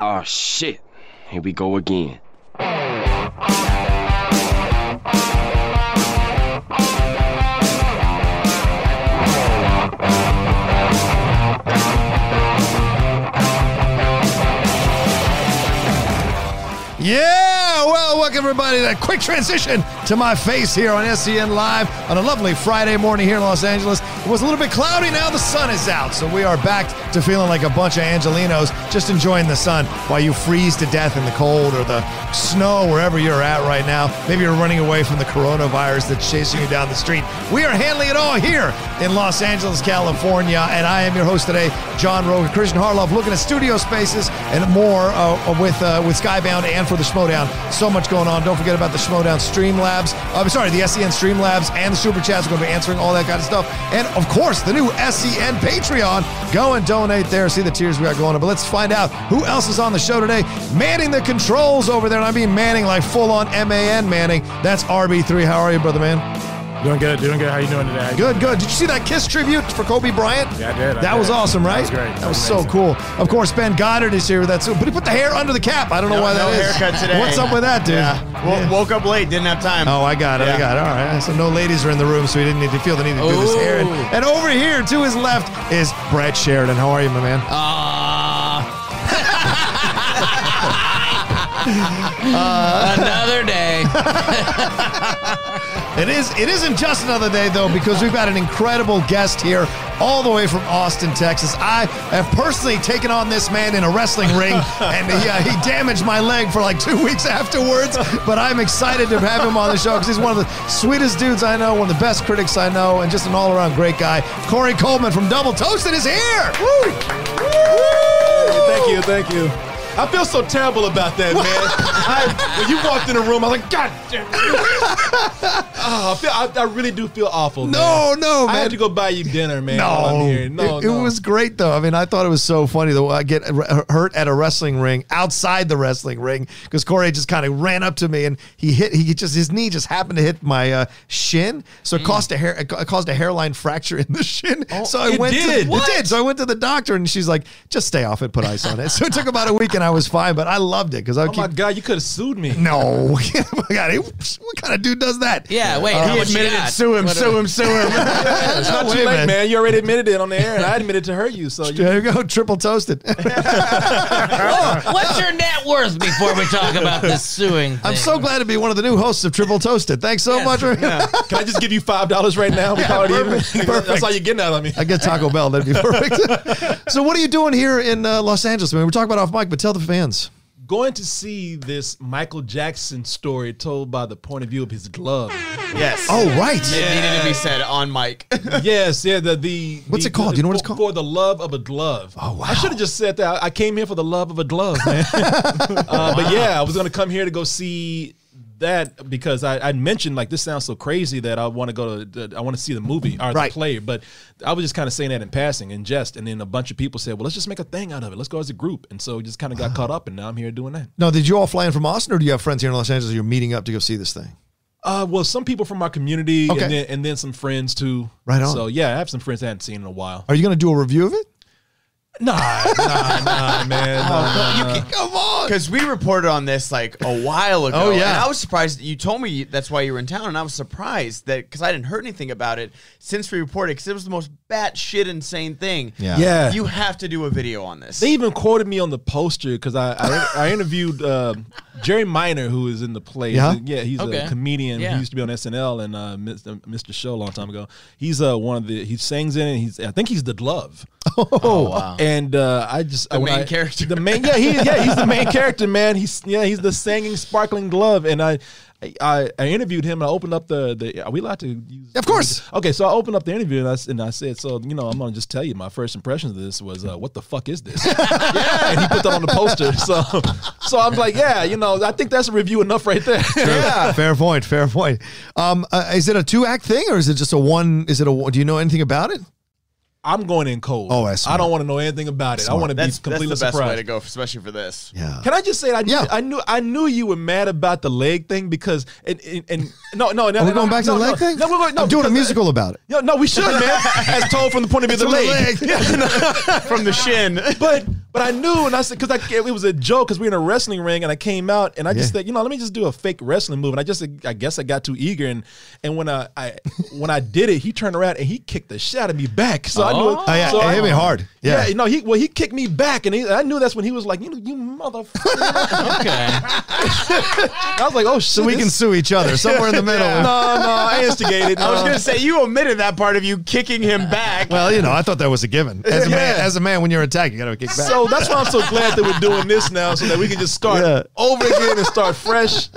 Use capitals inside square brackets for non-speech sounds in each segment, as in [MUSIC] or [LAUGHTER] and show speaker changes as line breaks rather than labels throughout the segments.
Oh shit. Here we go again.
Yeah, well, welcome everybody to that quick transition to my face here on SEN Live on a lovely Friday morning here in Los Angeles. It was a little bit cloudy, now the sun is out, so we are back to feeling like a bunch of Angelinos just enjoying the sun while you freeze to death in the cold or the snow wherever you're at right now. Maybe you're running away from the coronavirus that's chasing you down the street. We are handling it all here in Los Angeles, California, and I am your host today, John Rogan, Christian Harloff, looking at studio spaces and more uh, with uh, with Skybound and for the Schmodown. So much going on. Don't forget about the Schmodown Streamlabs. I'm sorry, the E SEN Streamlabs and the Super Chats. We're going to be answering all that kind of stuff. And of course, the new SEN Patreon. Go and donate there. See the tears we got going on. But let's find out who else is on the show today. Manning the controls over there. And I mean Manning like full on M A N Manning. That's RB3. How are you, brother man?
Doing good, doing good. How you doing today?
Good, good. Did you see that Kiss tribute for Kobe Bryant?
Yeah, I did, I
that
did.
was awesome,
That
right?
was great.
That
That
was
was
so
amazing.
cool. Of course, Ben Goddard is here with that. So, but he put the hair under the cap. I don't know
No-
why that
no
is.
haircut today.
What's up with that, dude?
Yeah. Wo-
Yeah.
Woke up late, didn't have time.
Oh, I got it. I
Yeah.
got it. All right. So no ladies are in the room, so he didn't need to feel the need to do this hair. And,
Ooh.
and over here to his left is Brett Sheridan. How are you, my man?
Ah. Another day.
It is. It isn't just another day though, because we've got an incredible guest here, all the way from Austin, Texas. I have personally taken on this man in a wrestling ring, and he, uh, he damaged my leg for like two weeks afterwards. But I'm excited to have him on the show because he's one of the sweetest dudes I know, one of the best critics I know, and just an all-around great guy. Corey Coleman from Double Toasted is here. Woo!
Thank you, thank you. I feel so terrible about that, [LAUGHS] man. I, when you walked in the room, I was like, God damn it. [LAUGHS] Oh, I, feel, I, I really do feel awful.
No,
man.
no, man.
I had to go buy you dinner, man. [LAUGHS]
No,
while I'm here. no,
it, it
no.
was great though. I mean, I thought it was so funny though. I get r- uh, hurt at a wrestling ring outside the wrestling ring because Corey just kind of ran up to me and he hit. He just his knee just happened to hit my uh, shin, so
Mm.
it caused a hair. It ca- it caused a hairline fracture in the shin. so I
Oh, it
went.
did?
To,
What?
It did. So I went to the doctor and she's like, "Just stay off it. Put ice on it." So it took about a week and I was fine, but I loved it because I
Oh my
keep.
God, you could have sued [LAUGHS] me.
[LAUGHS] No, [LAUGHS] my God, it- what kind of dude does that?
Yeah, wait. how
He
much you
admitted
got?
it. Sue him,
What
sue him, sue
[LAUGHS]
him.
it's not
way,
too late,
man.
man. You already admitted it on the air, and I admitted to hurt you. So [LAUGHS] you,
There you go, triple toasted. [LAUGHS]
a- Oh, What's your net worth before we talk about this suing?
I'm
thing?
so glad to be one of the new hosts of Triple Toasted. Thanks so much. For-
can I just give you five dollars right now? We call it even. [LAUGHS] That's all you're getting out of me.
[LAUGHS] I get Taco Bell. That'd be perfect. [LAUGHS] so, what are you doing here in uh, Los Angeles? I mean, we're talking about off mic, but tell the fans.
Going to see this Michael Jackson story told by the point of view of his
[LAUGHS]
glove.
Yes.
Oh, right.
It needed to be said on mic.
Yes, yeah. The, the
What's
the-
it called? Do you know what it's
for-
called?
For the love of a glove. Oh wow! I should have just said that. I came here for the love of a glove,
[LAUGHS]
man. uh, But yeah, I was gonna come here to go see that because I, I mentioned like this sounds so crazy that I want to go to the- I want to see the movie or
Right.
the play, but I was just kind of saying that in passing in jest, and then a bunch of people said, "Well, let's just make a thing out of it. Let's go as a group," and so it just kind of got caught up, and now I'm here doing that.
No, did you all fly in from Austin, or do you have friends here in Los Angeles? You're meeting up to go see this thing.
Uh, well, some people from our community,
Okay.
and then and then some friends too.
Right on.
So yeah, I have some friends I hadn't seen in a while.
Are you going to do a review of it? Oh,
Nah, nah, nah,
[LAUGHS]
man. nah, nah.
Come on.
Because we reported on this like a while ago.
Oh, yeah.
And I was surprised that you told me that's why you were in town, and I was surprised that because I didn't hear anything about it since we reported because it was the most batshit insane thing.
Yeah.
Yeah.
You have to do a video on this.
They even quoted me on the poster because I, I I interviewed um, Jerry Minor, who is in the play.
Yeah?
he's
Okay.
a comedian.
Yeah.
He used to be on SNL and uh, Mr. Mr. Show a long time ago. He's uh, one of the he sings in it. He's I think he's the glove.
[LAUGHS] Oh,
And uh, I just the
main character.
The main yeah he yeah he's the main character man. He's yeah he's the singing sparkling glove. And I I, I interviewed him. and I opened up the the are we allowed to use
Of course.
Okay, so I opened up the interview and I s- and I said so you know I'm gonna just tell you my first impression of this was uh, what the fuck is
[LAUGHS]
this? yeah, and he put that on the poster. So so I'm like yeah you know I think that's a review enough right there.
yeah. Fair point. Fair point. Um, uh, is it a two act thing, or is it just a one? Is it a? Do you know anything about it?
[LAUGHS] I'm going in cold.
Oh, that's
I
smart.
don't want to know anything about it. I want to be
that's, that's the
completely
best
surprised.
way to go, especially for this.
Yeah.
Can I just say I knew,
Yeah.
I knew I knew you were mad about the leg thing because and and, and no no no
Are we
no,
going back to
no,
the leg
no,
thing?
No, no, no
I'm doing a
because-
musical about it. [LAUGHS]
[LAUGHS] No, no, we should, man. As told from the point of view of the
From the
[LAUGHS]
leg.
leg.
Yeah, no.
From the shin.
But But I knew, and I said, because it was a joke, because we were in a wrestling ring, and I came out, and I just
Yeah.
said, you know, let me just do a fake wrestling move, and I just, I guess I got too eager, and and when I, I when I did it, he turned around and he kicked the shit out of me back, so I knew. It,
Oh, yeah,
so
it
I-
hit me hard.
Yeah.
Yeah.
no, he well, he kicked me back, and he, I knew that's when he was like, you, you
[LAUGHS]
motherfucker.
Okay.
I was like, oh shit.
so we can sue each other somewhere in the [LAUGHS] middle.
No, no, I instigated.
I was
no.
gonna say you omitted that part of you kicking him back.
Well, you know, I thought that was a given. As [LAUGHS] a man,
Yeah.
as a man when you're attacked, you got to kick back.
So that's why I'm so glad that we're doing this now, so that we can just start
Yeah.
over again and start fresh.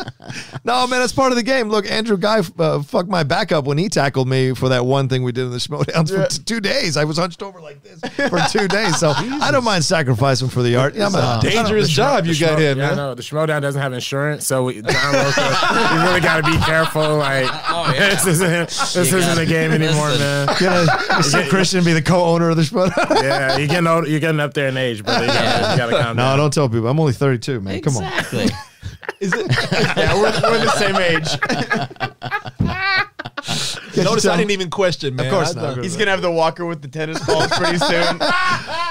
No, man, that's part of the game. Look, Andrew Guy uh, fucked my back up when he tackled me for that one thing we did in the Schmodown for t- two days. I was hunched over like this for [LAUGHS] two days. So I don't mind sacrificing for the art. Yeah, I'm a-
Dangerous job you got here,
yeah, I
man.
know. The Schmodown doesn't have insurance, so we, John Rocha, you really got to be careful.
[LAUGHS]
Like,
Oh, yeah.
this isn't this
You
isn't
gotta-
a game anymore,
listen.
man.
Can I [LAUGHS] see Christian be the co-owner of the Schmodown?
Yeah, you're getting old, you're getting up there in age, brother. You gotta, you gotta calm
no,
down.
don't tell people. I'm only 32, man. Come on.
Exactly.
yeah, we're, we're the same age.
Can't
Notice
you
I
tell-
didn't even question, man.
course
I
not.
thought-
Of course
He's gonna have the walker with the tennis balls pretty soon.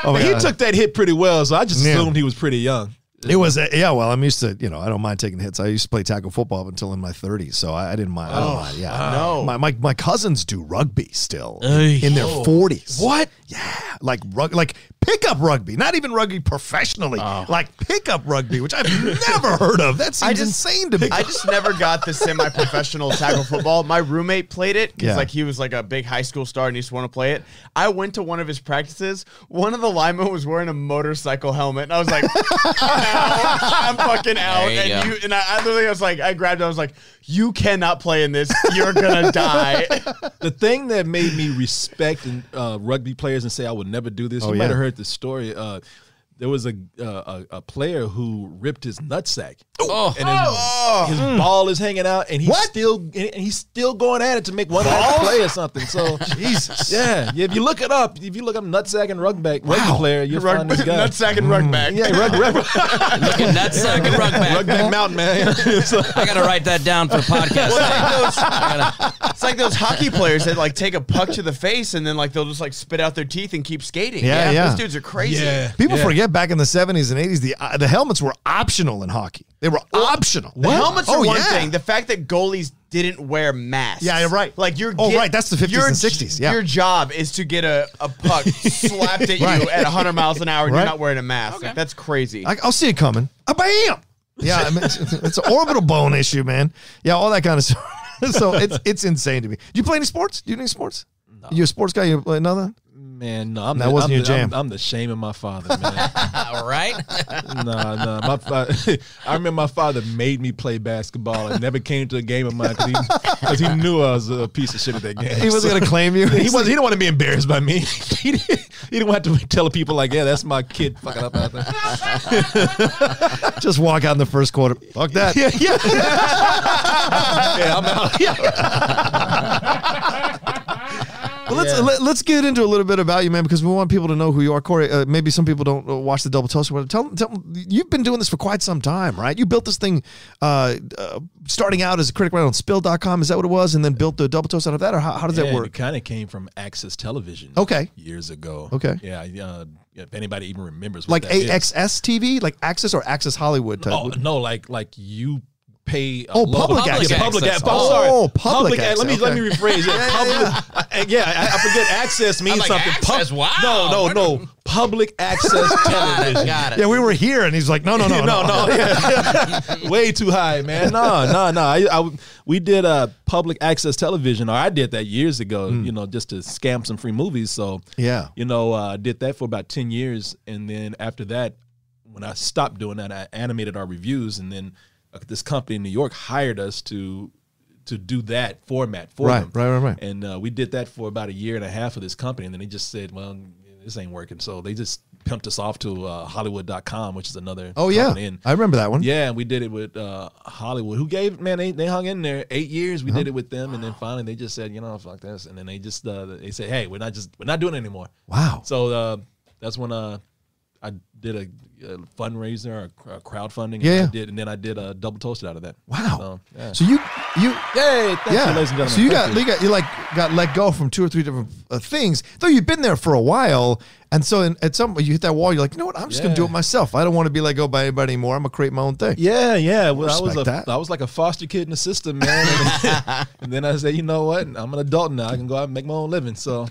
Oh, my
He
God.
took that hit pretty well, so I just
Yeah.
assumed he was pretty young.
It was uh, yeah. Well, I'm used to you know I don't mind taking hits. I used to play tackle football up until in my 30s, so I, I didn't mind. I don't mind. Yeah,
no.
My, my my cousins do rugby still
Ay.
in their 40s.
What?
Yeah, like rug, like pickup rugby. Not even rugby professionally. Like pickup rugby, which I've never heard of. That seems
just-
insane to me.
I just never got the semi-professional tackle football. My roommate played it because
Yeah.
like he was like a big high school star and he just wanted to play it. I went to one of his practices. One of the linemen was wearing a motorcycle helmet, and I was like, I'm, out. I'm fucking out.
There you
and
go.
you and I, I literally was like, I grabbed. Him, I was like, you cannot play in this. You're gonna die.
The thing that made me respect uh, rugby players and say I would never do this. you
yeah.
might have heard the story. Uh, there was a, uh, a a player who ripped his nutsack,
Oh.
and his, his ball is hanging out, and he's
What?
still and he's still going at it to make one last play or something. So Jesus, yeah, yeah. If you look it up, if you look up nutsack and rugby, rugby player, you'll
Rug, [LAUGHS]
find this guy.
nutsack and rug bag.
Yeah, rug, rug, rug,
Looking nutsack and rug back.
Rugby Mountain man. So-
I gotta write that down for the podcast. I gotta-
It's like those hockey players that like take a puck to the face and then like they'll just like spit out their teeth and keep skating.
Yeah, yeah.
Those dudes are crazy.
People forget back in the 70s and 80s the uh, the helmets were optional in hockey. They were optional.
Oh. The helmets are
Oh,
one
yeah.
thing. The fact that goalies didn't wear masks.
Yeah, you're right.
Like you're.
Oh, right, that's the 50s
your
and
j-
60s, yeah.
Your job is to get a,
[LAUGHS]
a puck slapped at
Right.
you at 100 miles an hour and
Right.
you're not wearing a mask. Like, that's crazy.
I, I'll see it coming. Ah, bam. Yeah, I mean, it's, it's an orbital bone issue, man. Yeah, all that kind of stuff. [LAUGHS] so it's it's insane to me. Do you play any sports? Do you do any sports? You a sports guy? You play another?
Man, no, I'm
That
the,
wasn't
I'm
your
the- I'm-
jam.
I'm, the shame of my father, man. [LAUGHS]
All right.
no, no. My fa- [LAUGHS] I remember my father made me play basketball and never came to a game of mine because he, knew I was a piece of shit at that game.
He wasn't gonna claim you.
[LAUGHS] He wasn't. He didn't want to be embarrassed by me. [LAUGHS] he, didn't, he didn't want to tell people like, "Yeah, that's my kid fucking
[LAUGHS]
up out there."
Just walk out in the first quarter. Fuck that.
yeah, yeah. [LAUGHS] yeah, I'm out. Yeah.
Well, let's let, us let us get into a little bit about you, man, because we want people to know who you are, Corey. Uh, maybe some people don't uh, watch the double toast. Or whatever. Tell, tell you've been doing this for quite some time, right? You built this thing, uh, uh, starting out as a critic right on Spill.com. Is that what it was? And then built the double toast out of that, or how, how does that
It
work?
kind of came from Access Television.
Okay.
Years ago.
Okay.
Yeah. Uh, if anybody even remembers, what
Like
that is.
AXS TV, like Access or Access Hollywood type.
Oh [LAUGHS] no, like like you pay. a
Oh,
low-
public
yeah,
access.
Public access.
Oh,
I'm sorry.
public
ac- Let me let me
access,
rephrase. Yeah, public. I, yeah, I, I forget. Access means
like,
something.
access? Wow.
No,
What
no, no. Public access
[LAUGHS]
television.
Got it.
yeah, we were here, and he's like, no, no, [LAUGHS] no, no.
no, [LAUGHS] yeah. [LAUGHS] Way too high, man. No, no, no. I, I, we did uh, public access television, or I did that years ago. You know, just to scam some free movies. So
Yeah.
you know, uh, did that for about ten years, and then after that, when I stopped doing that, I animated our reviews, and then uh, this company in New York hired us to to do that format for
Right,
them.
right, right, right.
And uh, we did that for about a year and a half of this company, and then they just said, "Well, this ain't working." So they just pimped us off to uh, Hollywood.com, which is another.
Oh yeah,
company. And,
I remember that one.
yeah, and we did it with uh, Hollywood, who gave man they, they hung in there eight years. We
Uh-huh.
did it with them, and then finally they just said, you know, fuck this, and then they just uh, they said, hey, we're not just we're not doing it anymore.
Wow.
So uh, that's when uh, I did a, a fundraiser, a, cr- a crowdfunding.
Yeah,
and I
yeah.
did, and then I did a double toasted out of that.
Wow.
So, yeah.
So you you
Yay! Thank
yeah.
you, ladies and gentlemen.
So you
Thank
got you. got you like got let go from two or three different uh, things. Though you've been there for a while, and so in, at some you hit that wall. You're like, you know what? I'm just gonna do
Yeah.
it myself. I don't want to be let go by anybody anymore. I'm gonna create my own thing.
Yeah, yeah. Well, I was
Respect
a,
that.
I was like a foster kid in the system, man.
[LAUGHS]
And, and then I said, you know what? I'm an adult now. I can go out and make my own living. So,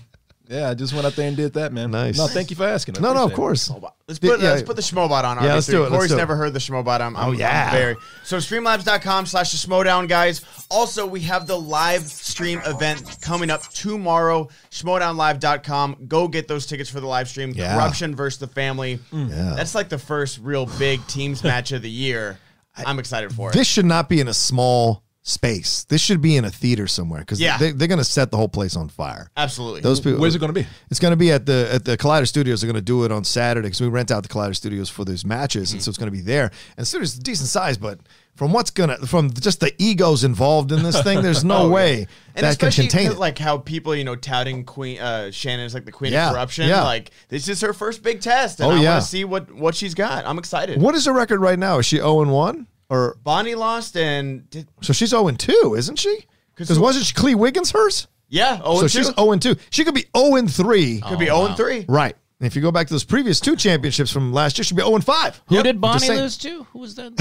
yeah, I just went out there and did that, man.
Nice.
No, thank you for asking. I
No, no, of
appreciate it.
course.
Let's put,
Yeah,
let's put the Schmobot on.
Yeah, let's
RB3.
do it, let's
Corey's
do it.
never heard the Schmobot. I'm, I'm,
Oh, yeah.
I'm very. So streamlabs.com slash the Schmodown, guys. Also, we have the live stream event coming up tomorrow. Schmodownlive.com. Go get those tickets for the live stream.
Yeah. Mm.
Corruption versus the Family.
Yeah.
That's like the first real big
[LAUGHS]
teams match of the year. I'm excited for it.
This should not be in a small space. This should be in a theater somewhere because
Yeah.
they, they're gonna set the whole place on fire.
Absolutely.
Those people.
Where's it going to be?
It's going to be at the at the Collider Studios. They're going to do it on Saturday because we rent out the Collider Studios for those matches, and so it's going to be there. And Studios is decent size, but from what's going to from just the egos involved in this thing,
[LAUGHS]
there's no way
Oh, and
that can
especially
contain
'cause,
it.
like how people you know touting Queen uh, Shannon is like the Queen
Yeah,
of Corruption.
yeah.
Like this is her first big test, and
Oh,
I
yeah.
want to see what what she's got. I'm excited.
what is her record right now? Is she zero and one or
Bonnie lost and did,
so she's zero and two, isn't she?
'Cause
Because
who-
wasn't she Clee Wiggins hers?
yeah. Oh,
so she's zero and two. She could be zero and three.
could be oh. zero and three.
Right. And if you go back to those previous two championships from last year, she'd be zero and five.
Who did Bonnie
saying.
lose to? Who was [LAUGHS] that?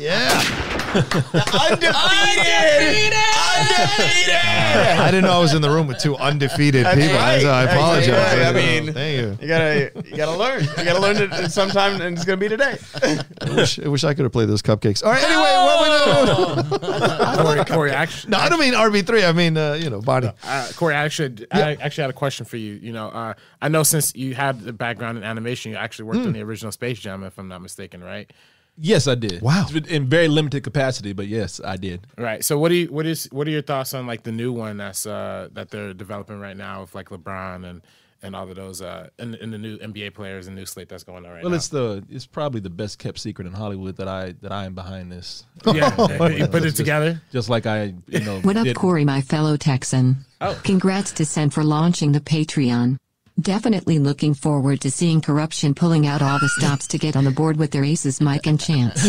Yeah.
Undefeated.
[LAUGHS] I didn't know I was in the room with two undefeated people. I
right. That's
apologize.
right. I mean-
thank you.
You gotta, you gotta learn. You gotta learn it at some time, and it's gonna be today.
I wish, I wish I could have played those cupcakes. All right. Anyway, what we doing?
Corey, Corey, actually,
No, I don't mean RB three. I mean, uh, you know, Bonnie.
uh, Corey, I actually, I actually had a question for you. You know, uh, I know since you had the background in animation, you actually worked on the original Space Jam, if I'm not mistaken, right?
Yes, I did.
Wow.
In very limited capacity, but yes, I did.
Right. So, what do you, what is, what are your thoughts on like the new one that's uh, that they're developing right now with like LeBron and and all of those uh, and, and the new NBA players and new slate that's going on right
Well,
now?
it's the it's probably the best kept secret in Hollywood that I that I am behind this.
yeah, you put it
Just-
together.
just like I you know.
Oh. What up,
did-
Corey, my fellow Texan?
Oh.
Congrats to Sen for launching the Patreon. Definitely looking forward to seeing corruption pulling out all the stops to get on the board with their aces, Mike and
[LAUGHS]
Chance.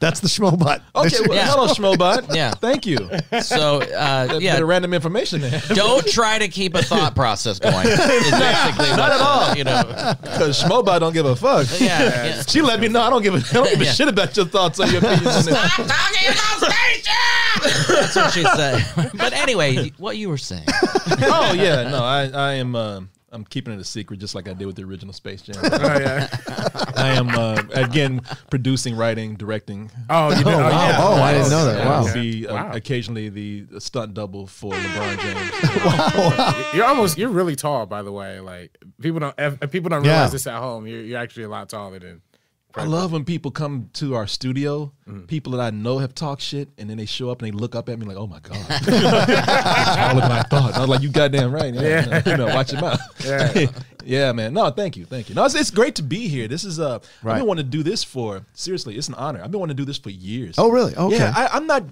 That's the Schmobot.
Okay, well,
Yeah. [LAUGHS]
hello, Schmobot.
Yeah. [LAUGHS]
thank you.
So uh,
Yeah,
yeah,
random information there.
don't try to keep a thought process going. Is basically
[LAUGHS]
what, at all. You know,
Because Schmobot don't give a fuck.
yeah. yeah.
[LAUGHS] She let me know. I don't give a, I don't give a
Yeah.
shit about your thoughts or your
[LAUGHS]
opinions. on it.
That's what she said. But anyway, what you were saying.
oh yeah, no, I, I am. um I'm keeping it a secret, just like I did with the original Space
[LAUGHS]
Jam.
Oh,
[LAUGHS]
I am uh, again producing, writing, directing.
Oh, you did, oh, yeah.
Oh, I didn't know that.
And I'll
Wow.
Be, uh,
Wow.
Occasionally, the stunt double for LeBron James.
You're almost you're really tall, by the way. Like people don't if, if people don't
Yeah.
realize this at home. You're you're actually a lot taller than.
I love when people come to our studio, people that I know have talked shit, and then they show up and they look up at me like, "Oh my god, it's all of my thoughts." I was like, "You goddamn right, yeah, you know, watch your mouth." [LAUGHS] Yeah. man. No, thank you, thank you. No, it's, it's great to be here. This is uh, I've
Right.
been wanting to do this for seriously. It's an honor. I've been wanting to do this for years.
Oh, really? Okay.
Yeah, I, I'm not.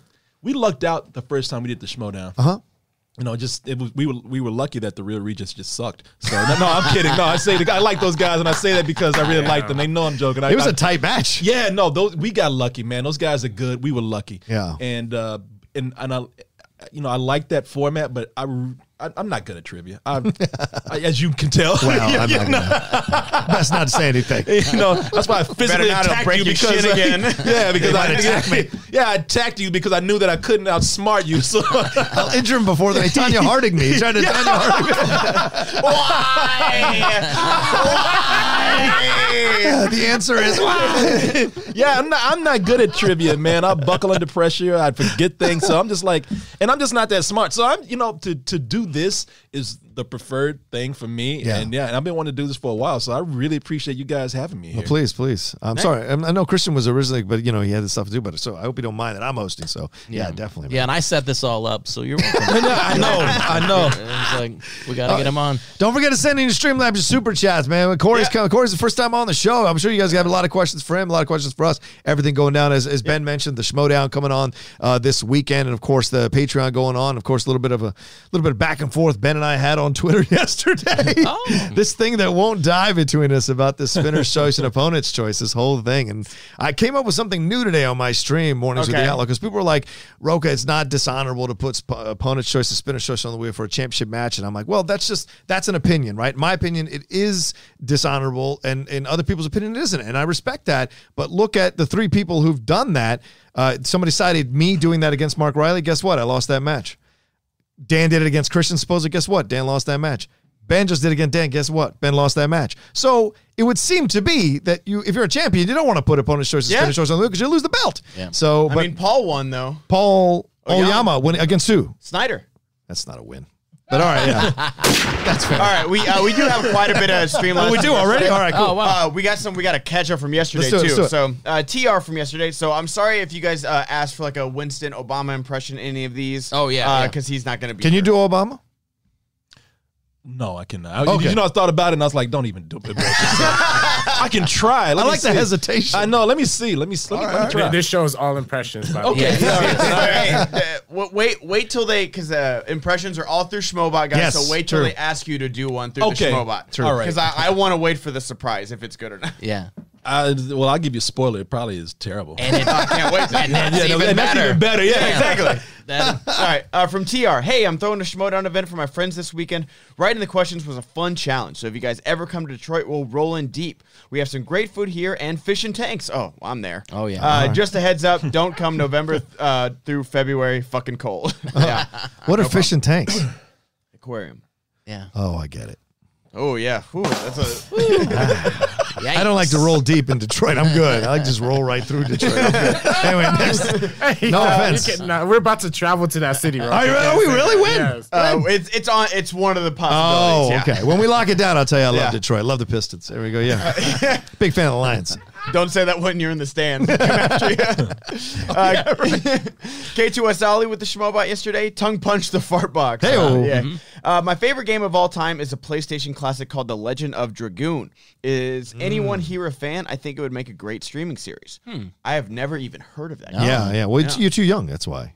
We lucked out the first time we did the Schmodown. Uh
Huh?
you know, just it was, we were we were lucky that the real Regents just sucked. So no, no, I'm kidding. No, I say the, I like those guys, and I say that because I really like them. They know I'm joking. I,
It was
I-
a tight match.
yeah, no, those we got lucky, man. Those guys are good. We were lucky.
Yeah.
and uh, and and I, you know, I like that format, but I. I, I'm not good at trivia, I,
[LAUGHS]
I, as you can tell.
Well, I'm
[LAUGHS] you,
not gonna, [LAUGHS] best not to say anything.
know, that's why I physically
not, it'll
attacked
break
you
your
because
shin
I-
again.
[LAUGHS] yeah, because I
attack me.
[LAUGHS] Yeah, I attacked you because I knew that I couldn't outsmart you.
[LAUGHS]
So
I'll injure him before they Tanya Harding me. He's trying to Tanya Harding me. Yeah, the answer is
yeah, I'm not, I'm not good at trivia, man. I buckle under pressure. I forget things. So I'm just like, and I'm just not that smart. So I'm, you know, to to do this is the preferred thing for me.
Yeah.
And yeah, and I've been wanting to do this for a while. So I really appreciate you guys having me here.
Please, please. I'm sorry. I'm- I know Christian was originally, but you know he had this stuff to do. But so I hope you don't mind that I'm hosting. So yeah, definitely.
Yeah, and I set this all up, so you're welcome.
I know, I know, [LAUGHS] I know.
It's like we gotta get him on.
Don't forget to send in your Streamlabs your super chats, man. When Corey's coming. Corey's the first time on the show. I'm sure you guys have a lot of questions for him, a lot of questions for us. Everything going down, as, as Ben mentioned, the Schmodown coming on uh, this weekend, and of course the Patreon going on. Of course, a little bit of a little bit of back and forth Ben and I had on on Twitter [LAUGHS] yesterday.
Oh.
[LAUGHS] this thing that won't die between us about this spinner's choice and opponent's choice, this whole thing. And I came up with something new today on my stream, Mornings with
Okay.
the Outlook, because people were like, Roca, it's not dishonorable to put sp- uh, opponent's choice and spinner's choice on the wheel for a championship match. And I'm like, well, that's just, that's an opinion, right? In my opinion, it is dishonorable. And in other people's opinion, it isn't. And I respect that. But look at the three people who've done that. Uh, somebody cited me doing that against Mark Riley. Guess what? I lost that match. Dan did it against Christian Supposedly, Guess what? Dan lost that match. Ben just did it against Dan. Guess what? Ben lost that match. So it would seem to be that you, if you're a champion, you don't want to put opponent's choices,
Yeah.
yeah. choices on the because you lose the belt.
Yeah.
So, but
I mean, Paul won though.
Paul
Oyama.
Oyama win against who?
Snyder.
That's not a win. But all right,
[LAUGHS]
yeah. that's fair.
All right, we uh, we do have quite a bit of stream. left.
we do already? All right, cool.
Oh, wow. uh, we got some. We got a catch up from yesterday
Let's do it,
too.
let's do
So uh, tr from yesterday. So I'm sorry if you guys uh, asked for like a Winston Obama impression. in Any of these?
Oh, yeah, yeah.
because he's not going to be.
Can you do
here.
Obama?
No, I cannot. I-
Okay.
You know, I thought about it and I was like, don't even do it. [LAUGHS] I can try. Let
I
me
like the
see.
hesitation.
I know. Let me see. Let me, let me, let me try.
This show is all impressions. By
Uh, Okay.
The
[LAUGHS]
way.
All right, all
[LAUGHS]
right. Uh, w- wait, wait till they because uh, impressions are all through Schmobot guys.
Yes,
so wait till
true.
they ask you to do one through
Okay,
the Schmobot.
true. All right.
Because I,
[LAUGHS]
I want to wait for the surprise if it's good or not.
Yeah.
I, well, I'll give you a spoiler. It probably is terrible.
And
[LAUGHS]
it,
I can't wait.
and that's
Yeah,
even
and that's
better.
even better. Yeah,
exactly.
That-
All right, uh, from TR. Hey, I'm throwing a Schmodown event for my friends this weekend. Writing the questions was a fun challenge. So if you guys ever come to Detroit, we'll roll in deep. We have some great food here and fish and tanks. Oh, I'm there.
Oh, yeah.
Uh, Just a heads up, don't
[LAUGHS]
come November uh, through February. Fucking cold. [LAUGHS] yeah.
What are fish and tanks?
Aquarium.
yeah.
Oh, I get it.
Oh yeah. Whew, that's a.
I don't like to roll deep in Detroit. I'm good. I like to just roll right through Detroit. I'm good. Anyway, next.
[LAUGHS] Hey,
No
uh, you
offense.
can- uh, we're about to travel to that city. Right?
Are you- are we really? When?
Yes.
Uh, it's it's on. It's one of the
Oh,
possibilities. yeah.
okay. When we lock it down, I'll tell you I love
Yeah.
Detroit. Love the Pistons. There we go.
[LAUGHS]
Yeah. Big fan of the Lions.
[LAUGHS] Don't say that when you're in the stands. [LAUGHS] They come after you.
[LAUGHS]
[LAUGHS] uh, K2S Ollie E with the Schmobot yesterday. Tongue punched the fart box.
Hey-o. Mm-hmm.
Uh, yeah. Uh, my favorite game of all time is a PlayStation classic called The Legend of Dragoon. Is
Mm.
anyone here a fan? I think it would make a great streaming series. I have never even heard of that. game.
Hmm. Yeah, yeah. Well, it's- you're too young. That's why.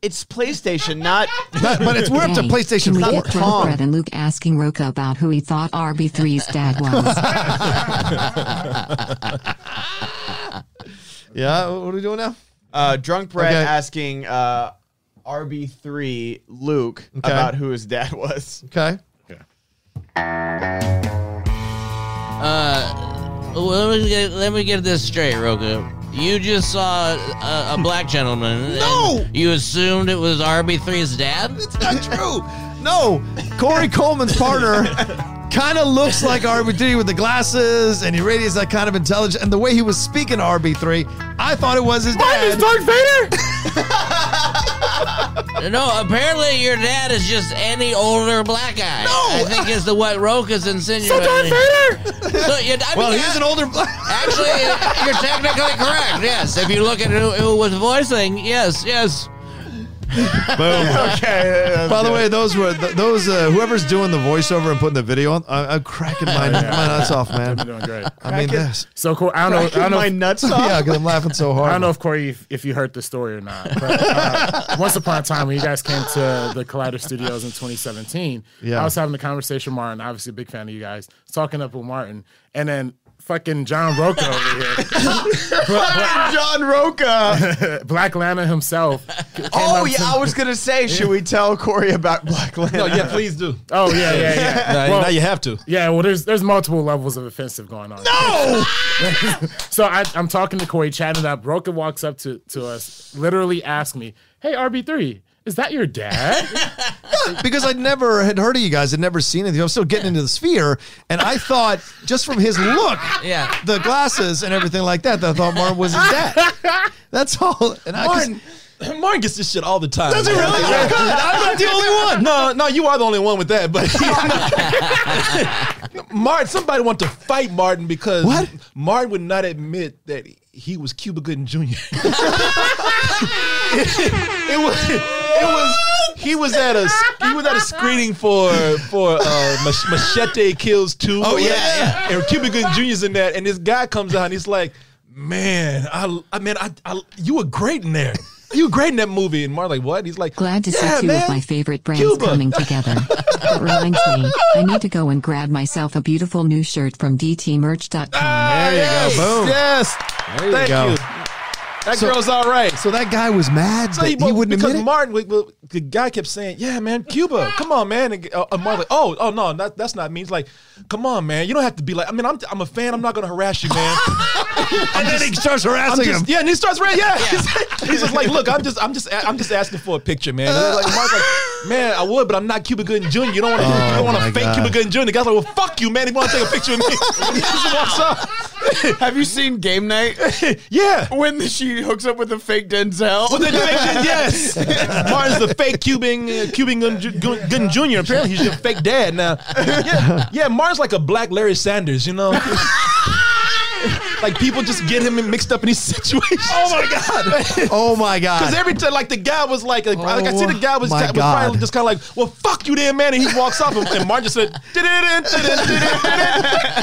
It's PlayStation,
[LAUGHS]
not.
Not- but it's we're up to
Hey,
PlayStation
Can we
4.
get drunk Brett and Luke asking Roca about who he thought RB3's
[LAUGHS]
dad was?
Yeah. What are we doing now?
Uh, Drunk Brett
Okay.
asking uh, RB3 Luke
Okay.
about who his dad [LAUGHS] was.
Okay.
Well, let me get, let me get this straight, Roka. You just saw a, a black gentleman.
No!
and You assumed it was RB3's dad?
It's not true. No, Corey Coleman's partner kind of looks like RB3 with the glasses, and he radiates that kind of intelligence. And the way he was speaking to RB3, I thought it was his dad.
No, apparently your dad is just any older black guy. No! I think is the what Roka's insinuating. So Darth Vader! [LAUGHS] So you, I mean,
well,
yeah,
he's an older black.
Actually, uh, you're technically correct, yes. If you look at who, who was voicing, yes, yes.
Okay.
By the way, those were th- those uh, whoever's doing the voiceover and putting the video on. I- I'm cracking my,
yeah.
my nuts off,
You're
man.
doing great.
I mean,
Cracking-
this.
So cool. I don't know. I don't know.
my
if-
nuts off.
Yeah, because I'm laughing so hard.
I don't know if Corey, if, if you heard the story or not. But, uh, once upon a time, when you guys came to the Collider Studios in 2017,
Yeah.
I was having a conversation with Martin, obviously a big fan of you guys, talking up with Martin, and then fucking John Rocca over here,
John Roca.
Black Lana himself. came
Oh
up
yeah,
to-
I was gonna say, should we tell Corey about Black Lantern?
No, yeah, please do.
Oh yeah, yeah, yeah.
[LAUGHS] Now,
Well-
now you have to.
Yeah, well, there's there's multiple levels of offensive going on. No. [LAUGHS] so I, I'm talking to Corey, chatting up. Roka walks up to to us, literally asks me, "Hey, RB three, is that your dad?"
because I never had heard of you guys, had never seen anything. I'm still getting into the sphere, and I thought just from his look,
Yeah. [LAUGHS]
the glasses and everything like that, that I thought Martin was his dad. That's all. And I
Martin, [CLEARS THROAT] Martin gets this shit all the time.
does he really? Oh, good. I'm not the only one.
No, no, you are the only one with that. But [LAUGHS] Martin, somebody wanted to fight Martin because
What?
Martin would not admit that he was Cuba Gooden Jr. it, was, it was, he was at a, he was at a screening for for uh, Mach- Machete Kills Two.
Oh, yeah.
and Cuba Gooden Jr.'s in that, and this guy comes out and he's like, "Man, I, I mean, I, I you were great in there." you were great in that movie. And Martin, like, what? He's like,
Glad to see
"Yeah,
two
man.
of my favorite brands
Cuba."
coming together. that reminds me, I need to go and grab myself a beautiful new shirt from DTmerch.com.
Ah,
There you
yes,
go. Boom.
Yes.
There you
Thank
go.
you. That
So-
girl's all right.
So that guy was mad
So
that he,
well,
wouldn't
because
admit it.
Martin, we- we- the guy kept saying, "Yeah, man, Cuba, come on, man." And, uh, uh, Martin, like, "Oh, oh no, that, that's not me." He's like, "Come on, man, you don't have to be like." I mean, I'm, I'm a fan. I'm not gonna harass you,
[LAUGHS]
man.
and then he starts
I'm
harassing
just, yeah, and he starts ran. Yeah, [LAUGHS] He's, he's just like, "Look, I'm just, I'm just, a- I'm just asking for a picture, man." And they're like, Martin's like, "Man, I would, but I'm not Cuba Gooding Jr. You don't want to, you don't want
Oh my
to fake
God.
Cuba Gooding Jr." The guy's like, "Well, fuck you, man. If you want to take a picture of me, [LAUGHS] he just walks up."
Have you seen Game Night?
[LAUGHS] Yeah.
when she hooks up with the fake
[LAUGHS]
Denzel.
Well, Oh, the direction,
[LAUGHS]
yes. Martin's the fake Cuban, uh, Cuban Gun, Gun, Gun Jr. Apparently, he's your fake dad now. Yeah, yeah, Martin's like a black Larry Sanders,
[LAUGHS]
you know? like, people just get him mixed up in these situations. Oh, my God.
Oh my god!
Because every time, like, the guy was like, like, like, I see the guy was,
Oh, my
was probably
God.
just kind of like, well, fuck you then, man. And he walks off, and, and Martin just said, "Dun-dun-dun,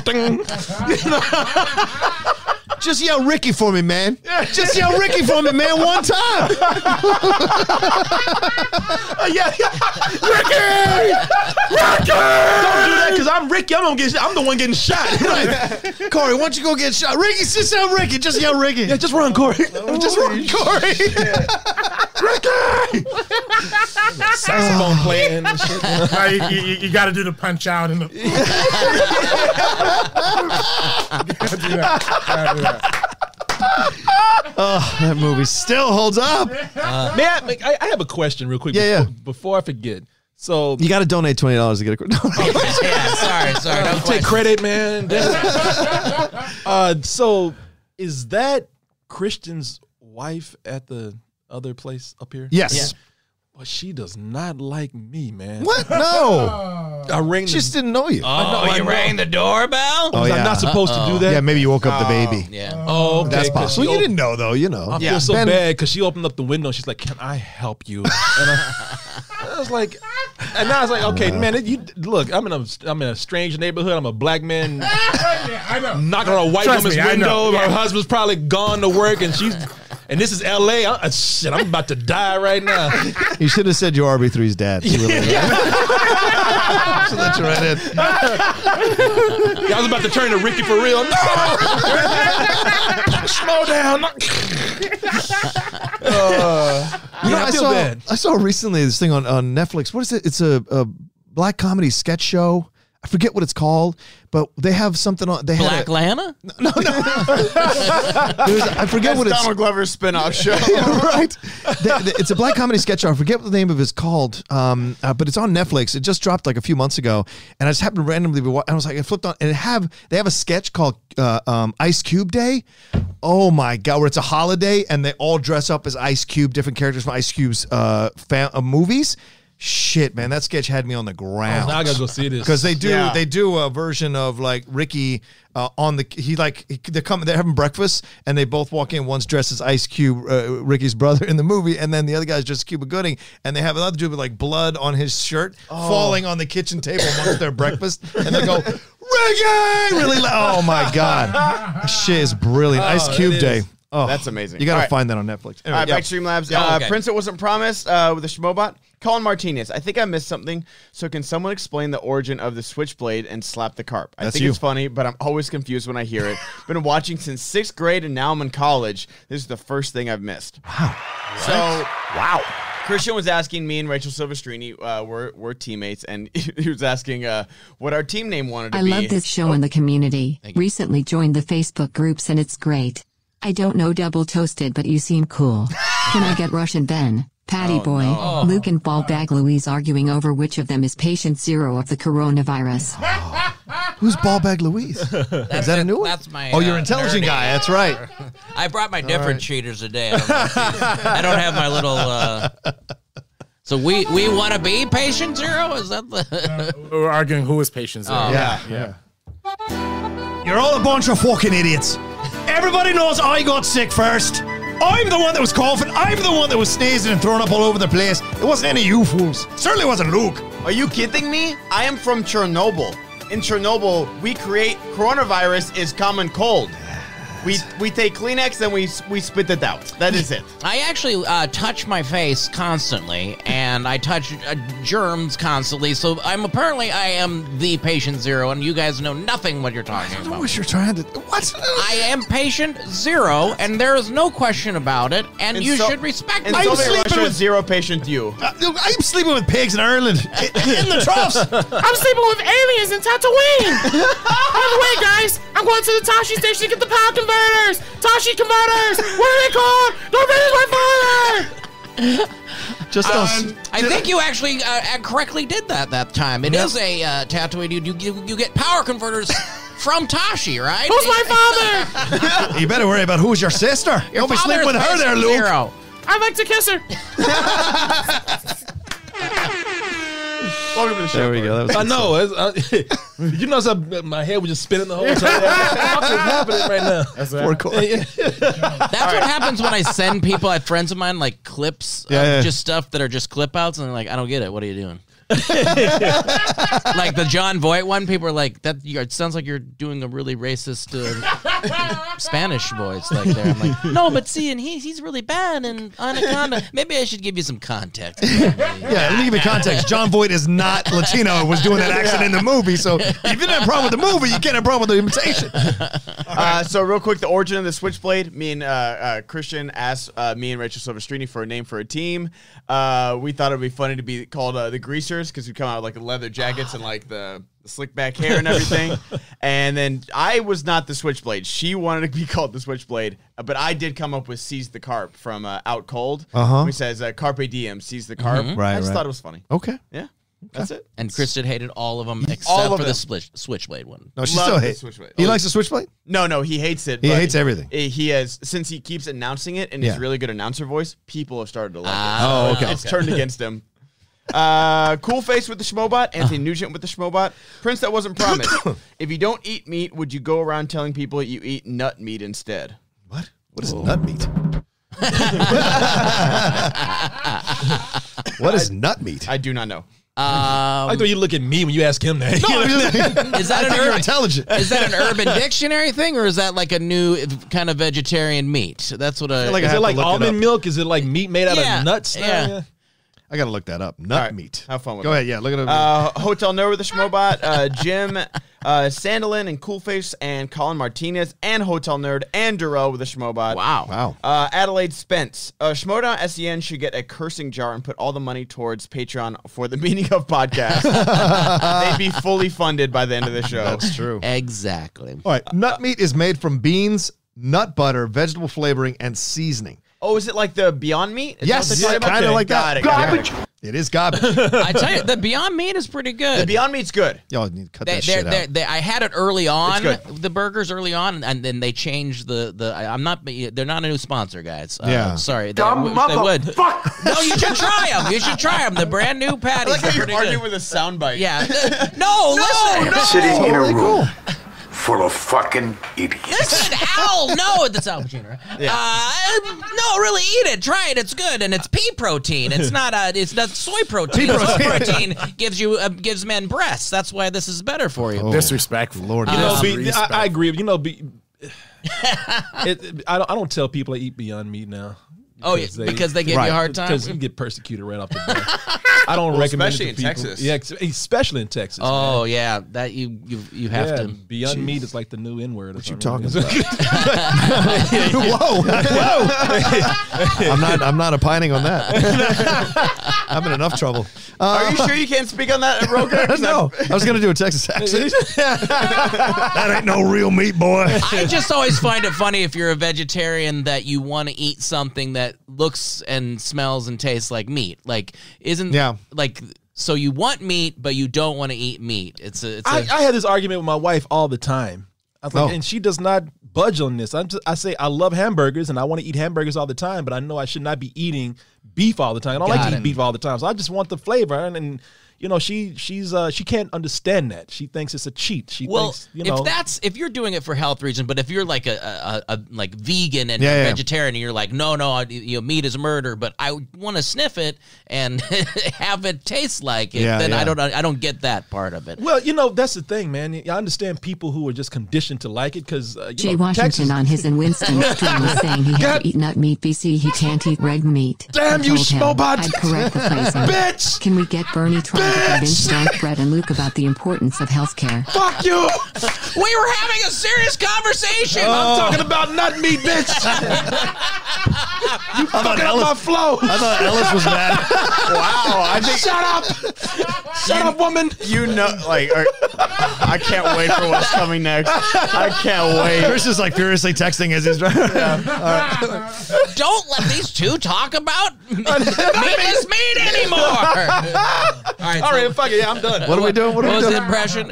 dun-dun-dun, dun-dun."
Just yell Ricky for me, man. Just yell Ricky for me, man. One time.
Uh, yeah, yeah. Ricky! Ricky! Don't do that because I'm Ricky. I'm gonna get. I'm the one getting shot. Like,
[LAUGHS] Corey, why don't you go get shot? Ricky, sit down, Ricky. Just yell Ricky.
yeah, just run,
[LAUGHS]
Corey. just run, Corey. Ricky! Saxophone playing. And shit.
Nah, you, you, you got to do the punch out and the. [LAUGHS] You gotta do that. You gotta do that.
Oh, that movie still holds up.
May I, make- I, I have a question real quick.
Yeah, yeah.
before, Before I forget, so
You got to donate twenty dollars to get [LAUGHS]
Oh,
a.
yeah, sorry, sorry. No
take
question.
credit, [LAUGHS] man. uh, so is that Christian's wife at the other place up here?
yes.
But she does not like me, man. [LAUGHS]
What? No.
I rang
She
the
just didn't know you.
Oh, you rang the doorbell?
Oh,
I'm
yeah.
not supposed to do that.
yeah, maybe you woke up the baby.
Yeah.
Oh, okay.
That's
'cause
possible.
she
Well, you
op-
didn't know though. You know.
I
Yeah.
feel so
Ben-
bad because she opened up the window. She's like, "Can I help you?" And I, I was like, and now I was like, "Okay, [LAUGHS] man, it- you look. I'm in a I'm in a strange neighborhood. I'm a black man
Yeah, I know.
knocking on a white
Trust
woman's
me, I know.
window. My
Yeah.
husband's probably gone to work, and she's and this is L.A. I, uh, shit, I'm about to die right now.
You should have said your RB3's
[LAUGHS]
dad. She would've- [LAUGHS] She let you right in.
I was about to turn to Ricky for real. No, [LAUGHS] slow down.
You know,
Yeah, I
I,
feel
saw
bad.
I saw recently this thing on, on Netflix. What is it? It's a, a black comedy sketch show. I forget what it's called, but they have something on. They
Black
had a,
Lana?
there's- I forget what it's
Donald Glover's [LAUGHS] spinoff show.
[LAUGHS] right. They- they- it's a black comedy sketch show. I forget what the name of it's called, um, uh, but it's on Netflix. It just dropped like a few months ago, and I just happened to randomly. Be wa- and I was like, I flipped on, and it have they have a sketch called uh, um, Ice Cube Day. Oh my god, where it's a holiday and they all dress up as Ice Cube, different characters from Ice Cube's uh, fa- uh, movies. Shit, man, that sketch had me on the ground
Now I gotta go see this
because they do
Yeah.
they do a version of like Ricky uh, on the he like he- they're coming they're having breakfast and they both walk in one's dressed as Ice Cube uh, Ricky's brother in the movie and then the other guy's dressed as Cuba Gooding and they have another dude with like blood on his shirt
Oh.
falling on the kitchen table amongst their breakfast and they go Ricky really loud oh my god shit is brilliant Ice
it
Cube
is.
Day oh
That's amazing.
you got to
All right.
find that on Netflix anyway,
All right,
yeah.
back to Streamlabs.
Yeah,
Uh,
okay.
Prince, it wasn't promised uh, with the Schmobot. Colin Martinez, I think I missed something. So, can someone explain the origin of the switchblade and slap the carp? I
That's
think
you.
it's funny, but I'm always confused when I hear it. Been watching since sixth grade, and now I'm in college. This is the first thing I've missed. Wow. So, wow. Christian was asking me and Rachel Silvestrini, uh, were, were teammates, and [LAUGHS] he was asking uh, what our team name wanted to
I
be.
love this show and the community. Recently joined the Facebook groups and it's great. I don't know double toasted, but you seem cool. Can I get Russian Ben,
Oh,
Patty Boy, Luke and Ballbag Louise arguing over which of them is patient zero of the coronavirus?
who's Ballbag Louise
[LAUGHS]
is that a new one
that's my,
oh you're
uh,
intelligent
nerding.
guy that's right
I brought my different cheaters today. I don't, know if you- I don't have my little. [LAUGHS] Uh, so we we want to be patient zero. Is that the?
We're arguing who is patient zero.
yeah. You're all a bunch of fucking idiots. Everybody knows I got sick first. I'm the one that was coughing. I'm the one that was sneezing and throwing up all over the place. It wasn't any of you fools. Certainly wasn't Luke.
Are you kidding me? I am from Chernobyl. In Chernobyl, we create coronavirus is common cold. We we take Kleenex and we s- we spit it out. That is it.
I actually uh, touch my face constantly, and I touch uh, germs constantly. So I'm apparently I am the patient zero, and you guys know nothing what you're talking
I
about.
wish you're trying to. What?
I am patient zero, and there is no question about it. And, [LAUGHS] you
so-
should respect
In
my
Soviet
sleeping
Russia,
with-
zero patient you.
I, am sleeping with pigs in Ireland [LAUGHS] in the troughs.
I'm sleeping with aliens in Tatooine. By the way, guys, I'm going to the Tashi station to get the power converters. Tashi converters. What are they called? Don't finish my father.
Just
Um, I think you actually uh, uh, correctly did that that time. It is a uh, Tatooine. You, you you get power converters from Tashi, right?
Who's my father?
you better worry about who's your sister. Don't be
Father
sleeping with
is
her there,
patient
Luke.
Zero.
I'd like to kiss her.
Welcome to the show.
we go. That was
I know. It's, I, [LAUGHS] you know, so my head was just spinning the whole time. What is happening right now?
poor Corey. [LAUGHS]
That's what happens when I send people, I have friends of mine, like clips, of
Yeah, yeah.
just stuff that are just clip outs, and they're like, I don't get it. What are
[LAUGHS]
you doing? like the John Voight one, people are like, that. you- It sounds like you're doing a really racist uh, Spanish voice, like there. I'm like, no, but see, and he, he's really bad, and Anaconda. Maybe I should give you some context.
Yeah, let me give you context. John Voight is not Latino and was doing that accent in the movie. So if you didn't have a problem with the movie, you can't have a problem with the imitation.
Uh, so real quick, the origin of the Switchblade. Me and uh, uh, Christian asked uh, me and Rachel Silverstrini for a name for a team. Uh, we thought it'd be funny to be called uh, the Greasers because we come out with, like the leather jackets and like the slick back hair
[LAUGHS]
and everything. and then I was not the Switchblade. She wanted to be [LAUGHS] called the Switchblade, uh, but I did come up with "Seize the Carp" from uh, Out Cold,
Uh-huh. Mm-hmm.
which says uh, "Carpe Diem, seize the carp."
Right,
I
right.
just
Oh.
thought it was funny.
Okay.
Yeah, that's it.
And Kristen hated all of them except
All of
for
them.
the switch, switchblade one.
No, she
Love
still
the
hates.
switchblade.
He
Oh,
likes the switchblade.
No, no, he hates it.
He
but
hates everything.
i- He has since he keeps announcing it and
Yeah.
his really good announcer voice. People have started to like it.
Ah,
Oh, okay. It's turned against him. Uh, cool face with the schmobot. Anthony Nugent with the schmobot. Prince that wasn't promised. if you don't eat meat, would you go around telling people that you eat nut meat instead?
What? What
Oh.
is nut
[LAUGHS]
meat? what is nut meat?
I [LAUGHS] do not know.
I
Um,
like the way you look at me when you ask him that. [LAUGHS]
Is that an
you're
urban?
intelligent.
Is that an Urban Dictionary thing, or is that like a new kind of vegetarian meat? That's what I.
like I
is
have
it
to
like
look it
almond
up.
milk? Is it like meat made out
Yeah,
of nuts? now?
yeah.
I gotta look that up. Nut
All right,
meat.
have fun with
Go
that.
ahead. Yeah, look it up.
Uh, Hotel Nowhere with the Schmobot, uh, Jim uh, Sandalin and Coolface and Colin Martinez and Hotel Nerd and Durrell with the Schmobot.
wow.
wow.
Uh, Adelaide Spence. Uh, Schmodown SEN should get a cursing jar and put all the money towards Patreon for the [LAUGHS] meaning of [LAUGHS] podcast. They'd be fully funded by the end of the show.
That's true.
Exactly.
All right. Nut meat is made from beans, nut butter, vegetable flavoring, and seasoning.
Oh, is it like the Beyond Meat? Is that what
yes,
they're talking about?
kind of
Okay.
like
Got
that.
it, got it.
It is
[LAUGHS]
garbage.
[LAUGHS] I tell you, the Beyond Meat is pretty
The
good.
Beyond Meat's good.
Y'all need to cut
they,
that
they're,
shit
they're,
out.
they I had it early on,
It's good.
the burgers early on, and then they changed the the. I, I'm not. They're not a new sponsor, guys. Uh,
Yeah.
Sorry. They, I wish they would. No, you should try them. You should try them. The brand
[LAUGHS]
new
I like
patties. are
how [LAUGHS]
pretty
you're arguing
good.
with a soundbite. [LAUGHS]
Yeah. No, listen.
sitting in a room full of fucking idiots.
Listen, Al, no, that's Al Pacino. right? Uh, no, really, eat it. Try it. It's good, and it's pea protein. It's not uh, it's not soy protein.
Pea
soy
protein.
protein gives you uh, gives men breasts. That's why this is better for
Oh,
you.
Disrespectful.
[LAUGHS]
Lord,
You
knows.
know, be- I, I agree. with You know,
[LAUGHS]
be, it, I, don't, I don't tell people I eat Beyond Meat now.
Oh, yeah, because they give
Right.
you a hard time.
Because you get persecuted right off the
[LAUGHS]
bat. I don't recommend
especially
it to
in
people.
Texas.
Yeah, ex- especially in Texas. man.
Oh yeah, that you you you have
yeah,
to.
Beyond Meat is like the new N word. What
you talking whoa, whoa! [LAUGHS] I'm not. I'm not opining on that.
[LAUGHS]
I'm in enough trouble. Uh,
Are you sure you can't speak on that, Roker? 'Cause
no, I was gonna do a Texas accent. [LAUGHS] that ain't no real meat, boy.
I just always find it funny if you're a vegetarian that you want to eat something that looks and smells and tastes like meat. Like isn't
Yeah.
like so you want meat but you don't want to eat meat. It's a it's a
I, I had this argument with my wife all the time. I was like,
Oh.
and she does not budge on this. I'm just, I say I love hamburgers and I want to eat hamburgers all the time, but I know I should not be eating beef all the time. I don't like
Got
to
it.
eat beef all the time, so I just want the flavor. And, and you know, she she's uh, she can't understand that. She thinks it's a cheat. She
Well,
thinks you know
if that's if you're doing it for health reasons, but if you're like a, a, a, a- like vegan and
Yeah, yeah.
vegetarian, and you're like, no, no, I, you know, meat is murder, but I want to sniff it and [LAUGHS] have it taste like it.
Yeah,
then
yeah.
I don't, I don't get that part of it.
Well, you know that's the thing, man. I understand people who are just conditioned to like it because uh, you
Jay
know,
Washington
Texas-
on his
[LAUGHS]
and Winston stream was saying he had
God-
to eat nut meat BC. He can't eat red meat.
Damn
I
you,
told him
Schmobot.
I'd correct the phrasing.
[LAUGHS] Bitch!
Can we get Bernie trying to convince Dark Brett and Luke about the importance of healthcare?
Fuck you!
We were having a serious conversation.
[LAUGHS]
I'm talking about nut meat, bitch.
I thought,
My
Ellis,
flow.
I thought Ellis was mad.
Wow, I think
Shut up! Shut up, woman.
you know, like, are- I can't wait for what's coming next. I can't [LAUGHS] wait.
Chris is like furiously texting as he's driving.
Don't let these two
[LAUGHS]
talk about meatless meat anymore. All right.
All
so
right, fuck it. Yeah, I'm done.
What are we doing? What
What
are we
was the
doing?
impression?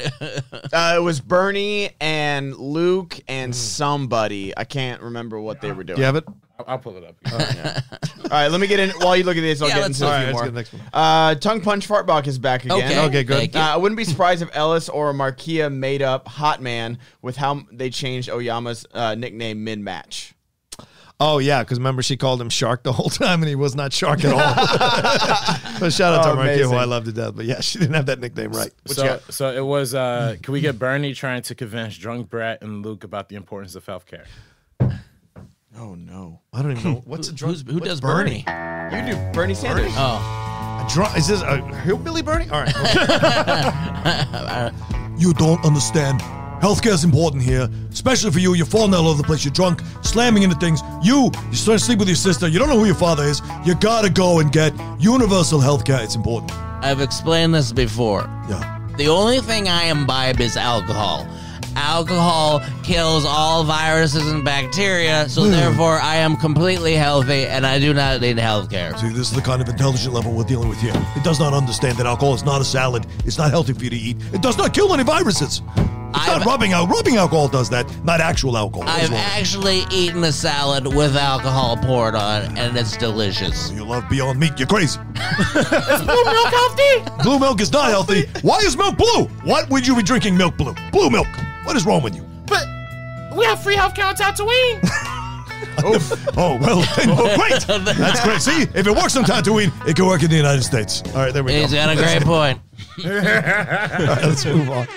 Uh, it was Bernie and Luke and somebody. I can't remember what they were doing.
Do you have it?
I'll, I'll pull it up.
All right, let me get in. While you look at this, I'll
Yeah,
get
let's
into
look.
a
All
few
Let's
right,
more.
get the next one.
Uh, Tongue Punch Fartbach is back again.
Okay.
Okay, good.
Thank
Uh,
you.
I wouldn't be surprised if Ellis or Markia made up Hot Man with how they changed Oyama's uh, nickname mid match.
Oh yeah, because remember she called him Shark the whole time, and he was not Shark at
[LAUGHS]
all. but shout out
Oh,
to Marquia, who
amazing.
I love to death. But yeah, she didn't have that nickname right.
So, so it was. Uh, can we get Bernie trying to convince drunk Brett and Luke about the importance of healthcare?
Oh no!
I don't even know what's a drunk.
Who's, who does
Bernie?
Bernie?
You do Bernie Sanders.
Oh,
A drunk? Is this a hillbilly Bernie? All right. okay.
[LAUGHS] You don't understand. Healthcare is important here, especially for you. You're falling all over the place. You're drunk, slamming into things. You, you start to sleep with your sister. You don't know who your father is. You gotta go and get universal healthcare. It's important.
I've explained this before.
Yeah.
The only thing I imbibe is alcohol. Alcohol kills all viruses and bacteria, so therefore I am completely healthy and I do not need health care.
See, this is the kind of intelligent level we're dealing with here. It does not understand that alcohol is not a salad. It's not healthy for you to eat. It does not kill any viruses. It's
I've-
not rubbing out. Rubbing alcohol does that. Not actual alcohol. That is
I've
wrong.
actually eaten a salad with alcohol poured on, and it's delicious.
You love Beyond Meat. You're crazy. is blue milk healthy? Blue milk is not healthy. Why is milk blue? What would you be drinking milk blue? Blue milk. What is wrong with you?
But we have free healthcare on Tatooine.
Oh, well, [LAUGHS] then, well, great. That's great. See, if it works on Tatooine, it can work in the United States.
All right. There we
He's
go.
got a great point.
All right, let's move on.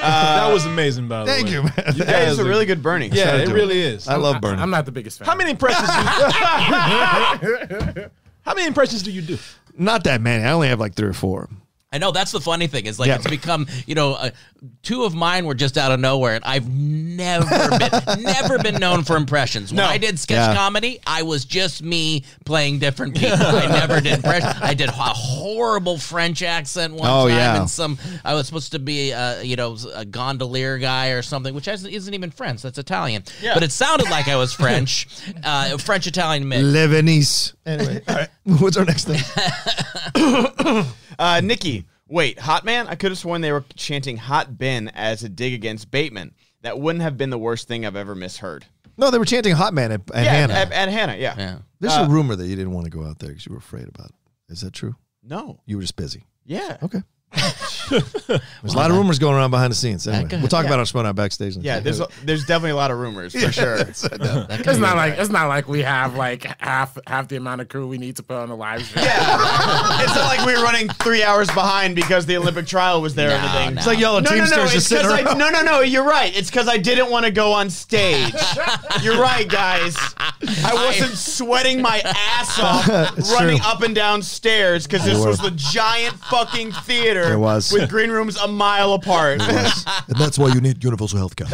that was amazing, by the
Thank
way.
you, man.
You
That
guys
is a
are-
really good Bernie.
Yeah,
Shout out
it
to
really is.
I love Bernie.
I'm not the biggest fan.
How many impressions?
[LAUGHS]
Do you, how many impressions do you do?
not that many. I only have like three or four.
I know that's the funny thing is like
Yeah.
it's become you know uh, two of mine were just out of nowhere and I've
[LAUGHS]
never been never been known for impressions. When I did sketch
Yeah.
comedy, I was just me playing different people. I never did impressions. I did a horrible French accent one
Oh,
time
yeah.
and some I was supposed to be uh, you know a gondolier guy or something, which isn't isn't even French. That's Italian, but it sounded like I
[LAUGHS]
was French, uh, French Italian mix.
Lebanese. [LAUGHS] Anyway, all right. What's our next thing?
Uh, Nikki, wait, Hot Man? I could have sworn they were chanting Hot Ben as a dig against Bateman. That wouldn't have been the worst thing I've ever misheard.
[LAUGHS] No, they were chanting "Hot Man" and, and
yeah,
Hannah.
At, at Hannah, yeah.
Yeah.
There's a rumor that you didn't want to go out there because you were afraid about it. Is that true?
No.
You were just busy.
Yeah.
[LAUGHS] Okay. There's a lot of rumors going around behind the scenes. Anyway,
go
we'll talk
Yeah.
about our Schmodown backstage.
Yeah,
[LAUGHS]
there's a, there's definitely a lot of rumors for sure.
[LAUGHS] It's not like it's not like we have like half half the amount of crew we need to put on the live
[LAUGHS]
stream.
it's not like we were running three hours behind because the Olympic trial was there and
No,
everything.
no.
it's like y'all are
No, no,
teamsters
no,
just
it's
sitting
'cause I,
around.
no, no, no. You're right. It's because I didn't want to go on stage. you're right, guys. I wasn't sweating my ass off
[LAUGHS] It's
running
true.
up and down stairs because this
You were.
was the giant fucking theater
It was.
with green rooms a mile
[LAUGHS]
apart.
And that's why you need universal healthcare.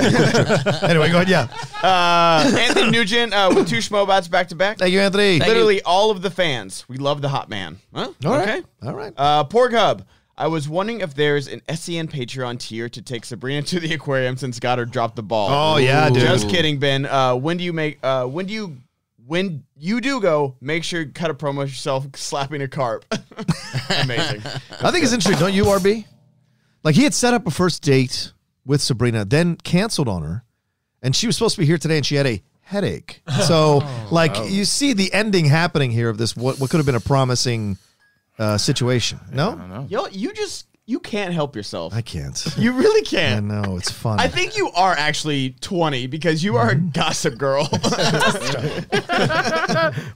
anyway, go ahead. Yeah.
uh, Anthony Nugent uh, with two schmobots back to back.
Thank you, Anthony.
Literally all of the fans. We love the hot man. Huh?
All right.
Okay.
All right.
Uh, Porg Hub. I was wondering if there's an SEN Patreon tier to take Sabrina to the aquarium since Goddard dropped the ball.
Oh, yeah, dude.
Just kidding, Ben. Uh, when do you make? Uh, when do you? When you do go, make sure you cut a promo of yourself slapping a carp. [LAUGHS]
[LAUGHS]
Amazing.
I think it's interesting, don't you, RB? Like he had set up a first date with Sabrina, then canceled on her, and she was supposed to be here today, and she had a headache. So, like, you see the ending happening here of this what what could have been a promising uh, situation. No,
Yo, you just you can't help yourself.
I can't.
you really
I
can't.
know it's fun.
I think you are actually 20 because you are a gossip
[LAUGHS]
girl.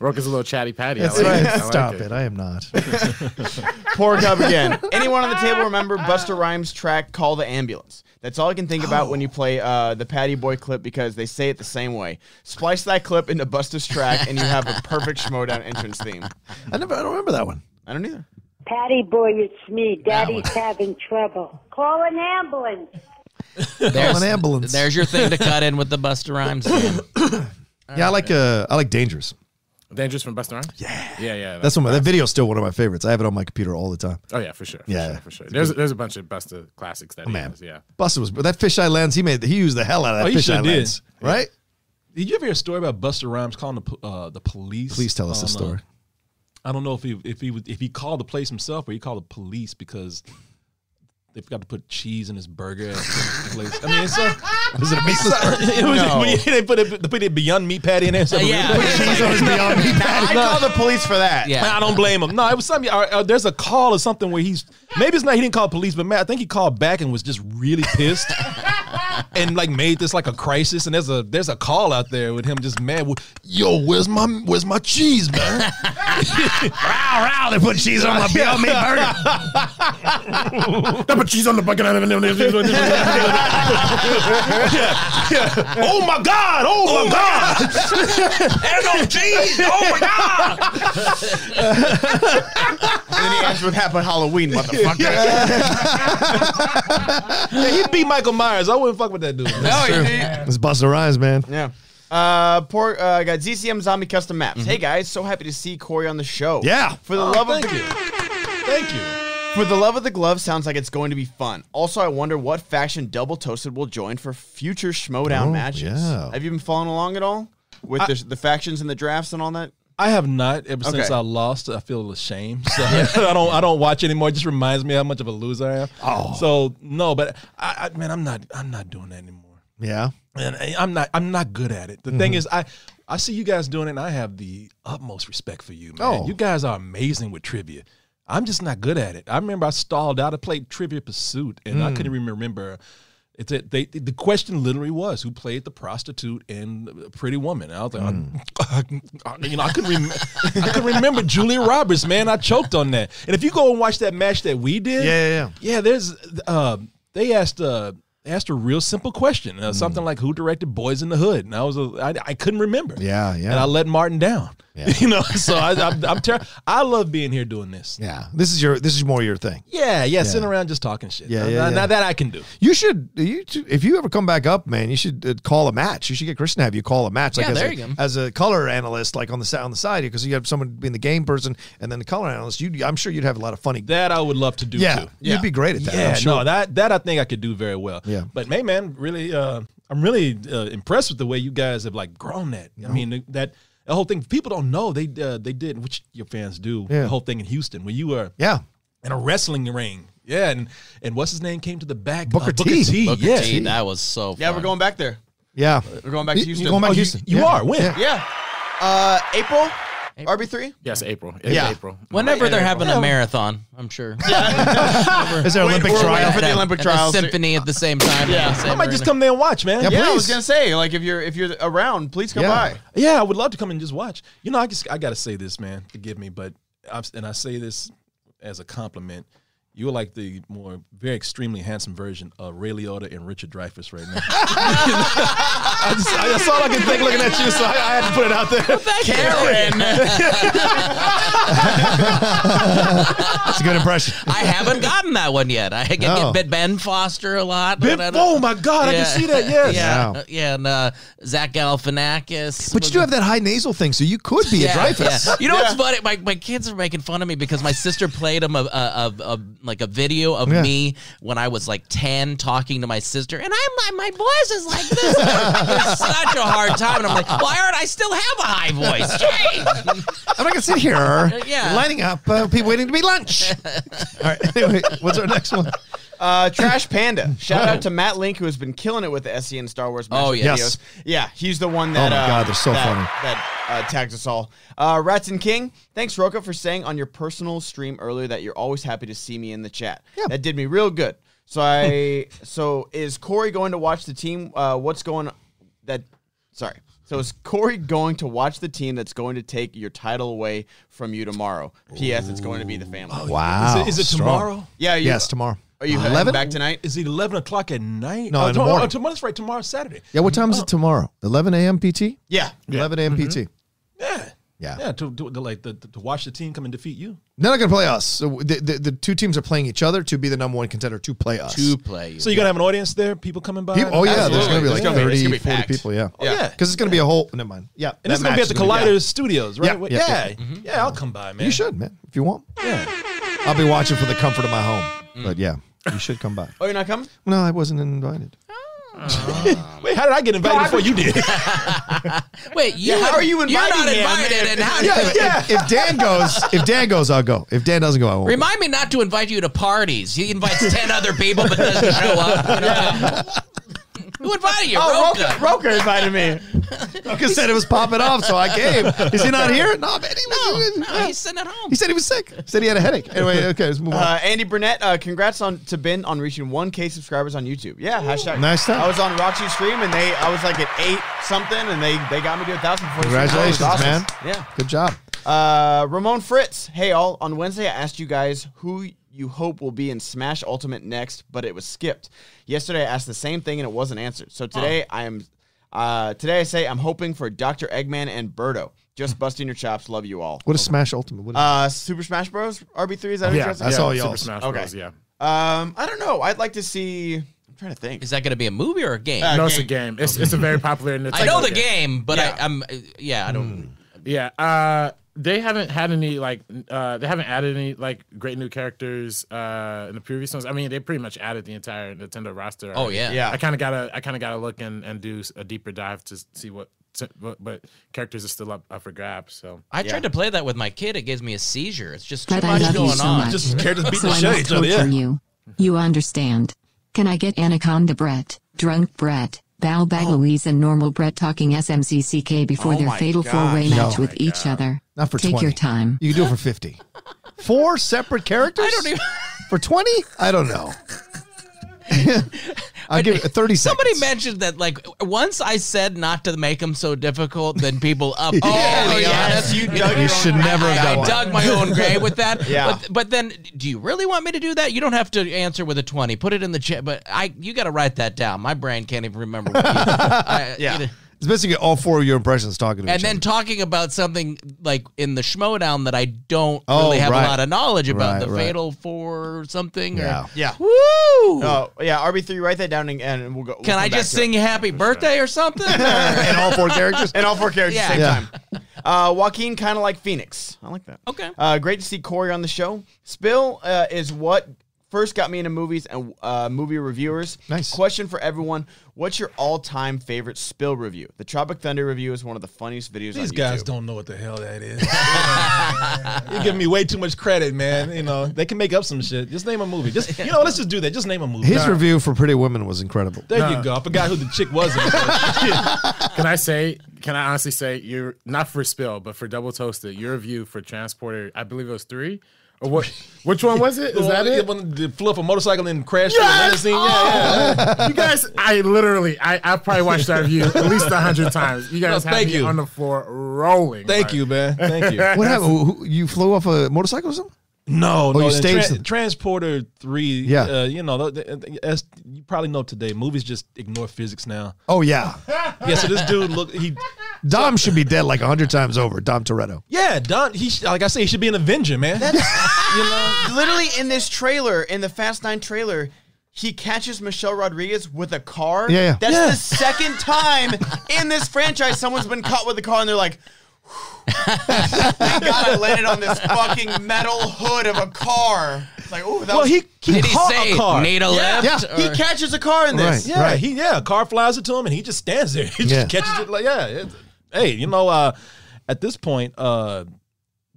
Roka's a little chatty patty. I
That's
like
right.
I like
Stop it. I am not.
Poor Cub again. Anyone on the table remember Buster Rhymes' track "Call the Ambulance"? That's all I can think about when you play uh, the Patty Boy clip because they say it the same way. Splice that clip into Buster's track, and you have a perfect Schmodown entrance theme.
I never. I don't remember that one.
I don't either.
Patty boy, it's me. Daddy's having trouble. Call an ambulance.
There's,
an ambulance.
There's your thing to cut in with the Buster Rhymes. jam.
[LAUGHS] yeah, I like. Uh, I like Dangerous.
Dangerous from Buster Rhymes. Yeah, yeah, yeah.
That's one. of my- That video's still one of my favorites. I have it on my computer all the time.
oh yeah, for sure. For
Yeah. oh,
sure, for sure. There's there's a bunch of Buster classics that he
Man,
has. Yeah.
Buster was that fisheye lens. He made. He used the hell out of
Oh,
that
he
fisheye
sure did.
lens. Right?
Did you ever hear a story about Buster Rhymes calling the po- uh, the police?
Please tell us
Oh,
the
on,
story.
uh, I don't know if he if he was, if he called the place himself or he called the police because they forgot to put cheese in his burger. At the [LAUGHS] place. I mean, it's a,
[LAUGHS] Was it a meatless?
it was when you, [LAUGHS] they put it, they put it Beyond Meat patty in there. So
yeah.
[LAUGHS]
Cheese on his Beyond
[LAUGHS]
Meat patty.
I call the police for that.
Yeah.
I don't blame him. No, it was something. Or, or there's a call or something where he's maybe it's not. He didn't call police, but man, I think he called back and was just really
[LAUGHS]
pissed, and like made this like a crisis. And there's a there's a call out there with him just mad. Yo, where's my where's my cheese,
[LAUGHS]
man?
Wow, wow! They put cheese on my Beyond
[LAUGHS]
Meat burger.
Don't put cheese on the bucket.
[LAUGHS]
[LAUGHS]
[LAUGHS] oh my god! Oh my god! [LAUGHS]
There's no cheese! Oh my god!
And then he asked what happened Halloween, motherfucker.
Yeah, he beat Michael Myers. I wouldn't fuck with that dude.
Oh,
No, he- he-
It's Buster Rhymes, man.
Yeah. Uh, poor. Uh, I got ZCM Zombie Custom Maps. Hey guys, so happy to see Corey on the show.
Mm-hmm. Yeah.
For the love of
Oh, Thank
the,
you. Thank you.
for the love of the glove sounds like it's going to be fun. Also, I wonder what faction Double Toasted will join for future Schmodown
Oh,
matches.
yeah.
Have you been following along at all with the, the factions and the drafts and all that?
I have not ever since
Okay.
I lost. I feel ashamed. So [LAUGHS] I don't. I don't watch anymore. It just reminds me how much of a loser I am. Oh. So no, but I, I man, I'm not. I'm not doing that anymore.
Yeah.
and I- I'm not I'm not good at it. The
Mm-hmm.
thing is, I I see you guys doing it, and I have the utmost respect for you, man.
Oh.
You guys are amazing with trivia. I'm just not good at it. I remember I stalled out. I played Trivia Pursuit, and I
Mm.
couldn't even remember. It's a, they, the question literally was who played the prostitute in Pretty Woman. And I was like, I,
Mm.
[LAUGHS] you know, I couldn't remember. I could remember Julia Roberts, man. I choked on that. And if you go and watch that match that we did,
Yeah, yeah,
yeah, there's uh, they asked uh, they asked a real simple question,
Hmm.
uh, something like who directed Boys in the Hood, and I was uh, I, I couldn't remember.
Yeah, yeah.
And I let Martin down. [LAUGHS] You know, so I, I'm,
[LAUGHS]
I'm ter- I love being here doing this. Yeah,
Yeah. This is your. This is more your thing.
yeah, sitting around just talking shit.
Yeah,
now,
yeah,
now-
yeah.
now that I can do.
You should, you should- if you ever come back up, man, you should uh, call a match. You should get Christian to have you call a match, like
Yeah,
as,
there
a,
you go.
as a color analyst, like on the si- on the side, because you have someone being the game person and then the color analyst. You, I'm sure you'd have a lot of funny.
That I would love to do
yeah,
too.
you'd be great at that.
Yeah,
I'm sure.
no, that that I think I could do very well.
Yeah.
but man, man, really, uh, I'm really uh, impressed with the way you guys have like grown that. I mean, that the whole thing. People don't know they uh, they did, which your fans do.
Yeah.
The whole thing in Houston when you were
yeah.
in a wrestling ring. Yeah, and and what's his name came to the back. uh,
Booker
Booker
T.
T.
Booker
yeah.
T, that was so.
Yeah,
fun.
we're going back there.
yeah,
We're going back
You-
to Houston.
You're going back
Oh,
to
you-
Houston.
you are. When?
Yeah.
Yeah. Uh, April, RB3.
Yes, April. It is
Yeah.
April.
Whenever
Wait,
they're
wait,
having a marathon, I'm sure.
Is there Olympic
we're
trial?
waiting for the
That-
Olympic
and the
trials.
symphony at the same time. Yeah,
I might just come there and watch, man.
Yep.
Yeah, I
Please.
was gonna say, like, if you're if you're around, please come
Yeah.
by.
Yeah, I would love to come and just watch. You know, I just I gotta say this, man. Forgive me, but I've, and I say this as a compliment. You are like the more very extremely handsome version of Ray Liotta and Richard Dreyfuss right now. [LAUGHS] I just, I, that's all I can think looking at you, so I, I had to put it out there.
Karen,
That's a good impression.
[LAUGHS] I haven't gotten that one yet. I get,
No.
get Ben Foster a lot.
Ben-
but I don't-
oh my God, I
Yeah.
can see that.
[LAUGHS]
Yes.
Yeah,
Wow.
yeah, and uh, Zach Galifianakis.
But you do have that high nasal thing, so you could be a Dreyfus.
You know what's funny? My, my kids are making fun of me because my sister played them a, a, a, a like a video of
Yeah.
me when I was like ten talking to my sister, and I'm like, my voice is like this. It's such a hard time, and I'm like, why aren't I still have a high voice? Change.
I'm not gonna sit here
[LAUGHS]
Yeah.
lining up uh, people waiting to be lunch. All right. Anyway, what's our next one?
Uh,
[LAUGHS]
Trash Panda. Shout out to Matt Link, who has been killing it with the SEN Star Wars mashup
Oh, yes.
Oh. Yes.
videos. Yeah, he's the one
Oh,
that.
my
uh,
God, they're so
that-
funny.
That uh, tagged us all. Uh, Rats and King. Thanks, Roka, for saying on your personal stream earlier that you're always happy to see me in the chat.
Yeah.
That did me real good.
[LAUGHS]
So I. so is Corey going to watch the team? Uh, what's going? That. Sorry. So is Corey going to watch the team that's going to take your title away from you tomorrow? P.S. It's going to be the family.
Wow.
Is it- is it
Strong.
tomorrow?
Yeah. You,
Yes, tomorrow.
Are you heading back tonight?
Is it eleven o'clock at night?
No,
Oh,
in the
tomorrow-
morning.
oh, tomorrow's right. Tomorrow's Saturday.
Yeah, what time is it tomorrow? 11 a.m. PT?
Oh. Yeah.
11 a.m. PT.
Mm-hmm. Yeah.
Yeah.
Yeah. To, to, to like the, to watch the team come and defeat you.
They're not going to play us. So the, the, the two teams are playing each other to be the number one contender to play us.
to play you.
So you're gonna have an audience there. People coming by.
People- oh, yeah. There's going to
Absolutely.
be
It's
like
gonna be-
30,
it's gonna be
40
packed.
people. Yeah.
Oh, yeah.
Because it's going to be a whole. Never mind. Yeah.
And this is gonna be at the Collider Studios, right?
Yeah,
Wait,
yeah,
Yeah.
yeah.
Yeah. I'll come by, man.
You should, man, if you want.
Yeah.
I'll be watching for the comfort of my home. But yeah, you should come by.
Oh, you're not coming?
No, I wasn't invited.
Wait, how did I get invited before you did?
Wait, you
how are you
You're not
inviting him?
invited, and how?
Yeah, if- If, if Dan goes, if Dan goes, I'll go. If Dan doesn't go, I won't. go.
Remind me not to invite you to parties. He invites ten other people but doesn't show up. You know? Who invited you,
Oh,
Roka?
Roker, Roker invited
[LAUGHS]
me.
Roka said it was popping off, so I came. Is he not here? No, man, he was.
No, he's sitting at home.
He said he was sick. He said he had a headache. Anyway, okay, let's move on.
Uh, Andy Burnett, uh, congrats on to Ben on reaching 1K subscribers on YouTube. Yeah, hashtag.
Nice stuff.
I was on Roxy's stream and they, I was like at eight something and they, they got me to a thousand. before the stream. That was
Congratulations, man.
Yeah.
Good job.
Uh, Ramon Fritz. Hey, all. On Wednesday, I asked you guys who you hope will be in Smash Ultimate next, but it was skipped. Yesterday, I asked the same thing and it wasn't answered. So today, I am. Uh, today, I say I'm hoping for Dr. Eggman and Birdo.
[LAUGHS]
Just busting your chops. Love you all.
What is Smash Ultimate? What is
Uh, Super Smash Bros. RB3 is that what you're
Yeah,
asking?
that's all y'all.
Super Smash
Okay.
Bros. Yeah.
Um, I don't know. I'd like to see. I'm trying to think.
Is that going to be a movie or a game?
Uh,
No, it's a
game.
game. It's, it's a very popular. And it's
I
like
know
a
the game, but
Yeah.
I, I'm uh, yeah. I don't.
Yeah. Uh, they haven't had any like uh, they haven't added any like great new characters uh, in the previous ones. I mean, they pretty much added the entire Nintendo roster.
Oh yeah.
Yeah.
I kind of gotta I kind of gotta look and, and do a deeper dive to see what to, what, what characters are still up, up for grabs. So
I tried to play that with my kid. It gives me a seizure. It's just too
But I
much
[LAUGHS]
love you
going
so
on.
much.
Just characters beating
so
the
I
shit out of
must
each other.
torture
Yeah.
you. You understand. Can I get Anaconda Brett, Drunk Brett, Bow Bag Louise, and Normal Brett talking SMCCK before
Oh
their
my
fatal
gosh.
four way
No.
match with
Oh
each other?
Not for
Take
20.
your time.
You can do it for 50. Four separate characters?
I don't even.
[LAUGHS] For 20? I don't know. I'll give it 30
Somebody
seconds.
mentioned that like once I said not to make them so difficult, then people up.
Oh, yes. You dug
You
your
should
own-
never have
I,
done
I
one.
dug my own grave with that.
Yeah.
But, but then, do you really want me to do that? You don't have to answer with a twenty. Put it in the chat. But I, you got to write that down. My brain can't even remember. What you, I,
Yeah.
you know.
It's basically all four of your impressions talking to
and
each
then
other.
talking about something like in the schmodown that I don't
Oh,
really have
right.
a lot of knowledge about
Right,
the
right.
Fatal Four or something.
Yeah. Oh,
Or,
Yeah.
Woo!
Uh, yeah, RB3, write that down and, and we'll go. we'll
Can
come
I
back
just
to
sing
it.
happy birthday
[LAUGHS]
or something? Or-
and all four characters?
And all four characters at the same
Yeah.
[LAUGHS]
time. Uh, Joaquin, kind of like Phoenix. I like that.
Okay.
Uh, great to see Corey on the show. Spill uh, is what first got me into movies and uh, movie reviewers.
Nice.
Question for everyone What's your all time favorite Spill review? The Tropic Thunder review is one of the funniest videos on
These guys
YouTube.
don't know what the hell that is. [LAUGHS] You're giving me way too much credit, man. You know they can make up some shit. Just name a movie. Just you know, let's just do that. Just name a movie.
His review for Pretty Women was incredible.
there you go. I forgot who the chick was.
can I say? Can I honestly say you're not for spill, but for double toasted? Your review for transporter, I believe it was three. Or what? Which one was it? Is that it?
When they flew up a motorcycle and crashed
Yes!
through the rental scene. Yeah, yeah.
you guys, I literally, I, I probably watched that review at least a hundred times. You guys
No,
have
thank
me
you.
on the floor rolling.
Thank
Like, [LAUGHS]
you, man. Thank you.
What [LAUGHS] happened? Who- who- You flew off a motorcycle or something?
No,
you
no. and
staged
Tran-
it.
Transporter Three.
Yeah.
uh, you know, th- th- th- as you probably know today, movies just ignore physics now.
Oh, yeah.
Yeah, so this dude look he.
Dom should be dead like 100 times over. Dom Toretto.
Yeah, Don. He sh- like I say, he should be an Avenger, man. [LAUGHS]
You know, literally in this trailer, in the Fast Nine trailer, he catches Michelle Rodriguez with a car.
Yeah, yeah.
That's
Yeah.
the second time in this franchise someone's been caught with a car, and they're like. [LAUGHS] Thank God I landed on this fucking metal hood of a car. It's like, oh, that
[LAUGHS] well,
was.
he he
Did he
caught
say
a car.
need a lift?
Yeah.
he catches a car in this.
yeah,
Right.
he yeah, a car flies it to him, and he just stands there. [LAUGHS] He
Yeah.
just catches it like yeah. it- hey, you know, uh, at this point, uh,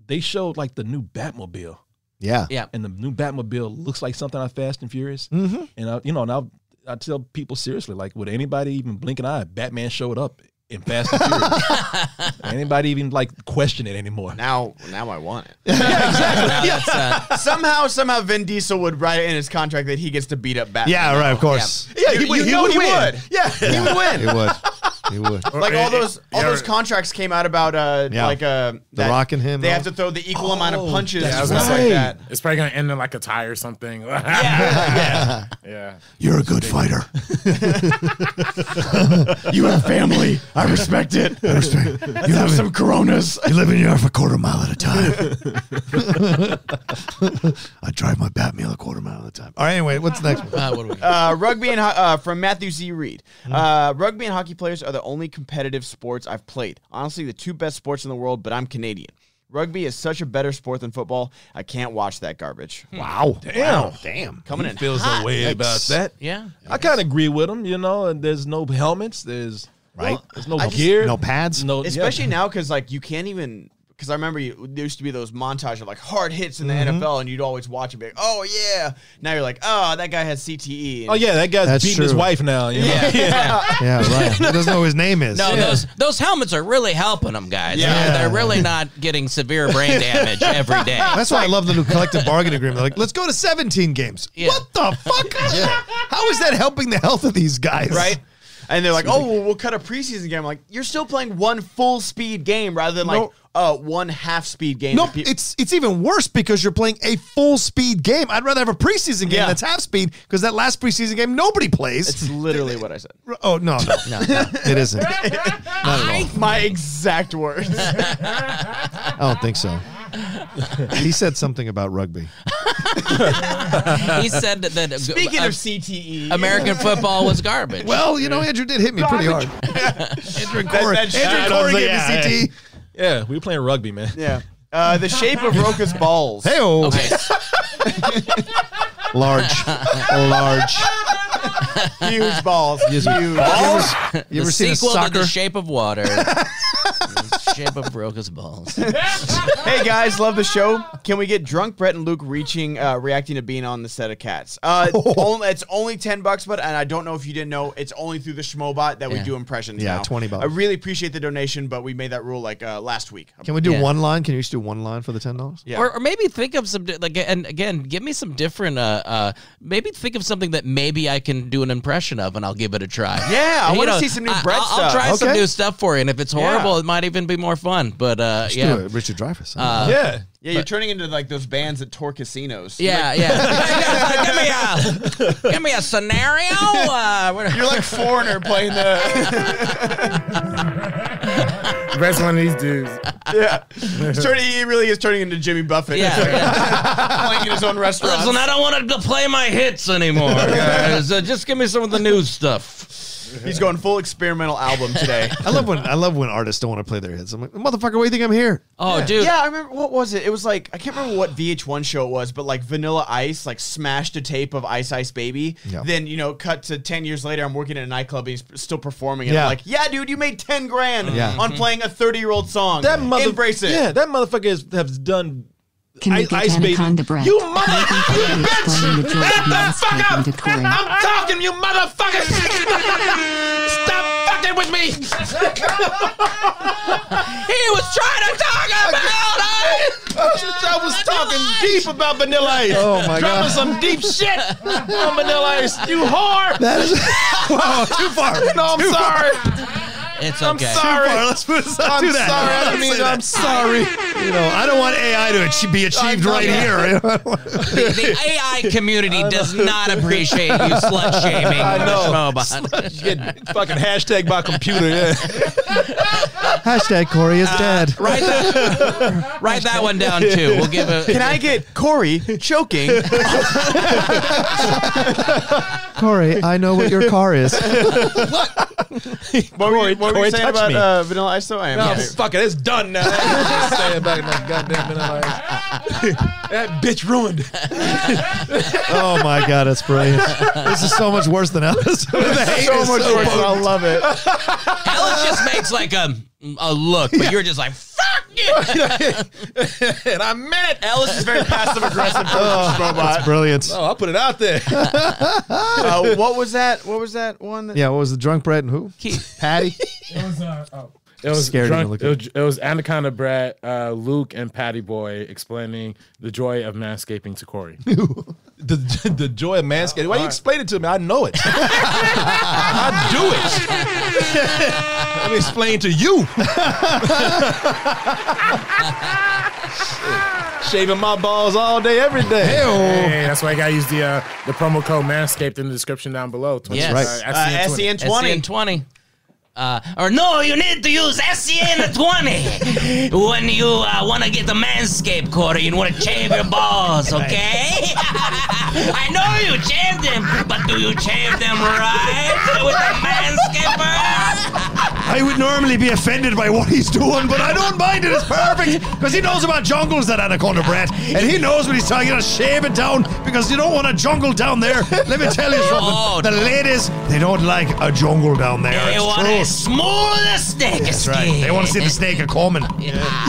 they showed like the new Batmobile.
Yeah.
Yeah.
And the new Batmobile looks like something on Fast and Furious.
Mhm.
And I, you know, and I, I tell people seriously, like, would anybody even blink an eye? if Batman showed up in Fast and Furious. anybody even like question it anymore?
Now, now I want it.
Now that's,
[LAUGHS]
uh,
somehow, somehow, Vin Diesel would write it in his contract that he gets to beat up Batman.
Yeah, right, of course.
Yeah, he, would- he would, he would. Yeah, he would win.
He would. He would.
Like all those, all
yeah.
those contracts came out about uh,
Yeah.
like uh,
The
that
Rock and him,
They
huh?
have to throw the equal amount of punches
that's
and stuff
right.
like that.
It's probably gonna end in like a tie or something. [LAUGHS] yeah, yeah.
You're a good fighter.
[LAUGHS] You have family. I respect it. I respect it. You have some coronas.
You live in your for a quarter mile at a
[LAUGHS]
time. I drive my bat meal a quarter mile at a time.
All right, anyway, what's the next one?
uh, what do we got?
[LAUGHS] Uh, rugby and ho- uh, from Matthew Z. Reed.
Hmm.
Uh, rugby and hockey players are the only competitive sports I've played. Honestly, the two best sports in the world, but I'm Canadian. Rugby is such a better sport than football. I can't watch that garbage.
Wow. Damn. Damn.
Coming in.
Feels a way about that.
yeah.
I kind of agree with him. You know, and there's no helmets. There's
Right.
There's no
I just-
gear.
No pads?
No, yeah.
Especially now 'cause now, because like you can't even. Because I remember you, there used to be those montage of like hard hits in the
Mm-hmm.
NFL, and you'd always watch and be like, "Oh yeah." Now you're like, "Oh, that guy has CTE." and
Oh yeah, that guy's
That's
beating his
true.
wife now. You know?
Yeah.
[LAUGHS]
Yeah, [LAUGHS] right. He doesn't know who his name is.
No,
yeah.
those those helmets are really helping them guys.
Yeah.
They're- They're really not getting
[LAUGHS]
severe brain damage every day.
That's why I love the new collective bargain agreement. They're like, let's go to 17 games.
Yeah.
What the fuck? How is that helping the health of these guys?
[LAUGHS] right? And they're like, "Oh, well, we'll cut a preseason game." I'm like, you're still playing one full speed game rather than like
No.
uh, one half speed game.
Nope,
that peop-
it's it's even worse because you're playing a full speed game. I'd rather have a preseason game
Yeah.
that's half speed because that last preseason game nobody plays.
it's literally what
[LAUGHS]
I said.
oh no, no, no, it isn't. I
[LAUGHS] My exact words.
don't think so. He said something about rugby.
he said that, that
Speaking
uh,
of E, CTE,
American football was garbage.
Well, you know, Andrew did hit me pretty hard. Andrew Corey,
that-
Andrew E
that
Corey
was-
gave
yeah,
me CT.
Yeah, we were playing rugby, man.
yeah, uh, the shape of Roka's balls.
Hey, [LAUGHS]
Okay.
large, large.
huge balls, huge balls.
You ever
the
seen a
sequel to
soccer?
The Shape
[LAUGHS]
of Water. The shape of Broca's balls.
Hey guys, love the show. Can we get drunk Brett and Luke reaching, uh, reacting to being on the set of Cats?
[LAUGHS]
Uh,
Oh.
only, it's only ten bucks, but and I don't know if you didn't know, it's only through the Schmobot that we
Yeah.
do impressions.
Yeah,
now.
20 bucks.
I really appreciate the donation, but we made that rule like uh, last week.
Can we do
Yeah.
one line? Can you just do one line for the ten dollars?
Yeah.
Or, or maybe think of some di- like and again give me some different uh uh maybe think of something that maybe I can do an impression of and I'll give it a try.
Yeah, I
You
wanna
know,
see some new
I-
Brett
I'll, I'll
stuff.
try some
Okay.
new stuff for you and if it's horrible it might even be more fun. But uh yeah.
Richard Dreyfuss.
Uh,
yeah.
yeah, you're turning into like those bands that tour casinos. [LAUGHS]
Yeah, [LAUGHS] yeah. uh, give me a give me a scenario. Uh, what-
You're like foreigner playing the
Best one of these dudes.
yeah. He's turning, he really is turning into Jimmy Buffett. [LAUGHS]
yeah, yeah.
playing in his own restaurant.
Listen, I don't want to play my hits anymore. guys. Uh, just give me some of the new stuff.
He's going full experimental album today.
[LAUGHS] I love when I love when artists don't want to play their hits. I'm like, motherfucker, why do you think I'm here?
Oh, dude.
Yeah, I remember. What was it? It was like I can't remember what VH1 show it was, but like Vanilla Ice, like smashed a tape of Ice Ice Baby.
Yeah.
Then you know, cut to ten years later, I'm working at a nightclub and he's still performing. And
Yeah.
I'm like, yeah, dude, you made ten grand
Yeah.
on playing a thirty year old song.
That mother-
embrace it.
Yeah, that motherfucker has, has done
Can we
Ice-
get
Ice Baby.
Anaconda
[LAUGHS]
Brett?
You
Nathan
mother-
Fletcher explaining the joy of manscaping to Corey.
[LAUGHS] I'm talking, you motherfuckers! [LAUGHS] Stop fucking with me!
He was trying to talk about it.
I was talking deep about Vanilla Ice.
Oh my
Dropping
god,
some deep shit on Vanilla Ice. You whore!
that is [LAUGHS] wow, too far.
[LAUGHS] no, I'm sorry.
It's okay.
Too far. Let's put us up
I'm
to that.
sorry. I didn't mean
Say
to.
that.
I'm sorry.
[LAUGHS] You know, I don't want AI to ach- be achieved right here.
The, the AI community does not appreciate you slut shaming. I
know.
Schmobot.
You get fucking hashtag by computer. Yeah.
Hashtag Corey is dead.
[LAUGHS] Write that, write that one down too. We'll give a.
Can I get Corey choking? [LAUGHS]
Corey, I know what your car is.
what were you, what were
Corey
you saying
touched
about
me.
uh, Vanilla Ice? Though I am.
No,
Oh,
sorry.
fuck it. It's done now. Just say it back in that goddamn Vanilla [LAUGHS] Ice. that bitch ruined it.
oh my god, that's brilliant. This is so much worse than [LAUGHS] ours.
So much worse. I love it.
Ellen just makes like a a look, but you're just like fuck
[LAUGHS] and I meant it.
Ellis is very [LAUGHS] passive aggressive. Robot.
Oh, That's brilliant.
Oh, I'll put it out [LAUGHS] there.
Uh, what was that? What was that one? That,
Yeah, what was the drunk bread and who? Patty.
It was, uh, oh. It was,
Scared even
drunk, it,
looking.
was, it was Anaconda Brad, uh, Luke, and Patty Boy explaining the joy of manscaping to [LAUGHS] Corey.
the, the joy of manscaping. Why you explain it to me? I know [LAUGHS] it. I do it. [LAUGHS] Let me explain to [LAUGHS] you. Shaving my balls all day, every day.
hey, that's why I got to use the uh, the promo code Manscaped in the description down below. 20,
Yes. Right.
uh,
uh,
SCN 20.
SCN 20.
E
SCN 20. E Uh, or no, you need to use SCN 20
[LAUGHS]
when you uh, want to get the manscaped quarter. You want to shave your balls, okay? [LAUGHS] I know you shave them, but do you shave them right with the manscaper?
[LAUGHS] I would normally be offended by what he's doing, but I don't mind it. It's perfect because he knows about jungles, that anaconda brat, and he knows when he's talking about shave it down because you don't want a jungle down there. Let me
[LAUGHS]
tell you something.
Oh,
the ladies, they don't like a jungle down there.
They
it's
want
true.
to smooth a snake
That's right. They want to see the snake a coming.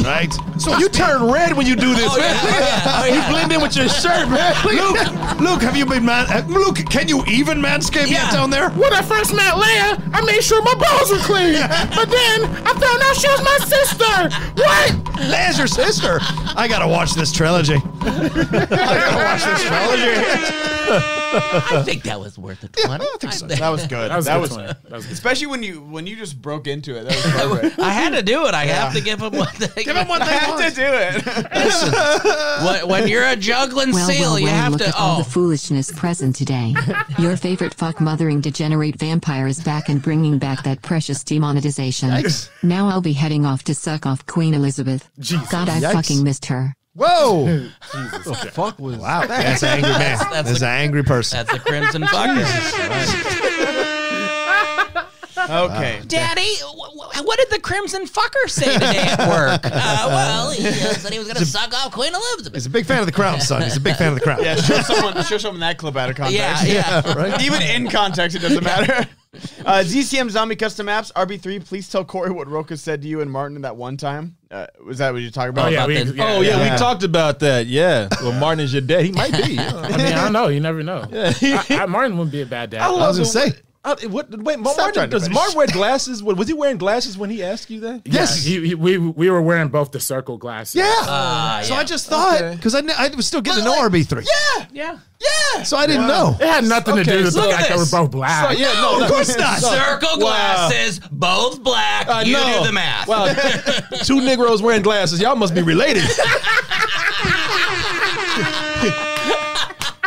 Right? So you turn red when you do this,
Oh, yeah. Oh, yeah. Oh, yeah.
You blend in with your shirt, man. Luke, Luke, have you been man? uh, Luke, can you even manscape
Yeah.
yet down there?
When I first met Leia, I made sure my balls were clean. But then I found out she was my sister.
What? There's your sister. I gotta watch this trilogy. I gotta watch this
[LAUGHS]
trilogy.
I think that was worth a
[LAUGHS]
20. I,
[LAUGHS]
That was good.
That
That
was, that
was,
was, that was good.
especially when you when you just broke into it. That was [LAUGHS] perfect.
I had to do it. I have to give him one thing.
Give him what
I
[LAUGHS]
they
had to
want.
do it.
When, when you're a juggling
Well,
seal,
well, well,
you have
look
to.
at all
Oh,
the foolishness
[LAUGHS]
present today. Your favorite fuck mothering degenerate vampire is back and bringing back that precious demonetization. Now I'll be heading off to suck off Queen Elizabeth. God, I
Yikes.
fucking missed her.
Whoa!
Fuck was
Wow, that's an angry man. That's,
That's-
an angry person.
that's a [LAUGHS] crimson fucker.
Okay.
Daddy, wh- wh- what did the Crimson Fucker say today [LAUGHS] at work? uh, well, he uh, said he was going to suck off Queen Elizabeth.
He's a big fan of the crown, son. He's a big fan of the crown.
Yeah, show someone show someone that clip out of context.
Yeah, yeah.
right?
[LAUGHS] Even in context, it doesn't matter. Uh, ZCM Zombie Custom Apps, RB3, please tell Corey what Roka said to you and Martin that one time. Uh, was that what you're talking about?
Oh, yeah, we,
that.
yeah,
Oh yeah,
Yeah.
we talked about that. Yeah. Well, Martin is your dad. He might
[LAUGHS]
be.
I mean, I don't know. You
[LAUGHS]
never know. I, I, Martin wouldn't be a bad dad.
I
was gonna
love the-
say.
I- what, wait,
trying
Martin,
to
does
finish.
Martin wear glasses? What, was he wearing glasses when he asked you that?
Yeah,
Yes.
he, he, we we were wearing both the circle glasses.
Yeah.
Ah,
so
yeah.
I just thought
Okay.
because I, was still getting to know RB3. Yeah.
yeah.
So I didn't know.
It had nothing to
Okay,
do with the
so
fact that
this.
we're both black.
So, [LAUGHS] yeah, no,
of
no.
course not.
So-
Circle
Wow.
glasses, both black.
I
you
know.
do the math. [LAUGHS]
Wow, two Negroes wearing glasses. Y'all must be related.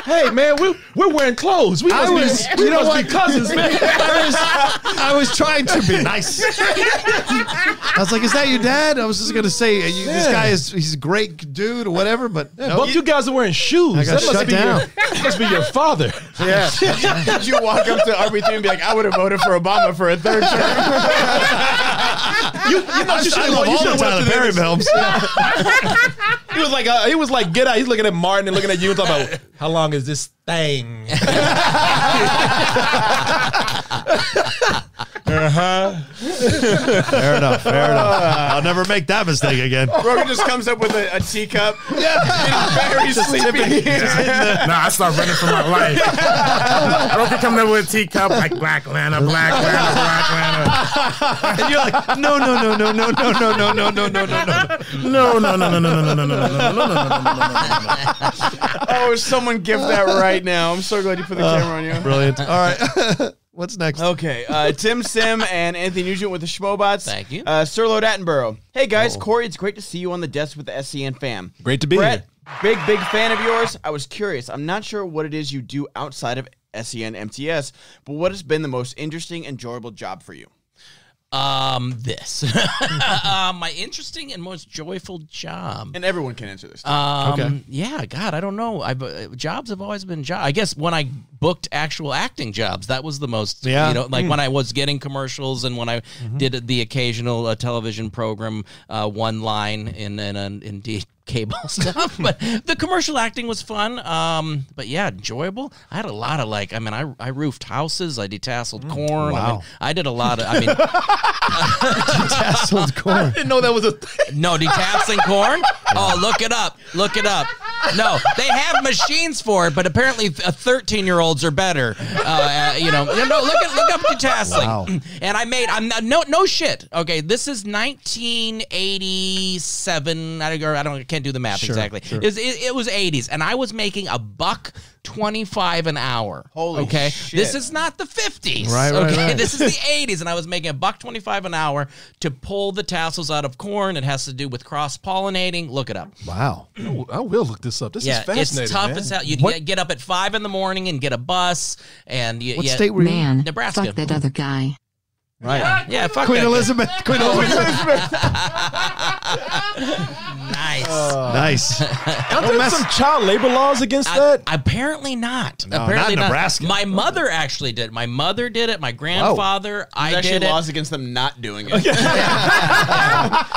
hey man, we we're wearing clothes. We must
was-
be we must be cousins, man.
[LAUGHS] I was, I was trying to be
[LAUGHS]
nice. I was like, "Is that your dad?" I was just gonna say, uh, you, "This
Yeah.
guy is he's a great dude or whatever." But no.
Both you guys are wearing shoes.
I got
That must
shut
be
down.
Your, that must be
[LAUGHS]
your father.
Did [LAUGHS] you walk up to RB3 and be like, I would have voted for Obama for a third term?
[LAUGHS] You, you know,
I,
you should
I
have
love all the Tyler Perry [LAUGHS] films.
He was like, uh, he was like, get out. He's looking at Martin and looking at you and talking [LAUGHS] about how long is this thing? [LAUGHS]
Uh-huh.
fair enough. Fair enough. I'll never make that mistake again.
Roka just comes up with a, a teacup. Yeah. [LAUGHS] Very sleepy.
No, I start running for my life. Roka coming up with a teacup like Black Lana, Black Lana, Black Lana.
And you're like, "No, no, no, no, no, no, no, no, no, no, no, no, no."
No, no, no, no, no, no, no, no, no, no, no, no, no, no, no, no.
Oh, someone gift that right now. I'm so glad you put
Uh,
the camera on you.
Brilliant. All right. What's next?
Okay, uh, Tim Sim and Anthony Nugent with the Schmobots.
Thank you.
Uh, Sir Lord Attenborough. Hey guys, Corey, it's great to see you on the desk with the SCN fam.
Great to be
Brett, big, big fan of yours. I was curious. I'm not sure what it is you do outside of E SCN MTS, but what has been the most interesting, enjoyable job for you?
Um, this. [LAUGHS] um, my interesting and most joyful job.
And everyone can answer this.
Um, Yeah, God, I don't know. I've, uh, jobs have always been jobs. I guess when I booked actual acting jobs, that was the most,
Yeah. Hmm. Mm-hmm.
you know, like when I was getting commercials and when I did the occasional uh, television program, uh, one line in, in an Indeed cable [LAUGHS] stuff. but the commercial acting was fun. Um, but yeah, enjoyable. I had a lot of like, I mean, I, I roofed houses, I detasseled corn. I,
Mm,
mean,
wow.
I did a lot of, I mean,
[LAUGHS]
[LAUGHS]
Tasseled corn.
didn't know that was a thing.
No, detasseling
[LAUGHS]
corn? Oh, look it up. Look it up. No, they have machines for it, but apparently 13 year olds are better. Uh, uh, you know, no, no, look, at, look up detasseling.
Wow.
[CLEARS THROAT] And I made, I'm not, no, no shit. Okay, this is 1987. I don't, I don't I can't do the math
Sure,
exactly.
sure.
It, was, it, it was 80s, and I was making a buck. 25 an hour.
Holy
okay.
shit.
This is not the 50s.
Right, right,
okay.
right.
This
[LAUGHS]
is the 80s, and I was making a buck 25 an hour to pull the tassels out of corn. It has to do with cross pollinating. Look it up.
Wow.
I will look this up. This
yeah,
is fascinating.
it's tough
man.
as hell. You'd
What-
get- get up at five in the morning and get a bus, and you,
What
yeah,
state were you in?
Man,
Nebraska.
fuck that other guy.
Right.
yeah, fuck
Queen
that.
Elizabeth. [LAUGHS] Queen Elizabeth.
Nice.
Oh, nice.
Aren't there some child labor laws against
I-
that?
apparently not.
not
apparently
in Nebraska.
My mother actually did. it. My mother did it. My grandfather.
There's
I
actually
did it.
laws against them not doing it.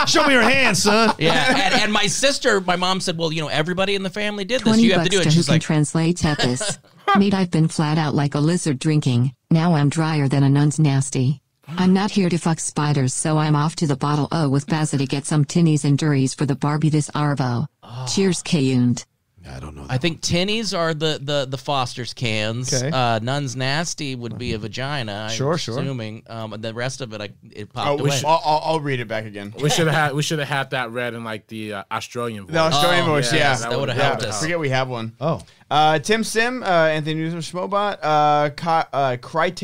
Show me your hand, son. [LAUGHS]
Yeah, and, and my sister, my mom said, "Well, you know, everybody in the family did this.
20
You have
bucks
to do
to
it."
who
She's
can
like, [LAUGHS]
translate Tepis. Mate, I've been flat out like a lizard drinking. Now I'm drier than a nun's nasty. I'm not here to fuck spiders, so I'm off to the bottle O with Baza to get some tinnies and duries for the Barbie this Arvo.
Oh.
Cheers, Kayund.
I think tinnies are the the the Foster's cans.
Okay.
Uh, Nuns nasty would be a vagina. I'm
Sure, sure.
Assuming um, and the rest of it, I, it
Oh,
popped
we
away.
should- I'll, I'll- I'll read it back again.
We should have had we should have had that read in like the uh, Australian voice.
The Australian
Oh,
voice,
yeah,
yeah.
that would've
Yeah,
helped us.
Forget we have one.
Oh.
Uh, Tim Sim, uh, Anthony Newsom, Schmobot, uh, Ka- uh,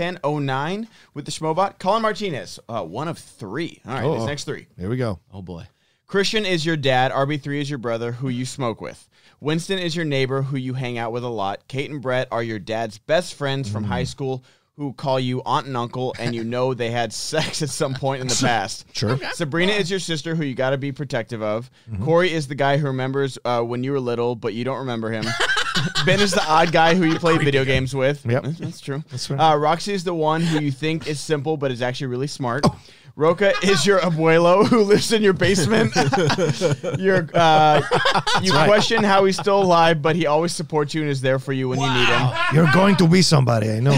Cry1009 with the Schmobot. Colin Martinez, uh, one of three. All right,
Oh.
these next three.
Here we go.
oh boy.
Christian is your dad. RB3 is your brother who you smoke with. Winston is your neighbor who you hang out with a lot. Kate and Brett are your dad's best friends from
Mm.
high school who call you aunt and uncle and you know they had [LAUGHS] sex at some point in the past.
[LAUGHS] Sure. Mm-hmm.
Sabrina is your sister who you got to be protective of. Corey is the guy who remembers uh, when you were little, but you don't remember him. [LAUGHS] ben is the odd guy who you play video games with.
Yep.
That's, that's true.
That's right.
Uh, Roxy is the one who you think is simple, but is actually really smart.
Oh.
Roca is your abuelo who lives in your
[LAUGHS]
basement. your, uh, you question how he's still alive, but he always supports you and is there for you when you need him.
You're going to be somebody, I know.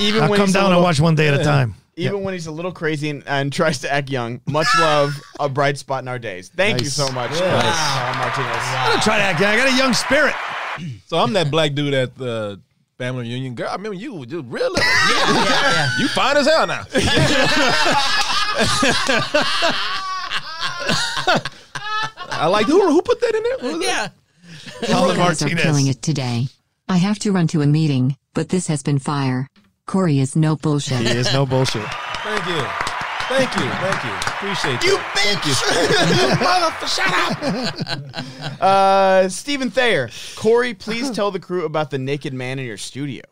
Even
Now
when
come
he's a
down and
little-
watch one day at a time.
even when he's a little crazy and, and tries to act young.
[LAUGHS]
Much love, a bright spot in our days. Thank you
Nice.
so much, Carl Martinez.
I'm gonna try to act young. I got a young spirit.
So I'm that black dude at the family reunion. Girl, I remember you were just real little. [LAUGHS] You fine as hell now. I like who who put that in there? Who was that?
Yeah.
Colin
You guys are killing
Martinez.
it today. I have to run to a meeting, but this has been fire. Corey is no bullshit.
He is no bullshit.
Thank you. Thank you. Thank you. Appreciate you.
Uh, Stephen Thayer, Corey, please tell the crew about the naked man in your studio.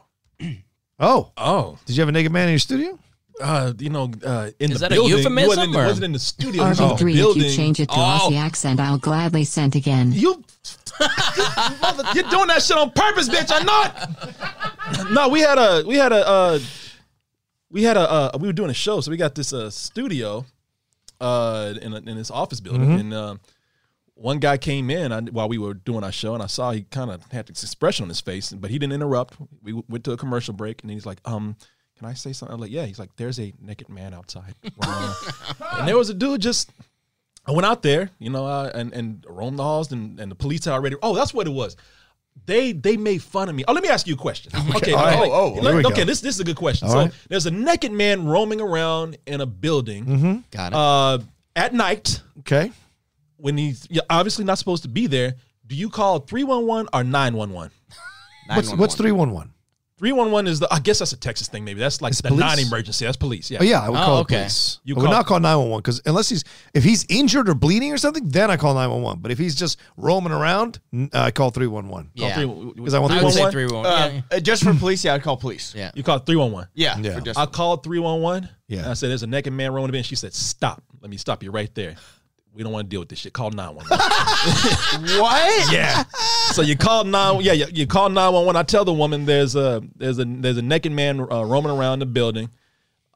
Oh,
Oh,
did you have a naked man in your studio?
uh, you know, uh, in
Is
the
that a
building, it
euphemism
wasn't,
or-
it wasn't in the studio. it was in the
RB3, if
Oh, building.
you change it to Aussie accent, I'll gladly send again.
You, mother, [LAUGHS] you're Ah, doing that shit on purpose, bitch. I know it. no, we had a, we had a, uh, we had a, uh, we were doing a show, so we got this uh, studio, uh, in a, in this office building,
Mm-hmm.
and uh, one guy came in I, while we were doing our show, and I saw he kind of had this expression on his face, but he didn't interrupt. We w- went to a commercial break, and then he's like, um. Can I say something? I'm like, yeah. He's like, there's a naked man outside. [LAUGHS] and there was a dude just I went out there, you know, uh, and and roamed the halls, and, and the police had already. Oh, that's what it was. They they made fun of me. Oh, let me ask you
[LAUGHS]
a question. Okay,
All right.
like-
Oh, oh,
let-
here we go.
okay. This this is a good question.
All
so
right.
there's a naked man roaming around in a building
Mm-hmm.
Got it.
uh, at night
Okay.
when he's yeah, obviously not supposed to be there. Do you call three one one or nine one one?
What's what's
911.
three one one?
Three one one is the. I guess that's a Texas thing. Maybe that's like
It's
the
police?
non-emergency. That's police. Yeah.
Oh yeah, I would
Oh,
call the
okay.
police.
You
I would
call-
not call nine one one because unless he's if he's injured or bleeding or something, then I call nine one one. But if he's just roaming around, n- I call three one one.
yeah.
Because I want
I would say
311?
three one.
Uh,
yeah.
uh, just for police, yeah, I'd call police.
Yeah.
You call three one one.
Yeah.
Yeah.
for just-
I called 311.
Yeah.
And I said, there's a naked man roaming in. She said, stop. Let me stop you right there. We don't want to deal with this shit. Call 911.
what?
yeah. So you call nine. Yeah, you, you call 911. I tell the woman there's a there's a there's a naked man uh, roaming around the building.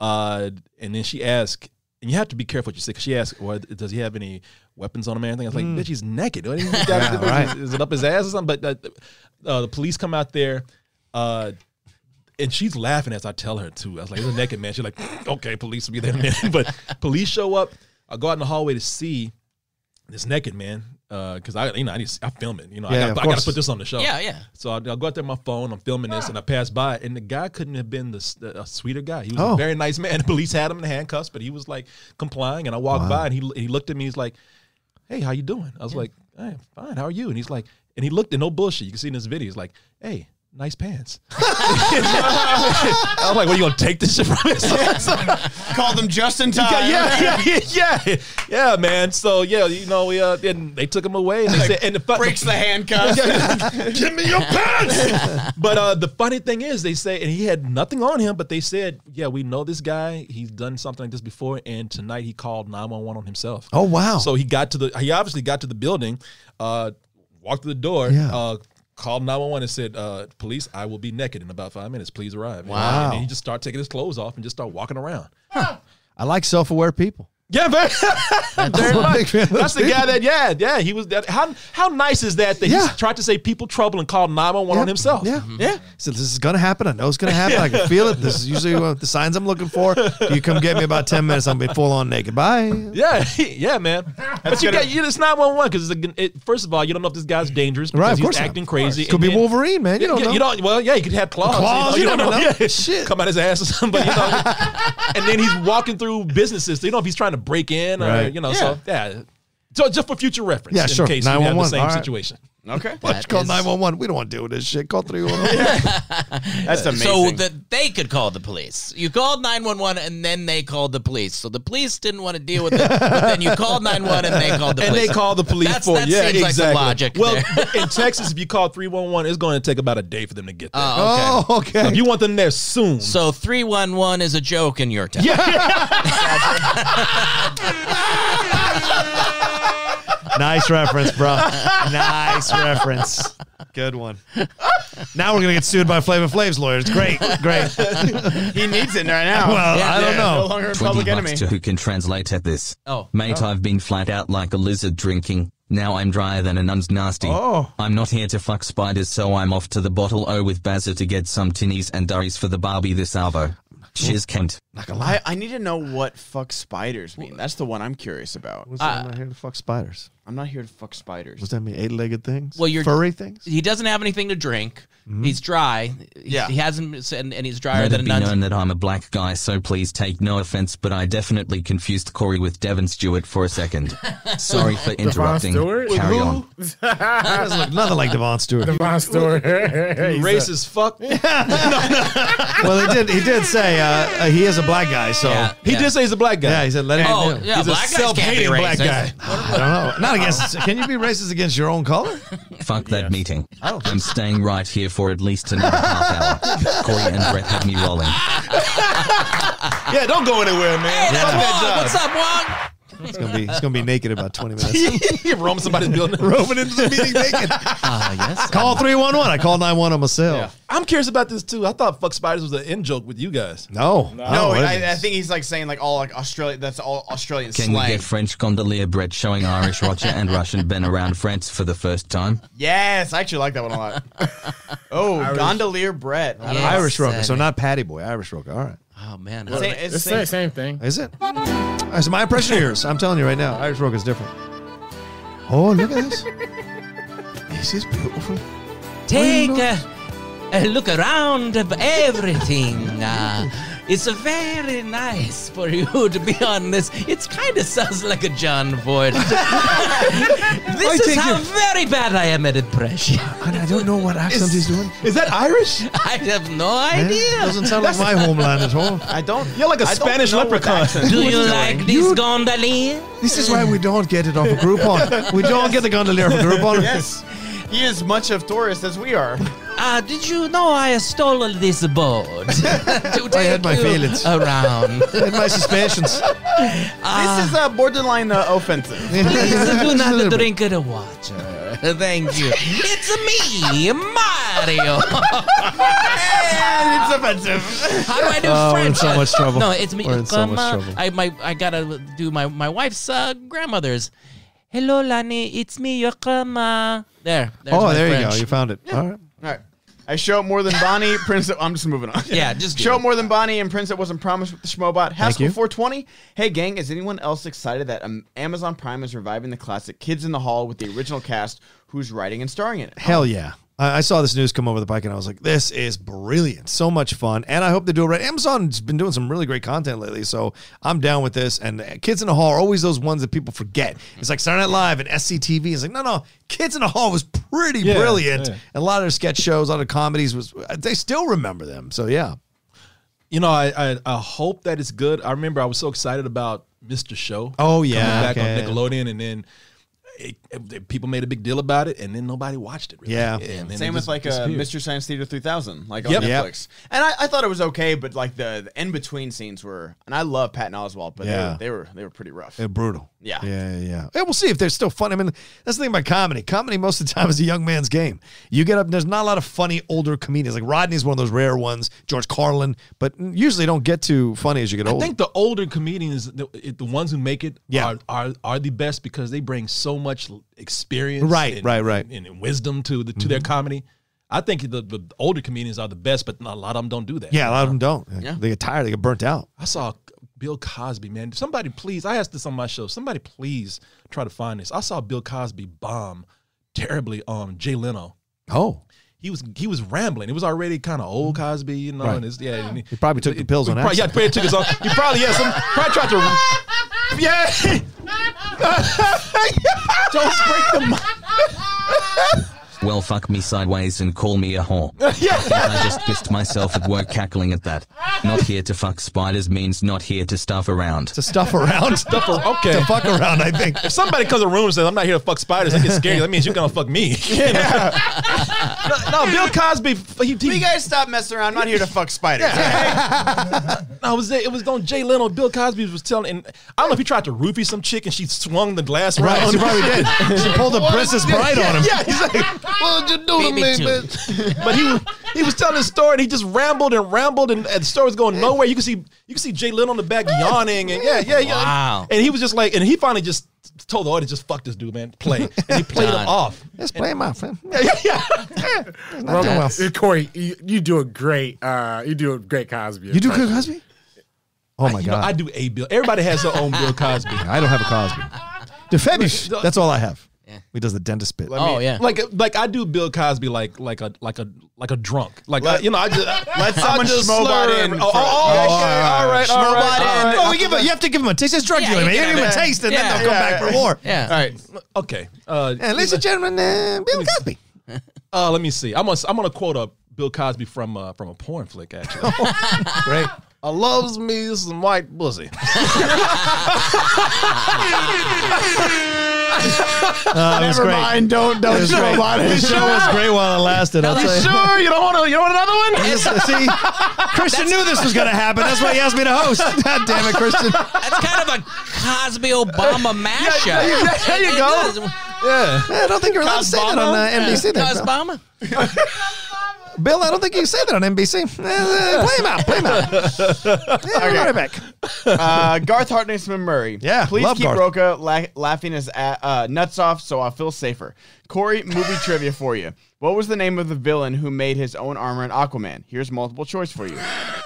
Uh, and then she asked, and you have to be careful what you say because she asked, well, does he have any weapons on him or anything? I was like, bitch, he's naked.
[LAUGHS]
What do you think that-
Hmm. Yeah, right.
Is it up his ass or something? But uh, uh, the police come out there. Uh, and she's laughing as I tell her to. I was like, "It's a naked man." She's like, "Okay, police will be there." in a minute." [LAUGHS] but police show up. I go out in the hallway to see this naked man because I, you know, I need to, I film it. You know,
Yeah,
I,
of
got, I got
course.
to put this on the show.
Yeah, yeah.
So I, I go out there on my phone. I'm filming this, and I pass by, and the guy couldn't have been the, s- a sweeter guy. He was
Oh.
a very nice man. [LAUGHS] The police had him in handcuffs, but he was like complying. And I walked by, and he he looked at me. He's like, "Hey, how you doing?" I was like, "I am fine. How are you?" And he's like, and he looked, and no bullshit. You can see in this video. He's like, "Hey." Nice pants. [LAUGHS] I'm like, what, you gonna take this shit from us?
Called them just in time.
yeah, [LAUGHS] yeah, [LAUGHS] yeah, yeah, yeah, man. So yeah, you know, we uh, and they took him away, and they said, and the fu-
Breaks the handcuffs.
[LAUGHS] Give me your pants. but uh, the funny thing is, they say, and he had nothing on him, but they said, yeah, we know this guy. He's done something like this before, and tonight he called nine one one on himself.
Oh, wow.
So he got to the, he obviously got to the building, uh, walked to the door,
Yeah.
uh, called nine one one and said, uh, "Police, I will be naked in about five minutes. Please arrive."
Wow.
And then he just started taking his clothes off and just started walking around.
I like self-aware people.
Yeah, very, very
[LAUGHS] I'm a
much.
big fan of
That's the
those
guy that, yeah, yeah, he was. That, how how nice is that that
Yeah.
he tried to save people trouble and called nine one one on
Yep.
himself?
Yeah. Yeah. So this is going to happen. I know it's going to happen. I can feel it. This is usually what the signs I'm looking for. You come get me about 10 minutes. I'm going to be full on naked. Bye.
Yeah, [LAUGHS] yeah, man. but you
gonna-
got you, it's nine one one because it, first of all, you don't know if this guy's dangerous because
Right, of
he's
course not.
acting crazy.
Could
and
be
then-
Wolverine, man. You don't
yeah,
know.
You don't, well, yeah, he could have claws.
Claws, you don't know.
Yeah.
Shit.
Come out his ass or something.
[LAUGHS]
You know? and then he's walking through businesses. So you don't know if he's trying to break in or
Right.
you know. So yeah, so just for future reference.
Yeah,
in
sure.
Case we have the
911, all
same
right.
situation.
Okay.
Why don't you call
is-
911? We don't want to deal with this shit. Call [LAUGHS] 311.
That's amazing.
So that they could call the police. You called 911 and then they called the police. So the police didn't want to deal with it, but then you called 911 and they called the
[LAUGHS] and
police.
they call the police
That's-
for
that
it. yeah,
seems like the
exactly.
logic
well,
there.
[LAUGHS] in Texas, if you call three one one, it's going to take about a day for them to get there.
Oh, okay.
So if you want them there soon,
so 311 is a joke in your town.
nice reference, bro. Nice reference. Good one. Now we're going to get sued by Flavor Flav's lawyers. Great. [LAUGHS] Great.
he needs it right now.
Well, I don't
Yeah, No
know.
longer a public enemy.
who can translate at this.
Oh.
Mate, I've been flat out like a lizard drinking. Now I'm drier than a nun's nasty. Oh. I'm not here to fuck spiders, so I'm off to the bottle O with Bazza to get some tinnies and durries for the Barbie this Arvo. Cheers, Kent.
I, I need to know what fuck spiders mean. That's the one I'm curious about.
I'm not here to fuck spiders.
I'm not here to fuck
What's
spiders.
that mean? Eight-legged things?
Well, you're-
Furry things?
He doesn't have anything to drink. He's dry. He-
Yeah.
He hasn't, and, and he's drier
Hmm? Let
than a
it be known
nun.
that I'm a black guy, so please take no offense, but I definitely confused Corey with Devon Stewart for a second. Sorry for interrupting.
Stewart? With
Carry
who?
on.
That doesn't look nothing like Devon Stewart.
[LAUGHS] Von [LAUGHS] Stewart. He's
race as
[LAUGHS]
fuck.
well, he did. He did say uh, uh, he is a black guy. So yeah,
He did say he's a black guy.
he said let him.
Oh,
in.
yeah,
He's a
black guys can't be
self-hating black
racist.
guy. I don't know. Not against. Can you be racist against your own color?
Fuck that meeting. I'm staying right here for at least another half
[LAUGHS]
hour. Corey and Brett had me rolling.
yeah, don't go anywhere, man.
Hey, that's
Fuck that
Wong.
job.
What's up, Wong?
It's gonna be. It's gonna be naked in about twenty [LAUGHS] minutes.
You roam somebody's building.
Roaming into the meeting naked.
Ah, yes.
Call three one one. I called nine one on myself.
I'm curious about this too. I thought fuck spiders was an in joke with you guys.
No, no.
No, I, I think he's like saying like all like Australia. That's all Australian
Can
slang.
we get French gondolier bread showing Irish Roger and Russian Ben around France for the first time?
yes, I actually like that one a lot. oh, gondolier Brett. I don't know.
Yes,
Irish roker. So
Sammy.
not Patty Boy. Irish roker. All right.
Oh, man.
Sa- it's
It's
same-
the same thing.
Is it? That's my impression of yours. I'm telling you right now, Irish rock is different. Oh, look at
[LAUGHS]
this. This is beautiful.
Take a, a look around of everything. Uh, it's very nice for you to be on this. It kind of sounds like a John Voight. this is
take
how
your-
very bad I am at impression.
And I don't know what accent he's doing.
Is that Irish?
[LAUGHS] I have no
Yeah,
idea.
Doesn't sound like my homeland at
[LAUGHS]
all.
I don't.
You're like a
I don't
Spanish
know what
leprechaun.
accent
Do
he was
you
doing.
like this gondola?
This is why we don't get it off a Groupon. We don't get the gondolier off a Groupon.
Yes, he is much of tourist as we are.
Uh, did you know I stole this boat
[LAUGHS]
to take
had my
you
feelings. [LAUGHS]
around?
And my suspensions.
this is uh, borderline uh, offensive.
Please
[LAUGHS]
do
Just a
not
little bit.
drink the water. Thank you. It's me, my patio.
and it's offensive.
How do I do
Oh, we're in
French?
so much trouble.
No, it's me.
We're in so much
Grandma,
trouble.
I my I gotta do my my wife's uh, grandmother's. Hello, Lani. It's me, your grandma. There. there's
oh,
my
there you
French.
go. You found it. All right.
All right. I show up more than Bonnie. Prince, I'm just moving on.
Yeah, just do
show
it.
up more than Bonnie and Prince that wasn't promised with the Schmobot. Haskell
you.
420. Hey gang, is anyone else excited that um, Amazon Prime is reviving the classic Kids in the Hall with the original cast, who's writing and starring in it?
Hell yeah. I I saw this news come over the pike and I was like, this is brilliant. So much fun. And I hope they do it right. Amazon's been doing some really great content lately. So I'm down with this. And uh, Kids in the Hall are always those ones that people forget. It's like Saturday Night Live and SCTV. It's like, no, no. Kids in the Hall was pretty
Yeah,
brilliant.
yeah.
And a lot of their sketch shows, a lot of comedies, was they still remember them. So yeah.
You know, I, I I hope that it's good. I remember I was so excited about Mr. Show.
Oh, yeah,
coming back
okay.
on Nickelodeon, and then it, it- people made a big deal about it, and then nobody watched it. Really.
Yeah.
and then
Same
it
with
just
like uh,
disappeared.
Mr. Science Theater 3000, like
Yep.
on
Yep.
Netflix. And I, I thought it was okay, but like the, the in between scenes were, and I love Patton Oswald, but
Yeah.
they, were, they were they were pretty rough.
They're uh, brutal.
Yeah.
Yeah, yeah, yeah. And we'll see if they're still fun. I mean, that's the thing about comedy. Comedy most of the time is a young man's game. You get up, there's not a lot of funny older comedians. Like Rodney's one of those rare ones, George Carlin, but usually don't get too funny as you get
I
older.
think the older comedians, the, it- the ones who make it,
Yeah.
are, are are the best because they bring so much l- experience,
Right,
and,
right, right. Mm-hmm.
and, and wisdom to the to their comedy. I think the, the older comedians are the best, but not, a lot of them don't do that.
yeah, a lot of them don't. They get tired, they get burnt out.
I saw Bill Cosby, man. Somebody please, I asked this on my show. Somebody please try to find this. I saw Bill Cosby bomb terribly on Jay Leno.
Oh.
He was he was rambling. It was already kind of old Cosby, you know.
Mm-hmm. Right.
And it's, yeah, and he,
He probably took the pills on
probably, yeah,
accident.
probably took his own. He probably yeah, some probably tried to. Yeah, [LAUGHS] don't break the. mic.
Well, fuck me sideways and call me a whore.
[LAUGHS]
I think I just pissed myself at work cackling at that. Not here to fuck spiders means not here to stuff around.
To stuff around.
[LAUGHS] Stuff ar- okay.
To fuck around, I
[LAUGHS]
think.
If somebody comes in the room and says, "I'm not here to fuck spiders," I get scared. That means you're gonna
[LAUGHS]
fuck me. [LAUGHS] no, no, Bill Cosby. f- He,
Will
he,
you guys stop messing around? I'm not here to fuck spiders.
no, it was it was on Jay Leno. Bill Cosby was telling, and I don't know if he tried to roofie some chick and she swung the glass
Right,
around.
she probably
[LAUGHS]
did. She pulled a Princess Bride on him.
Yeah, he's like,
What'd you do
Beat me to it.
but he was- he was telling his story and he just rambled and rambled and, and the story was going nowhere. You can see you can see Jay Leno in the back yawning and yeah, yeah, yeah.
Wow.
And he was just like, and he finally just told the audience, just fuck this dude, man, play. And he played
Done.
him off. [LAUGHS]
Let's play my friend.
Rogan,
well.
uh, Corey, you, you do a great, uh, you do a great Cosby.
You do
impression.
good, Cosby? Oh my
You know,
God.
I do a Bill. Everybody has their own Bill Cosby.
I don't have a Cosby. Defebish. That's all I have. He does the dentist bit.
Oh, yeah.
[LAUGHS] Like like I do Bill Cosby like like a like a like a drunk. Like
Let-
you know, I [LAUGHS] just let
someone Schmobot in
Oh,
for-
oh,
Yeah,
okay, all right, all right,
Schmobot
all
in.
right.
Oh, we give a, you have to give him a taste. It's drug
Yeah,
dealing,
you
man. You
can
give him a
have it.
taste, and
Yeah.
then they'll come back for more.
Yeah.
All right.
Okay. Uh,
And ladies and gentlemen, uh, Bill Cosby.
Uh, let me see. I'm gonna I'm gonna quote a Bill Cosby from uh, from a porn flick actually. [LAUGHS]
[LAUGHS] Great.
I loves me some white pussy.
Never mind. Don't don't show about it. The show was great while it lasted. I'll tell you.
[LAUGHS]
[LAUGHS]
sure, you don't want to. You don't want another one.
Yes, See, Christian knew this was going to happen. That's why he asked me to [LAUGHS] host. God damn it, Christian.
That's kind of a Cosby Obama
[LAUGHS]
mashup.
there you go. Yeah.
I don't think you're allowed to say that on uh, NBC. there, Bill.
Cosbama.
Bill, I don't think you say that on NBC. Uh, uh, Play him out. Play him [LAUGHS] out. Yeah, we'll run it back.
uh, Garth Hartness and Murray.
Yeah,
Please
love
keep
Garth.
Roka la- laughing his a- uh, nuts off so I feel safer.
[LAUGHS]
Corey, movie trivia for you. What was the name of the villain who made his own armor in Aquaman? Here's multiple choice for you.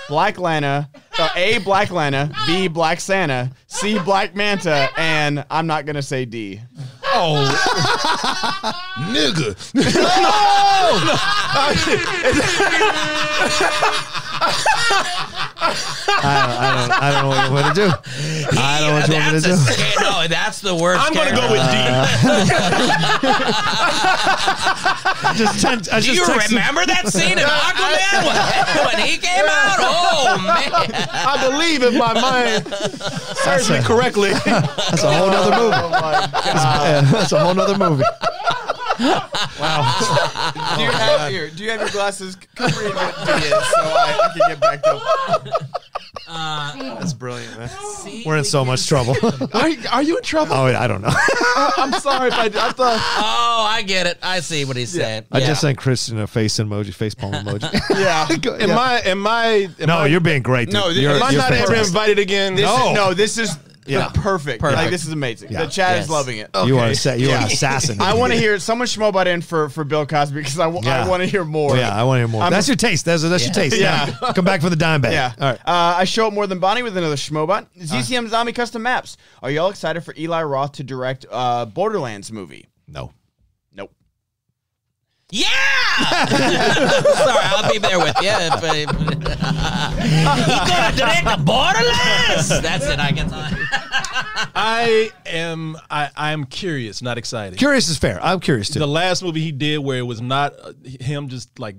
Black Lana, uh, A. Black Lana, B. Black Santa, C. Black Manta, and I'm not gonna say D.
Oh, [LAUGHS] nigga. no.
I don't, I don't, I don't know what you want to do. I don't know what you want me
That's
to
a
do.
sca- no, that's the worst.
I'm gonna go
character.
with D.
just text- I
Do
just
you
texted-
remember that scene
[LAUGHS]
in Aquaman when, when he came out? Oh man!
[LAUGHS]
I believe in my mind.
That's a,
correctly.
[LAUGHS] that's a whole nother movie.
Oh my god.
Yeah, that's a whole nother movie. Oh,
Do you have your Do you have your glasses? Come read what D is, so I, I can get back up.
That's brilliant, man.
See,
We're in so much trouble.
Are
you, are you in trouble? Oh, I don't know.
I'm
sorry if I, I thought.
Oh, I get it. I see what he's saying.
I just sent Christian a face emoji, face palm emoji.
yeah.
[LAUGHS]
Am I? Am I? Am
no,
I,
you're being great. Dude.
No,
you're,
am I
you're
not
fantastic.
ever
invited again?
This
No.
Is, no, this is
Yeah.
the perfect.
Perfect.
Like this is amazing.
Yeah.
The chat
Yes. Oh,
is loving it.
You are a sa- you are an assassin.
I want to hear someone schmob in for for Bill Cosby because I, w-
Yeah.
I want to hear more.
yeah, I want to hear more.
I'm-
that's your taste. That's, that's your
Yeah.
taste.
Yeah.
Now, Come back for the dime bag.
Yeah.
All right. Uh.
Uh, I show up more than Bonnie with another Schmobot. ZCM Zombie Custom Maps. Are y'all excited for Eli Roth to direct uh, Borderlands movie?
No.
Nope.
[LAUGHS]
Yeah. Sorry, I'll be there with you. If, if, he gonna direct the Borderlands. [LAUGHS] That's it. I get
I am. I, I am curious, not excited.
Curious is fair. I'm curious too.
The last movie he did where it was not uh, him just like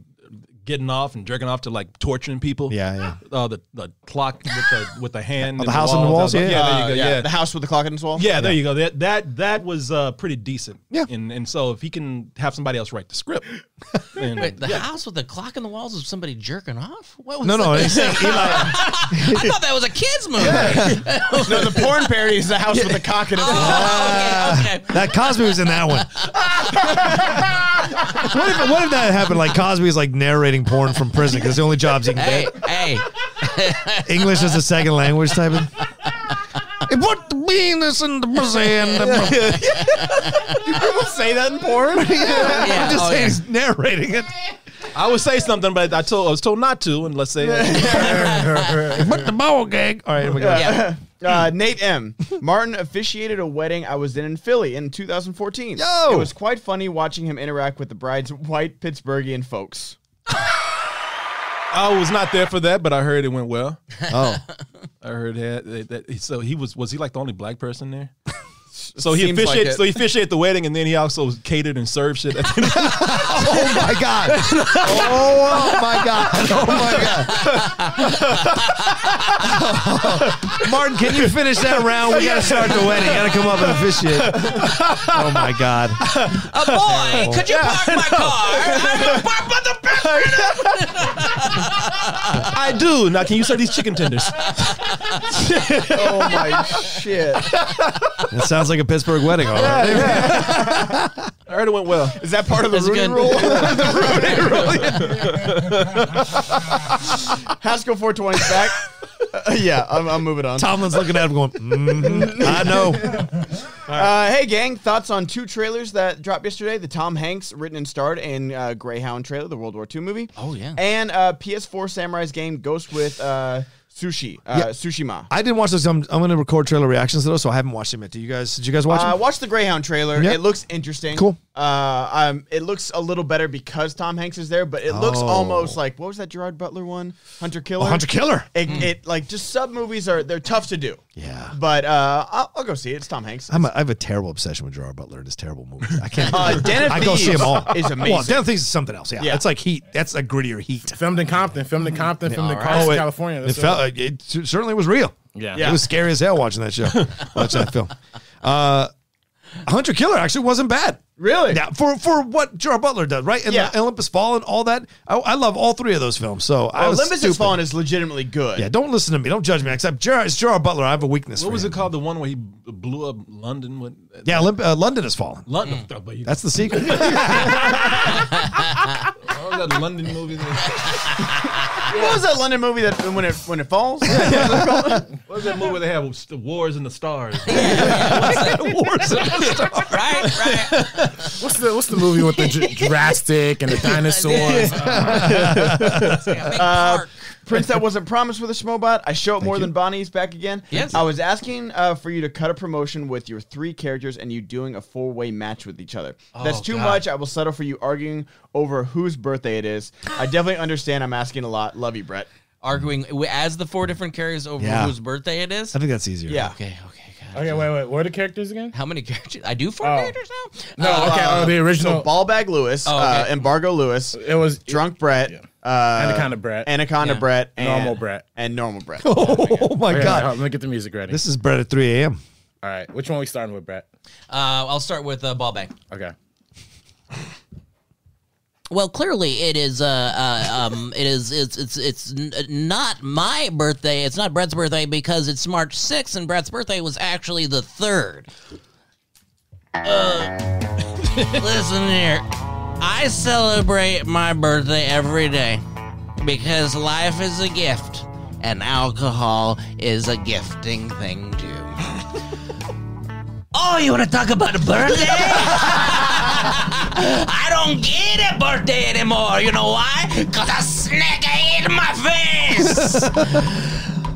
getting off and jerking off to like torturing people.
Yeah, yeah.
Uh, the the clock with the with the hand.
[LAUGHS] Oh,
in
the house on the walls,
That was-
yeah.
there you go.
Uh,
Yeah.
The house with the clock in its wall.
Yeah, there you go. That that that was uh, pretty decent.
Yeah.
And and so if he can have somebody else write the script,
[LAUGHS]
then-
Wait, the
yeah.
house with the clock in the walls was somebody jerking off? What was
No,
[LAUGHS]
no.
that?
He's saying Eli.
I thought that was a kids movie.
no, the porn parody is the house with the cock in its
[LAUGHS]
Oh, okay, okay.
That Cosby was in that one. what, if, what if that happened? Like Cosby is like narrating porn from prison because the only jobs he can
Hey,
get
hey.
English as a second language type of. It put the penis in the [LAUGHS] prison.
People say that
[LAUGHS]
in porn.
I'm just
oh,
saying
yeah.
he's narrating it.
[LAUGHS] I would say something, but I told I was told not to. And let's say
[LAUGHS] Put the ball gag. All right, here we go.
Yeah.
[LAUGHS] Uh, Nate M. Martin officiated a wedding I was in in Philly in 2014.
Yo!
It was quite funny watching him interact with the bride's white Pittsburghian folks.
I was not there for that, but I heard it went well.
Oh,
I heard that, that, that- so he was was he like the only black person there? So he
Seems like
officiated.
it.
so he officiated the wedding, and then he also catered and served shit. [LAUGHS] At the
oh my god. Oh my god. Oh my god.
[LAUGHS]
Martin, can you finish that round? We gotta start the wedding. Gotta come up and officiate. Oh my god.
A
[LAUGHS]
boy, could you park my car?
I do now. Can you serve these chicken tenders?
Oh
[LAUGHS]
my shit.
That sounds like a Pittsburgh
[LAUGHS]
wedding. All right.
I heard it went well.
Is that part of the
That's
Rooney
good.
rule? Haskell 420's
[LAUGHS]
back. Uh, yeah, I'm, I'm moving on.
Tomlin's looking at him going, mhm, I [LAUGHS] know.
Uh, hey, gang, thoughts on two trailers that dropped yesterday the Tom Hanks written and starred and uh, Greyhound trailer, the World War II movie.
Oh, yeah.
And uh, PS4 Samurai's game Ghost with uh, Sushi, uh, Tsushima.
I didn't watch those. um, I'm, I'm gonna record trailer reactions to those, so I haven't watched them yet. Do you guys did you guys watch
Uh,
them?
watch the Greyhound trailer.
Yeah.
It looks interesting.
Cool.
Uh, um, it looks a little better because Tom Hanks is there, but it looks
Oh.
almost like what was that Gerard Butler one? Hunter Killer.
Oh, Hunter Killer.
It, it like just sub movies are they're tough to do.
Yeah.
But uh, I'll, I'll go see it. It's Tom Hanks.
I'm a, I have a terrible obsession with Gerard Butler and his terrible movies. I can't.
Uh, Den of
I go see
Thieves
them all.
is
Well,
amazing.
Den of Thieves is something else. Yeah,
Yeah.
it's like heat. That's a grittier heat. Oh,
Filmed in Compton, filmed in Compton, filmed in
All
Carson,
it-
California.
It,
That's
felt, it, it cer- certainly was real.
Yeah.
It was scary as hell watching that show, watching that film. Uh, Hunter Killer actually wasn't bad.
Really?
Yeah, for for what Gerard Butler does, right? And
Yeah.
the Olympus Fallen, all that. I, I love all three of those films. So I was
Oh, Olympus
stupid.
Has Fallen is legitimately good.
Yeah, don't listen to me. Don't judge me. Except Gerard, it's Gerard Butler. I have a weakness.
What
for
was
him.
it called? The one where he b- blew up London? What?
Yeah, Olymp- uh, London has fallen.
London. Oh, but you-
That's the
[LAUGHS]
sequel.
what was that London movie?
[LAUGHS]
that-
What was that London movie that when it when it
[LAUGHS]
falls?
What was that movie where they have s- the wars in the [LAUGHS] stars?
Wars of the Stars.
Right, right.
What's the What's the movie with
[LAUGHS]
the dr- drastic and the dinosaurs?
Uh,
Prince that wasn't promised with a Schmobot. I show it more than Bonnie's back again.
Yes.
I was asking uh, for you to cut a promotion with your three characters and you doing a four way match with each other.
Oh,
That's too much. I will settle for you arguing over whose birthday it is.
[GASPS]
I definitely understand. I'm asking a lot. Love you, Brett.
Arguing wi- as the four different carriers over
Yeah.
whose birthday it is.
I think that's easier.
Yeah.
Okay, okay, God.
okay, wait, wait. What are the characters again?
How many characters? I do four
Oh.
characters now.
No, okay. oh, the original.
So Ballbag Lewis,
Oh, okay.
uh, Embargo Lewis,
it was
Drunk Brett, uh,
Anaconda Brett.
Anaconda
Yeah.
Brett, and,
Normal Brett.
and Normal
[LAUGHS]
Brett.
[LAUGHS] Oh my
Okay,
god.
hold on, let me get the music ready.
This is bread at 3
[LAUGHS]
a.m.
All right, which one we starting with, Brett?
Uh, I'll start with uh, ball bag.
Okay.
Well, clearly it is. Uh, uh, um, it is. It's. It's. It's n- not my birthday. It's not Brett's birthday because it's March 6th, and Brett's birthday was actually the third. Uh, [LAUGHS] listen here, I celebrate my birthday every day because life is a gift, and alcohol is a gifting thing too. [LAUGHS] oh, you want to talk about a birthday? I don't get a birthday anymore. You know why? Because a snake ate my face. [LAUGHS]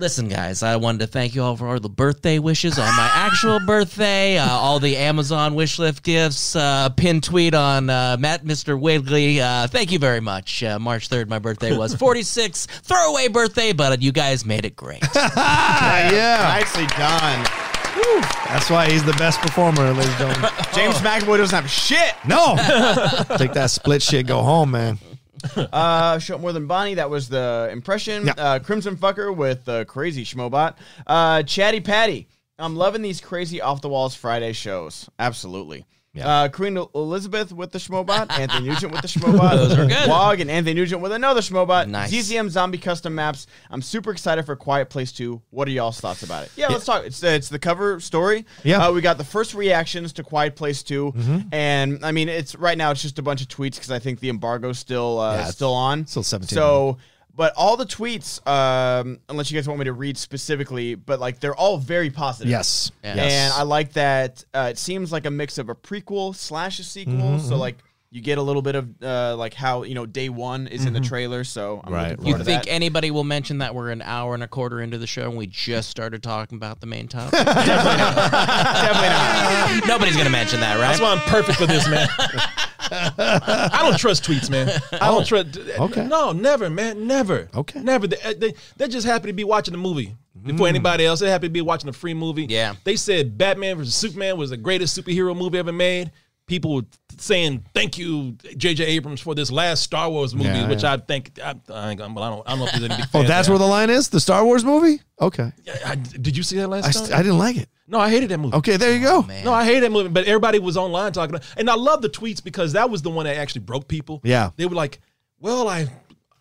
Listen, guys, I wanted to thank you all for all the birthday wishes on my actual birthday, uh, all the Amazon wish list gifts, uh, pin tweet on uh, Matt Mr. Wiggly. Uh, thank you very much. Uh, March 3rd, my birthday [LAUGHS] was 46, throwaway birthday, but you guys made it great.
Ah, yeah.
Nicely done.
That's why he's the best performer, ladies and gentlemen.
James
Oh.
McAvoy doesn't have shit. [LAUGHS]
No. Take that split shit, go home, man.
Uh, Show More Than Bonnie, that was the impression. Uh, Crimson Fucker with uh, Crazy Schmobot. Uh, Chatty Patty, I'm loving these crazy off the walls Friday shows. Absolutely. Uh, Queen El- Elizabeth with the Schmobot, Anthony Nugent with the Schmobot,
[LAUGHS] Those are good.
Wog and Anthony Nugent with another Schmobot,
Nice.
ZCM Zombie Custom Maps. I'm super excited for Quiet Place 2. What are y'all's thoughts about it? Yeah, let's talk. It's, uh, it's the cover story.
Yeah. Mm-hmm.
Uh, we got the first reactions to Quiet Place 2. And I mean, it's right now, it's just a bunch of tweets because I think the embargo's still, uh,
Yeah, it's-
still on.
Still 17.
So, but all the tweets, um, unless you guys want me to read specifically, but like they're all very positive.
Yes.
Yeah.
Yes.
And I like that uh, it seems like a mix of a prequel slash a sequel.
Mm-hmm,
So like you get a little bit of uh, like how you know day one is in the trailer. So
Mm-hmm.
I'm
Right,
looking
You
forward to
think
that.
anybody will mention that we're an hour and a quarter into the show and we just started talking about the main topic?
Definitely not.
[LAUGHS] Nobody's going to mention that,
That's
[LAUGHS] right?
why I'm perfect for this, man. I don't trust tweets, man. I don't trust.
Oh, Okay.
No, never, man. Never.
Okay. Mm.
Never. They, uh, they, they're just happy to be watching a movie before anybody else. They're happy to be watching a free movie.
Yeah.
They said Batman versus Superman was the greatest superhero movie ever made. People were saying thank you, J.J. Abrams, for this last Star Wars movie,
Yeah,
which
yeah.
I think I, I, ain't gonna- well, I don't. I don't know if there's any. Big
Oh, that's where the line is? The Star Wars movie? Okay.
the. did you see that
I,
last
st-
time?
I didn't like it.
no, I hated that movie.
Okay, there you go.
No, I hate that movie, but everybody was online talking, about- and I love the tweets because that was the one that actually broke people.
Yeah.
they were like, "Well, I,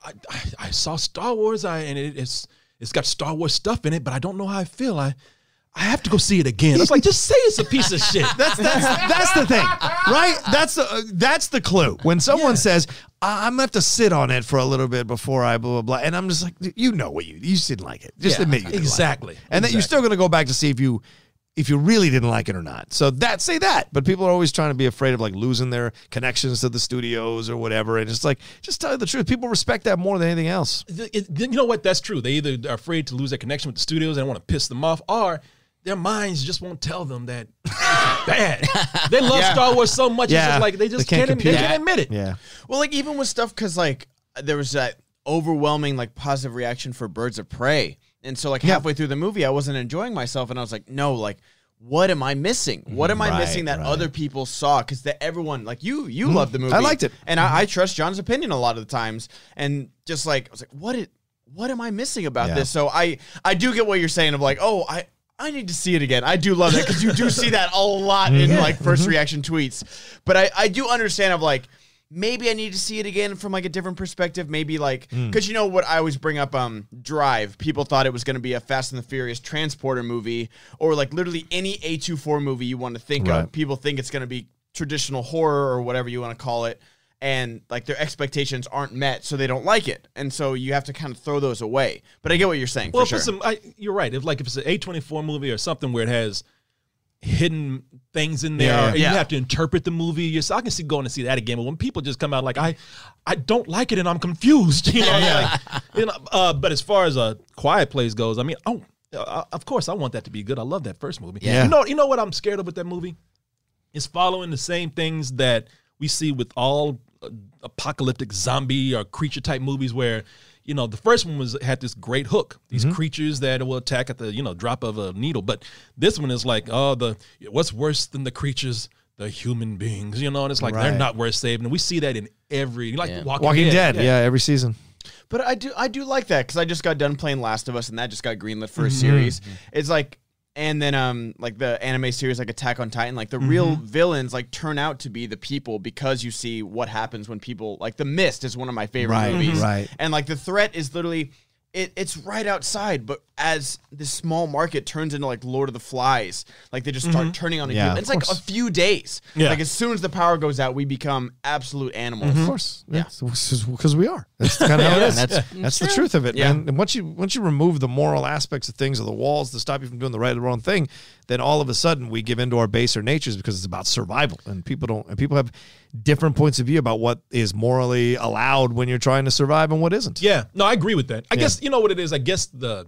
I, I, I saw Star Wars, I, and it, it's it's got Star Wars stuff in it, but I don't know how I feel. I, I have to go see it again. I was like, just say it's a piece of
[LAUGHS]
shit.
That's that's that's the thing, right? That's the uh, that's the clue. When someone
Yeah.
says, I- "I'm gonna have to sit on it for a little bit before I blah blah blah," and I'm just like, "You know what you you didn't like it. Just
Yeah,
admit you didn't like it."
exactly,
and that you're still gonna go back to see if you if you really didn't like it or not. So that say that, but people are always trying to be afraid of like losing their connections to the studios or whatever. And it's like, just tell you the truth. People respect that more than anything else.
Th- it- th- you know what? That's true. They either are afraid to lose their connection with the studios and want to piss them off, or their minds just won't tell them that it's
[LAUGHS]
bad. They love Star Wars so much, it's
Yeah.
just like they
They
just
can't
can't, admit- they
compute
can't admit it.
Yeah.
Well, like even with stuff because like there was that overwhelming like positive reaction for Birds of Prey, and so like halfway through the movie, I wasn't enjoying myself, and I was like, no, like. What am I missing? What am I
Right,
missing that
Mm-hmm. right. Mm-hmm.
other people saw? Because that everyone, like you, you loved the movie.
I liked it.
and I, I trust John's opinion a lot of the times. And just like I was like, what it, what am I missing about
Yeah.
this? So I, I do get what you're saying of like, oh, I, I need to see it again. I do love that because you do see that a lot in like 1st
Mm-hmm.
reaction tweets. But I, I do understand of like. Maybe I need to see it again from like a different perspective. Maybe like
Mm.
because you know what I always bring up, um, Drive. People thought it was going to be a Fast and the Furious transporter movie, or like literally any A 24 movie you want to think
Right.
of people think it's going to be traditional horror or whatever you want to call it and like their expectations aren't met so they don't like it and so you have to kind of throw those away but i get what you're saying
Well,
for sure
if it's some, I, you're right. If like if it's an A twenty four movie or something where it has hidden things in there,
Yeah.
and
Yeah.
you have to interpret the movie. yourself. I can see going to see that again. But when people just come out like I, I don't like it and I'm confused. [LAUGHS] You know, like, you know. Uh, but as far as a Quiet Place goes, I mean, oh, uh, of course I want that to be good. I love that first movie.
Yeah.
You know, you know what I'm scared of with that movie is following the same things that we see with all uh, apocalyptic zombie or creature type movies where you know the first one was had this great hook these
Mm-hmm.
creatures that will attack at the you know drop of a needle but this one is like oh the what's worse than the creatures the human beings you know and it's like
Right.
they're not worth saving and we see that in every like
Yeah.
walking,
Walking Dead, yeah. every season.
but
Mm-hmm.
i do i do like that because i just got done playing last of us and that just got greenlit for a series it's like And then, um, like the anime series, like Attack on Titan, like the real
Mm-hmm.
Mhm.
villains, like turn out to be the people because you see what happens when people, like The Mist, is one of my favorite
Right,
movies,
right.
And like the threat is literally, it, it's right outside. But as this small market turns into like Lord of the Flies, like they just start
Mm-hmm.
Mhm.
turning on a
Yeah,
human.
of
It's like a
course.
few days.
Yeah.
Like as soon as the power goes out, we become absolute animals.
Mm-hmm. Of course, yeah, because we are. That's kind of [LAUGHS] how
Yeah,
it is.
that's-
That's, the
Sure.
truth of it,
Yeah.
man. And once you once you remove the moral aspects of things or the walls that stop you from doing the right or the wrong thing, then all of a sudden we give into our baser natures because it's about survival, and people don't. And people have different points of view about what is morally allowed when you're trying to survive and what isn't.
Yeah, no, I agree with that. I
Yeah.
guess you know what it is. I guess the,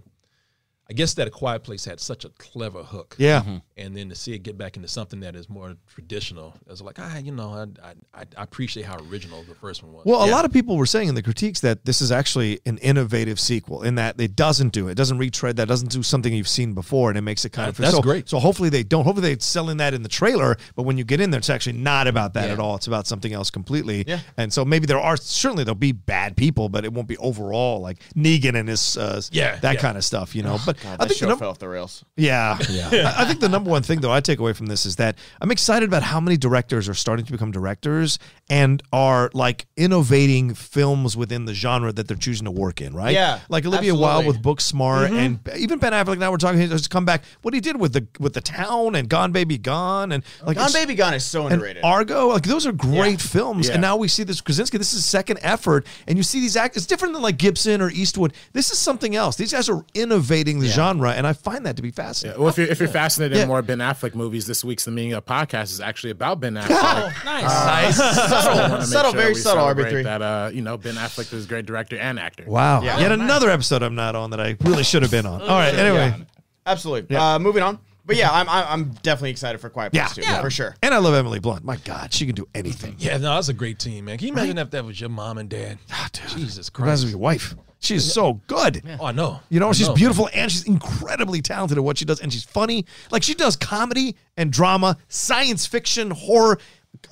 I guess that a quiet place had such a clever hook.
Yeah. Mhm.
and then to see it get back into something that is more traditional, it's like ah, you know, I I, I- I appreciate how original the first one was.
Well, a lot of people were saying in the critiques that this is actually an innovative sequel in that it doesn't do it doesn't retread that doesn't do something you've seen before and it makes it kind of
That's
so,
great.
So hopefully they don't. Hopefully they're selling that in the trailer, but when you get in there, it's actually not about that at all. It's about something else completely.
Yeah.
And so maybe there are certainly there'll be bad people, but it won't be overall like Negan and his uh,
Yeah,
that
yeah.
kind of stuff, you know.
[SIGHS]
but
God,
I
that
think the
show
num-
fell off the rails.
yeah.
Yeah.
I, I think the number one thing, though, I take away from this is that I'm excited about how many directors are starting to become directors and are like innovating films within the genre that they're choosing to work in, right?
Yeah,
Like Olivia Wilde with Book Smart
Mm-hmm.
Mhm.
and b- even Ben Affleck now we're talking his come back. What he did with the with the town and Gone Baby Gone and like
Oh, Gone
it's-
Baby Gone is so
and
underrated.
Argo, like those are great films,
Yeah.
and now we see this Krasinski. This is second effort, and you see these act. It's different than like Gibson or Eastwood. This is something else. These guys are innovating the genre, and I find that to be fascinating.
Well, if you're, if you're fascinated
Yeah.
in more Ben Affleck movies, this week's The Meaning of Podcast is actually about Ben Affleck. Oh,
nice.
uh,
Nice. Subtle. Subtle, very subtle, RB3.
That, uh, you know, Ben Affleck is a great director and actor.
Wow.
Yeah.
Yet another episode I'm not on that I really should have been on. All right. Anyway.
Absolutely. Uh, moving on. But yeah, I'm, I'm I'm definitely excited for Quiet Place
Yeah.
too, for sure.
And I love Emily Blunt. My God, she can do anything.
yeah, no, that's a great team, man. Can you imagine if that was your mom and dad?
Ah,
Jesus
Reminds
Christ.
me of your wife. She's so good.
Oh, I know.
You know,
I
she's
know.
beautiful and she's incredibly talented at what she does, and she's funny. Like she does comedy and drama, science fiction, horror,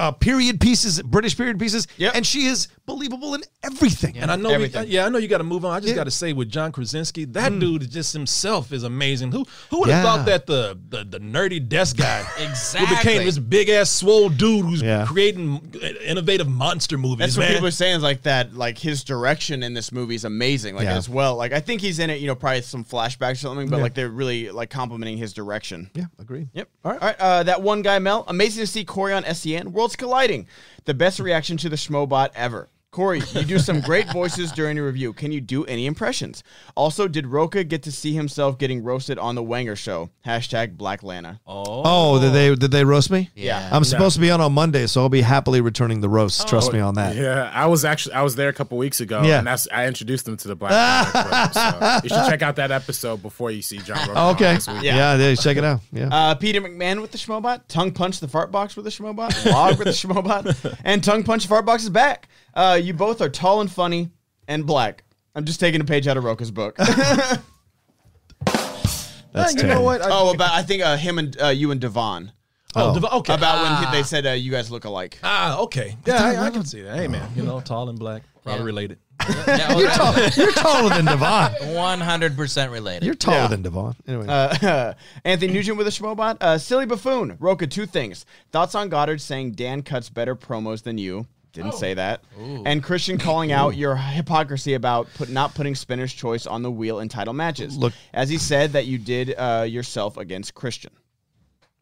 uh, period pieces, British period pieces, and she is believable in everything.
And I know, we, yeah, I know you got to move on. I just got to say, with John Krasinski, that dude is just himself is amazing. Who who would have
Hmm. Yeah.
thought that the, the the nerdy
[LAUGHS]
desk guy who
Exactly.
became this big ass swole dude who's
Yeah.
creating uh, innovative monster movies,
That's what
man.
people are saying is like that, like his direction in this movie is amazing, like
Yeah.
as well. Like I think he's in it, you know, probably some flashbacks or something, but
Yeah.
like they're really like complimenting his direction.
Yeah, agreed.
Yep. All right. All right. Uh, that one guy, Mel. Amazing to see Corey on SEN. Worlds colliding. The best reaction to the Schmobot ever. Corey, you do some great voices during your review. Can you do any impressions? Also, did Roca get to see himself getting roasted on the Wanger show? Hashtag Black Lana.
Oh.
Oh, did they did they roast me?
Yeah.
I'm
No.
supposed to be on on Monday, so I'll be happily returning the roast. Trust me on that.
Yeah, I was actually I was there a couple weeks ago,
Yeah.
and that's I introduced them to the Black Panther Club, so you should check out that episode before you see John. Rogan
Okay.
this week.
Yeah. yeah, there, check it out. Yeah.
Uh, Peter McMahon with the Schmobot, Tongue Punch the Fart Box with the Schmobot, Log with
[LAUGHS]
the Schmobot, and Tongue Punch the Fart Box is back. Uh, you both are tall and funny and black. I'm just taking a page out of Roca's book.
[LAUGHS] That's you know terrible. what?
oh, about I think uh, him and uh, you and Devon.
Oh, Oh.
Devon- okay.
About when
Ah.
they said uh, you guys look alike.
Ah, okay. Yeah, I, I can see that. Hey, man, you know, tall and black, probably related.
you're, tall, [LAUGHS] you're taller than Devon.
One hundred percent related.
You're taller
Yeah.
than Devon. Anyway.
Uh, [LAUGHS] Anthony Nugent with a schmobot. Uh, silly buffoon. Roca, two things. Thoughts on Goddard saying Dan cuts better promos than you. Didn't say that.
Ooh.
And Christian calling out your hypocrisy about put, not putting Spinner's choice on the wheel in title matches.
Look-
as he said that you did uh, yourself against Christian.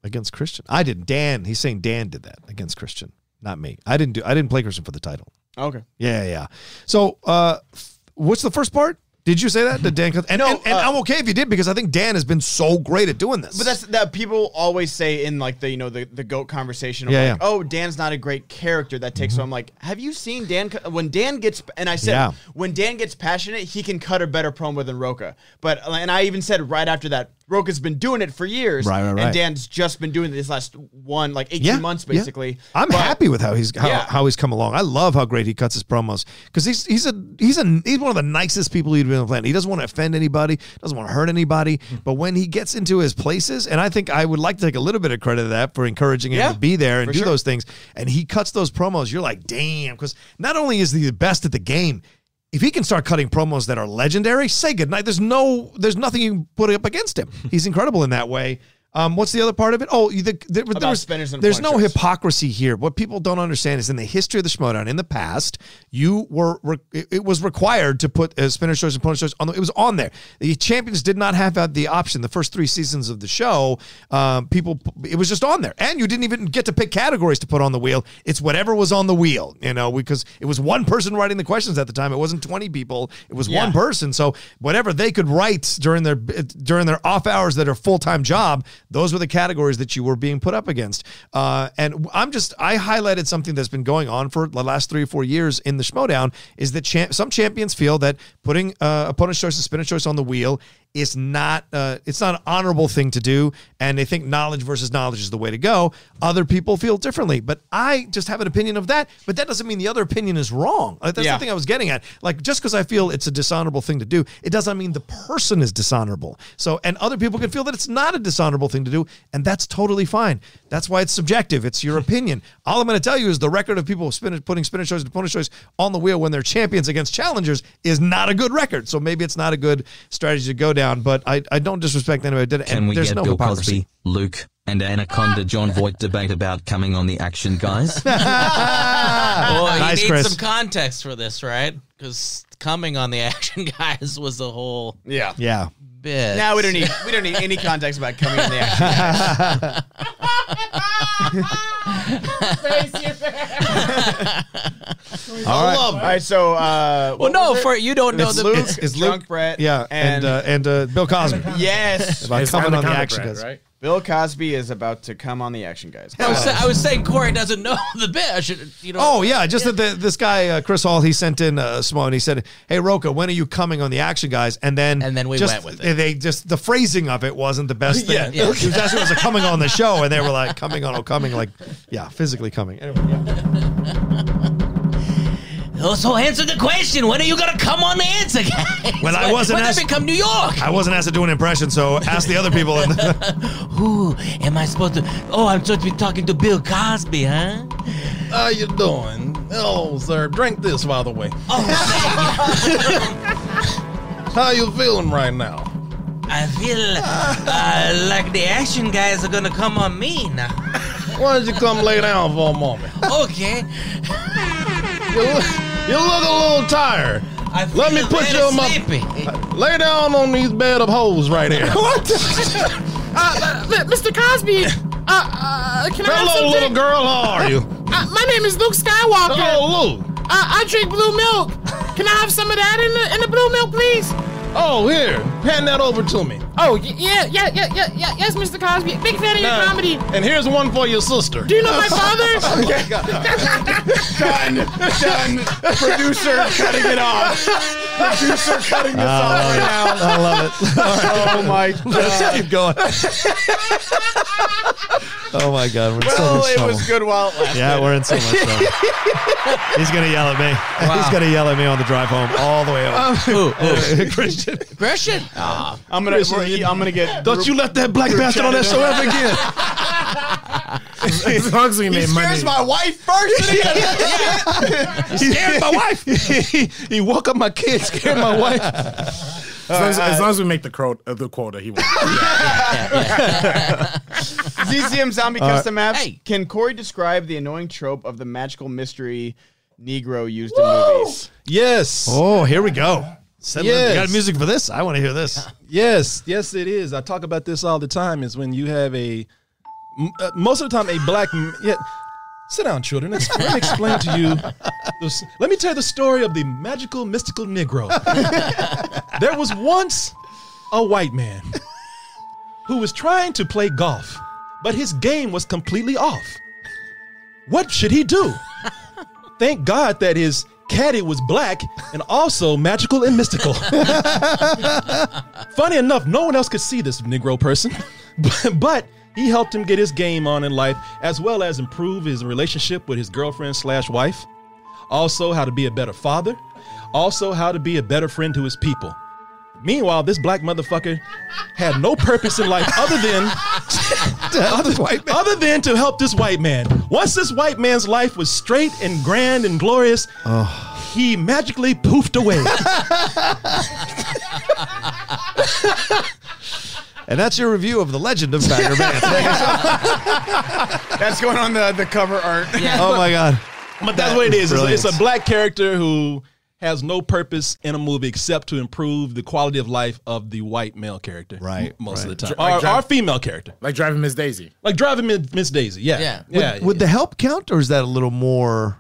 against Christian. I didn't. Dan, he's saying Dan did that against Christian, not me. I didn't do. I didn't play Christian for the title.
Okay.
Yeah, yeah, yeah. So, uh, f- what's the first part? Did you say that? Did Dan? And, and, and I'm okay if you did because I think Dan has been so great at doing this.
uh, But that's that people always say in like the you know the, the goat conversation. Of
Yeah,
like,
yeah. Mm-hmm.
Oh, Dan's not a great character. That takes. So I'm like, have you seen Dan? cu- When Dan gets and I said
Yeah.
when Dan gets passionate, he can cut a better promo than Roca. But uh, and I even said right after that, Roca's been doing it for years,
Right, right,
And
right.
Dan's just been doing it this last one like 18
Yeah,
months
yeah.
basically.
I'm
But-
happy with how he's how,
Yeah.
how he's come along. I love how great he cuts his promos because he's he's a he's a he's one of the nicest people you'd be on the planet. He doesn't want to offend anybody, doesn't want to hurt anybody.
Hmm.
But when he gets into his places, and I think I would like to take a little bit of credit of that for encouraging him
Yeah,
to be there and
for
do
sure.
those things. And he cuts those promos. You're like, damn, because not only is he the best at the game. if he can start cutting promos that are legendary, say goodnight. There's no, there's nothing you can put up against
[LAUGHS]
him. He's incredible in that way. Um, what's the other part of it? Oh, you- the, the,
About
there was-
spinners and
there's no
punch-outs.
hypocrisy here. What people don't understand is in the history of the Schmodown, in the past, you were re- it it was required to put uh, spinner shows and punch shows on. The, it was on there. The champions did not have that- the option. The first three seasons of the show, um, people it was just on there, and you didn't even get to pick categories to put on the wheel. It's whatever was on the wheel, you know, because it was one person writing the questions at the time. It wasn't twenty people. It was
Yeah.
one person. So whatever they could write during their during their off hours that are full time job, those were the categories that you were being put up against. Uh, and I'm just I highlighted something that's been going on for the last three or four years in the Schmodown is that champ- some champions feel that putting uh, opponent's choice and spinner's choice on the wheel is not uh, it's not an honorable thing to do, and they think knowledge versus knowledge is the way to go. Other people feel differently, but I just have an opinion of that. But that doesn't mean the other opinion is wrong. Like, that's
Yeah.
the thing I was getting at. Like just because I feel it's a dishonorable thing to do, it doesn't mean the person is dishonorable. So and other people can feel that it's not a dishonorable thing to do, and that's totally fine. That's why it's subjective. It's your opinion. All I'm going to tell you is the record of people spin, putting spinach choice and opponent choice on the wheel when they're champions against challengers is not a good record. So maybe it's not a good strategy to go down. But I, I don't disrespect anybody who did it.
Can
and
we
there's
get
no
Bill
hypocrisy.
Cosby, Luke, and Anaconda John Voight debate about coming on the action, guys?
Well, you
Nice,
need
Chris.
Oh, some context for this, right? Because coming on the [LAUGHS] action guys was the whole
yeah
Yeah.
bit.
Now we don't need we don't need any context about coming in the
[LAUGHS]
action.
All right.
All right. So, uh,
Well,
what
no,
was it?
for you don't know
It's
the
Luke.
it's-
It's
Drunk
Luke.
Brett.
Yeah, and
and,
uh, and uh, Bill Cosby.
yes,
About coming on the action guys.
[LAUGHS]
Bill Cosby is about to come on the action guys.
I was, I was saying Corey doesn't know [LAUGHS] the bit. I should, you know.
Oh yeah, just that the, this guy uh, Chris Hall he sent in uh, Simone. He said, "Hey Roca, when are you coming on the action guys?" And then and then
we
just,
went with
it. They just the phrasing of it wasn't the best thing.
Yeah. Yeah.
He was asking, "Was it coming on the show?" And they were like, "Coming on, oh coming, like yeah, physically coming." Anyway, yeah.
So answer the question. When are you gonna come on the answer guys?
When I wasn't
when
asked-
I become New York.
I wasn't asked to do an impression, so ask the other people. And
[LAUGHS]
Who am I supposed to? Oh, I'm supposed to be talking to Bill Cosby, huh?
[LAUGHS] How you doing? Oh, sir, drink this, by the way.
Oh,
How you feeling right now?
I feel uh, like the action guys are gonna come on me now.
Why don't you come lay down for a moment?
Okay.
You look, you look a little tired.
I
Let me
feel
put
very
you in my [LAUGHS]
sleepy.
lay down on these bed of holes
[LAUGHS]
right here.
what?
Uh, uh, Mr. Cosby, uh, uh, can I have
Hello,
something?
little girl. How are you?
Uh, my name is Luke Skywalker.
Hello, Luke.
Uh, I drink blue milk. Can I have some of that in the in the blue milk, please?
Oh, here. Hand that over to me.
Oh, y- yeah, yeah, yeah, yeah, yeah, yes, Mr. Cosby. Big fan of your
Now,
comedy.
And here's one for your sister. Oh,
Do you know my
[LAUGHS]
father?
Okay. done, done. Producer cutting it off. Producer cutting
[LAUGHS]
this off right now.
I
[LAUGHS]
love it.
Oh my
[LAUGHS] Let's
god.
keep going. [LAUGHS] oh my god, we're in
Well,
so much
it
trouble.
was good while it lasted.
Yeah, we're in so much
[LAUGHS]
trouble. He's gonna yell at me. He's gonna yell at me on the drive home all the way home.
Oh,
Who? Who? [LAUGHS]
[LAUGHS]
Christian.
Christian?
I'm gonna. we're- I'm gonna get.
Don't
[LAUGHS]
you let that black bastard on that
[LAUGHS]
show ever again.
Huxley
He
made
scares my wife first.
[LAUGHS]
and he does that shit.
He scared my wife. he, [LAUGHS] he woke up my kids, scared my [LAUGHS] wife.
As long as, as long as we make the quote, uh, the quota, he [LAUGHS] won't.
ZCM Zombie Custom Maps.
Hey.
Can Corey describe the annoying trope of the magical mystery Negro used in movies?
Yes.
Oh, here we go. Settle in.
Yes.
You got music for this? I want to hear this.
Yes, yes, it is. I talk about this all the time. Is when you have a m- uh, most of the time a black. m- Yeah, sit down, children. Let's- Let me explain to you. this- let me tell you the story of the magical, mystical Negro. [LAUGHS] there was once a white man who was trying to play golf, but his game was completely off. What should he do? Thank God that his caddy was black and also magical and mystical. [LAUGHS] Funny enough, no one else could see this Negro person, [LAUGHS] but, but he helped him get his game on in life, as well as improve his relationship with his girlfriend slash wife. Also, how to be a better father. Also, how to be a better friend to his people. Meanwhile, this black motherfucker had no purpose in life other than other, other than to help this white man. Once this white man's life was straight and grand and glorious,
he magically poofed away.
[LAUGHS] And that's your review of The Legend of [LAUGHS] Bagger Vance.
That's going on the, the cover art.
Uh,
Oh my God.
But that's
That
what it
is
is. It's a,
brilliant.
it's a black character who has no purpose in a movie except to improve the quality of life of the white male character.
Right,
Most
right.
of the time.
Like
Or,
Drive-
or female character.
Like driving Miss Daisy.
Like driving Miss Miss Daisy. Yeah.
Yeah.
Yeah. yeah,
would would the help count, or is that a little more?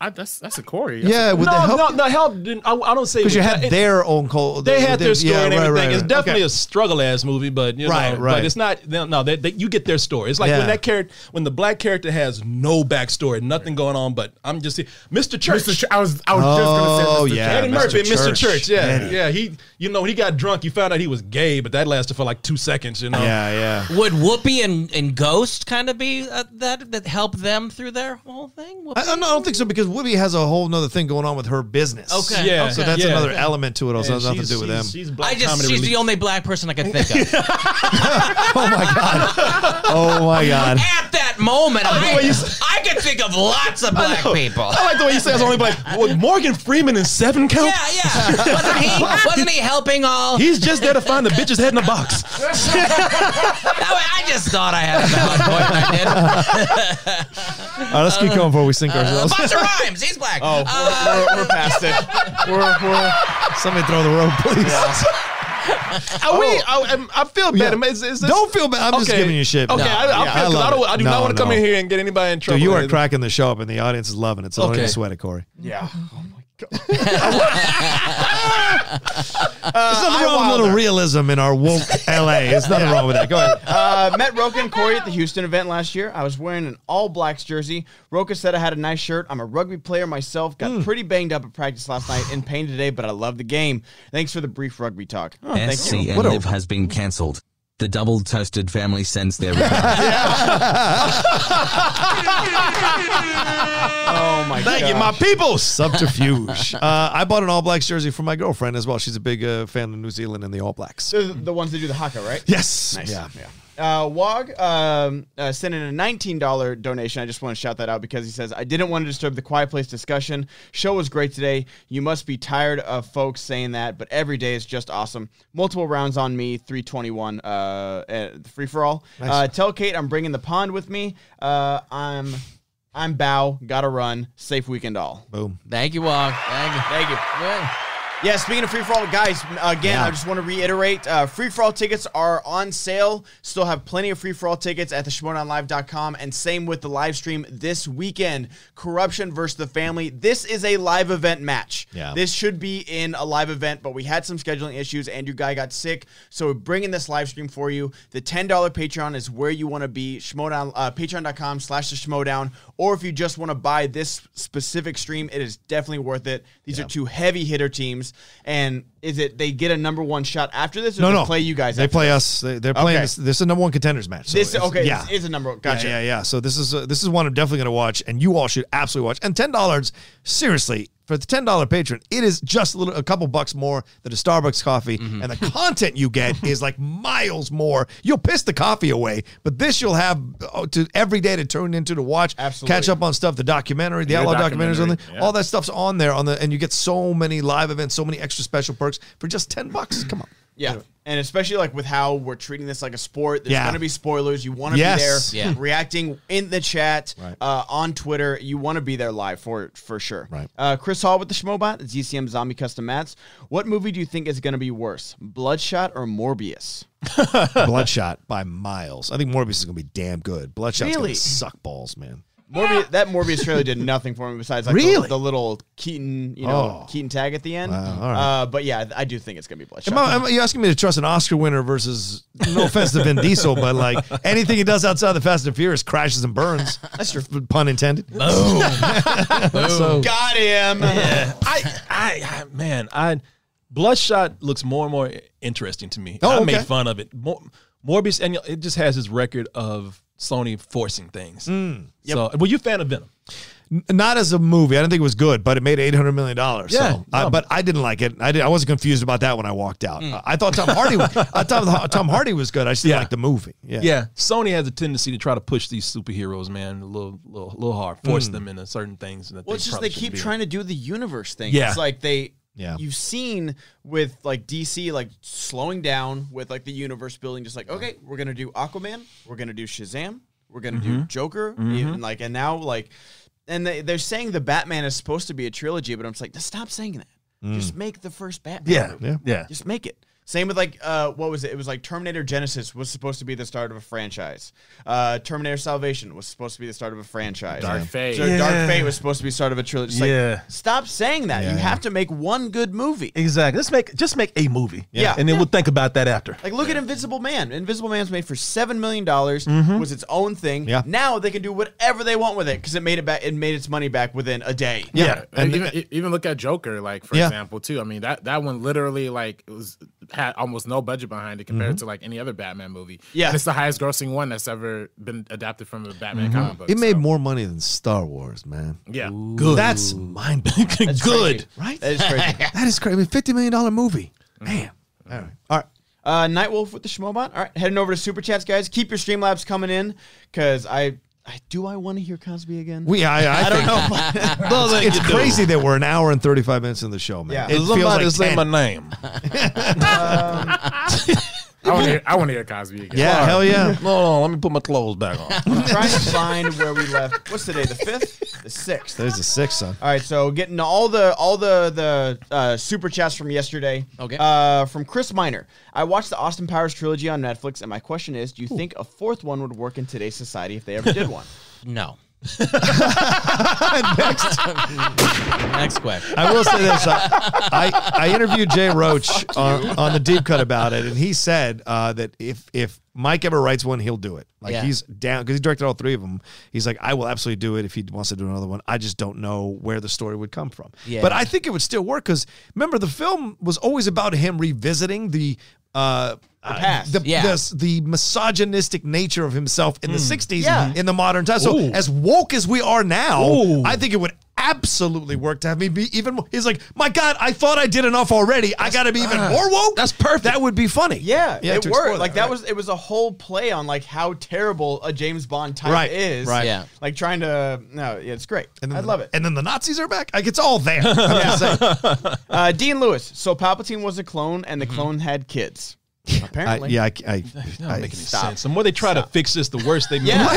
I, that's that's a Corey.
Yeah, would the
no,
help?
no, no, help didn't. I, I don't say
Because you
it-
had
it-
their own cold.
They had their story and everything. It's definitely
a
a struggle ass movie, but you know,
Right, right.
But it's not. No, no, they, they, you get their story. It's like
Yeah.
when that character, when the black character has no backstory, nothing going on, but I'm just here. Mr. Church.
Mr. Ch- I was I was just
Oh,
gonna say Mr.
yeah.
Church.
Eddie
Mr.
Murphy, and Mr.
Church.
Church, yeah,
Man.
yeah. He, you know, when he got drunk, you found out he was gay, but that lasted for like two seconds. You know,
Yeah, yeah.
Would Whoopi and, and Ghost kind of be uh, that that help them through their whole thing? Whoopi?
I, I don't- I don't think so because Whoopi has a whole nother thing going on with her business.
Okay.
yeah.
okay.
So that's
Yeah.
another element to it. Also,
And
has nothing to
she's-
do with them.
she's- She's black
I just
comedy
she's
relief.
the only black person I could
[LAUGHS]
think of.
Oh my god. Oh my god.
At that moment, I, I could think of lots of black people.
I like the way you say it's only black. Well, Morgan Freeman in Seven Count.
Yeah, yeah. Wasn't he? Wasn't he helping all?
He's just there to find the bitch's head in a box.
I I just thought I had a valid point. and I did.
All
[LAUGHS]
right, let's keep going before we
Uh,
sink ourselves.
Buster Rhymes, he's black. Uh,
Oh, we're, we're, we're past it. We're, we're,
Somebody throw the rope, please.
Are Oh, we? I, I'm- I feel
Yeah.
bad. Is, is this,
Don't feel bad. I'm just
Okay.
giving you shit.
Okay,
man.
I, I,
Yeah,
feel, 'cause
love
I, don't,
it.
I do
No,
not want
no.
to come in here and get anybody in trouble.
Dude, you
or
are
anything.
cracking the show up, and the audience is loving it. So don't
Okay.
even sweat it, Corey.
yeah. Oh my god.
Uh,
There's nothing wrong with a little realism in our woke LA. There's nothing wrong with that. Go ahead.
uh, met Roka and Corey at the Houston event last year. I was wearing an all blacks jersey. Roka said I had a nice shirt. I'm a rugby player myself.
Hmm.
Got pretty banged up at practice last night and pain today, but I love the game. Thanks for the brief rugby talk. Oh, Thank you.
SCN Live has been cancelled. The double toasted family sends
[LAUGHS]
their regards.
[LAUGHS]
Oh my
Thank you,
gosh.
my peoples.
Subterfuge. [LAUGHS] Uh, I bought an All Blacks jersey for my girlfriend as well. She's a big uh, fan of New Zealand and the All Blacks.
So the, the ones that do the haka, right?
Yes.
Nice.
Yeah.
Yeah. Uh, Wog um, uh, sent in a $19 donation. I just want to shout that out because he says, I didn't want to disturb the Quiet Place discussion. Show was great today. You must be tired of folks saying that, but every day is just awesome. Multiple rounds on me, 321 uh, uh, free for all. Uh, tell Kate I'm bringing the pond with me. Uh, I'm I'm Bow. Gotta run. Safe weekend all.
Boom.
Thank you, Wong. Thank you.
Thank you.
Good.
Yeah, speaking of free for all, guys, again, I just want to reiterate uh, free for all tickets are on sale. Still have plenty of free for all tickets at theshmononlive.com. And same with the live stream this weekend Corruption versus the Family. This is a live event match.
Yeah.
This should be in a live event, but we had some scheduling issues. Andrew Guy got sick. So we're bringing this live stream for you. The $10 Patreon is where you want to be. Schmodown, uh, patreon.com slash the Schmodown. Or if you just want to buy this specific stream, it is definitely worth it. These are two heavy hitter teams. And is it they get a number one shot after this or
No,
they
no.
play you guys?
They
after
play
this?
us. They, they're playing.
Okay.
This, this is a number one contenders match. So
This
it's-
okay,
Yeah.
this is a number one. Gotcha.
Yeah, yeah, yeah. So this is uh, this is one I'm definitely going to watch, and you all should absolutely watch. And ten dollars, seriously, for the ten dollar patron, it is just a little, a couple bucks more than a Starbucks coffee,
Mm-hmm.
and the content you get is like miles more. You'll piss the coffee away, but this you'll have uh, to every day to tune into to watch,
Absolutely.
catch up on stuff, the documentary, the
Your
outlaw documentary,
documentary,
something.
yeah.
all that stuff's on there on the, and you get so many live events, so many extra special perks for just ten bucks. Come on.
Yeah. And especially like with how we're treating this like a sport, there's
Yeah.
going to be spoilers. You want to
Yes.
be there,
Yeah.
reacting in the chat, uh, on Twitter. You want to be there live for for sure.
Right.
Uh, Chris Hall with the Schmobot, ZCM Zombie Custom Mats. What movie do you think is going to be worse, Bloodshot or Morbius?
[LAUGHS]
Bloodshot by miles. I think Morbius is going to be damn good. Bloodshot's going
Really?
to suck balls, man.
Morbius. That Morbius trailer did nothing for me besides like
Really?
the, the little Keaton, you know,
Oh.
Keaton tag at the end.
Wow, all right.
uh, but yeah, I do think it's going to be Bloodshot.
Am I, am- you asking me to trust an Oscar winner versus no offense to Vin Diesel, but like anything he does outside the Fast and Furious crashes and
[LAUGHS]
burns. That's your pun intended.
Got him.
[LAUGHS] I, I, I, man, I. Bloodshot looks more and more interesting to me.
Oh,
I
okay.
made fun of it. Mor- Morbius, and it just has this record of Sony forcing things.
Mm.
So, were you a fan of Venom?
N- Not as a movie. I didn't think it was good, but it made eight hundred million dollars.
Yeah,
so, I,
no. Hmm.
but I didn't like it. I did, I wasn't confused about that when I walked out. I- I thought Tom Hardy. I thought Tom Hardy was good. I just didn't like the movie. Yeah.
Yeah. Sony has a tendency to try to push these superheroes, man, a little, little, little hard, force
Mm.
them into certain things. That
Well, it's just they keep trying to do the universe thing.
Yeah.
It's like they
Yeah.
you've seen with like DC like slowing down with like the universe building just like
Mm-hmm.
okay, we're going to do Aquaman, we're going to do Shazam, we're going to do
Mhm.
Joker
Mhm.
and like and now like and they they're saying the Batman is supposed to be a trilogy, but I'm just like stop saying that.
Mm.
Just make the first Batman.
Yeah,
movie.
yeah, yeah.
Just make it. Same with like uh, what was it? It was like Terminator Genesis was supposed to be the start of a franchise. Uh, Terminator Salvation was supposed to be the start of a franchise.
Dark Damn. Fate.
So Dark
Yeah.
Fate was supposed to be start of a trilogy. It's like,
Yeah.
stop saying that.
Yeah.
You have to make one good movie.
Exactly. Let's [LAUGHS] make just make a movie.
Yeah.
And then we'll think about that after.
Like look at Invisible Man. Invisible Man's made for seven million dollars.
Mhm.
Was its own thing.
Yeah.
Now they can do whatever they want with it because it made it back. It made its money back within a day.
and even, e- even look at Joker, like for
Yeah.
example, too. I mean that that one literally like it was had almost no budget behind it compared
Mhm.
to like any other Batman movie.
Yeah.
and it's the highest grossing one that's ever been adapted from a Batman
Mhm.
comic book.
It made more money than Star Wars, man.
Yeah. Ooh.
good. That's mind blowing. Good, right?
That is crazy.
that is crazy. I mean, Fifty million dollar movie. Man. Mm. All right. All right.
Uh, Nightwolf with the Schmobot. All right, heading over to Super Chats, guys. Keep your Streamlabs coming in because I, I do I want to hear Cosby again?
We, I, I,
don't know.
[LAUGHS] know. it's crazy that we're an hour and thirty-five minutes into the show, man.
Yeah.
It
Somebody
feels like
say
10.
my name.
[LAUGHS]
I want to hear, I wanna hear Cosby again.
Yeah,
Sorry.
hell [LAUGHS]
[LAUGHS]
yeah.
No, no, let me put my clothes back on.
I'm [LAUGHS] trying to find where we left. What's today? The fifth, the sixth.
There's a six son.
All right, so getting all the all the the uh, super chats from yesterday. Okay. Uh, from Chris Miner, I watched the Austin Powers trilogy on Netflix, and my question is: Do you think a fourth one would work in today's society if they ever [LAUGHS] did one?
No.
Next.
Next question.
I will say this. I, I, I interviewed Jay Roach on, on the deep cut about it, and he said uh, that if if Mike ever writes one, he'll do it. Like
Yeah.
he's down because he directed all three of them. He's like, I will absolutely do it if he wants to do another one. I just don't know where the story would come from.
Yeah.
But I think it would still work because remember the film was always about him revisiting the. Uh, uh,
past.
the,
Yeah.
the the misogynistic nature of himself in the
Mm.
60s
Yeah.
in the modern time. So
Ooh.
as woke as we are now,
Ooh.
I think it would absolutely work to have me be even more. He's like, my God, I thought I did enough already. I got to be even more woke. That's perfect. That would be funny.
Yeah, it
to explore
worked. Like that
right.
was it was a whole play on like how terrible a James Bond type
Right,
is.
right. Yeah.
Like trying to no, yeah, it's great. I love it.
And then the Nazis are back. Like it's all
[LAUGHS]
there. I'm just saying.
Uh, Dean Lewis. So Palpatine was a clone, and the clone had kids.
[LAUGHS]
Apparently,
I- yeah, I, c-
[LAUGHS]
I-
That
I-
don't make any sense. The more they try to fix this, the worse they make
Yeah.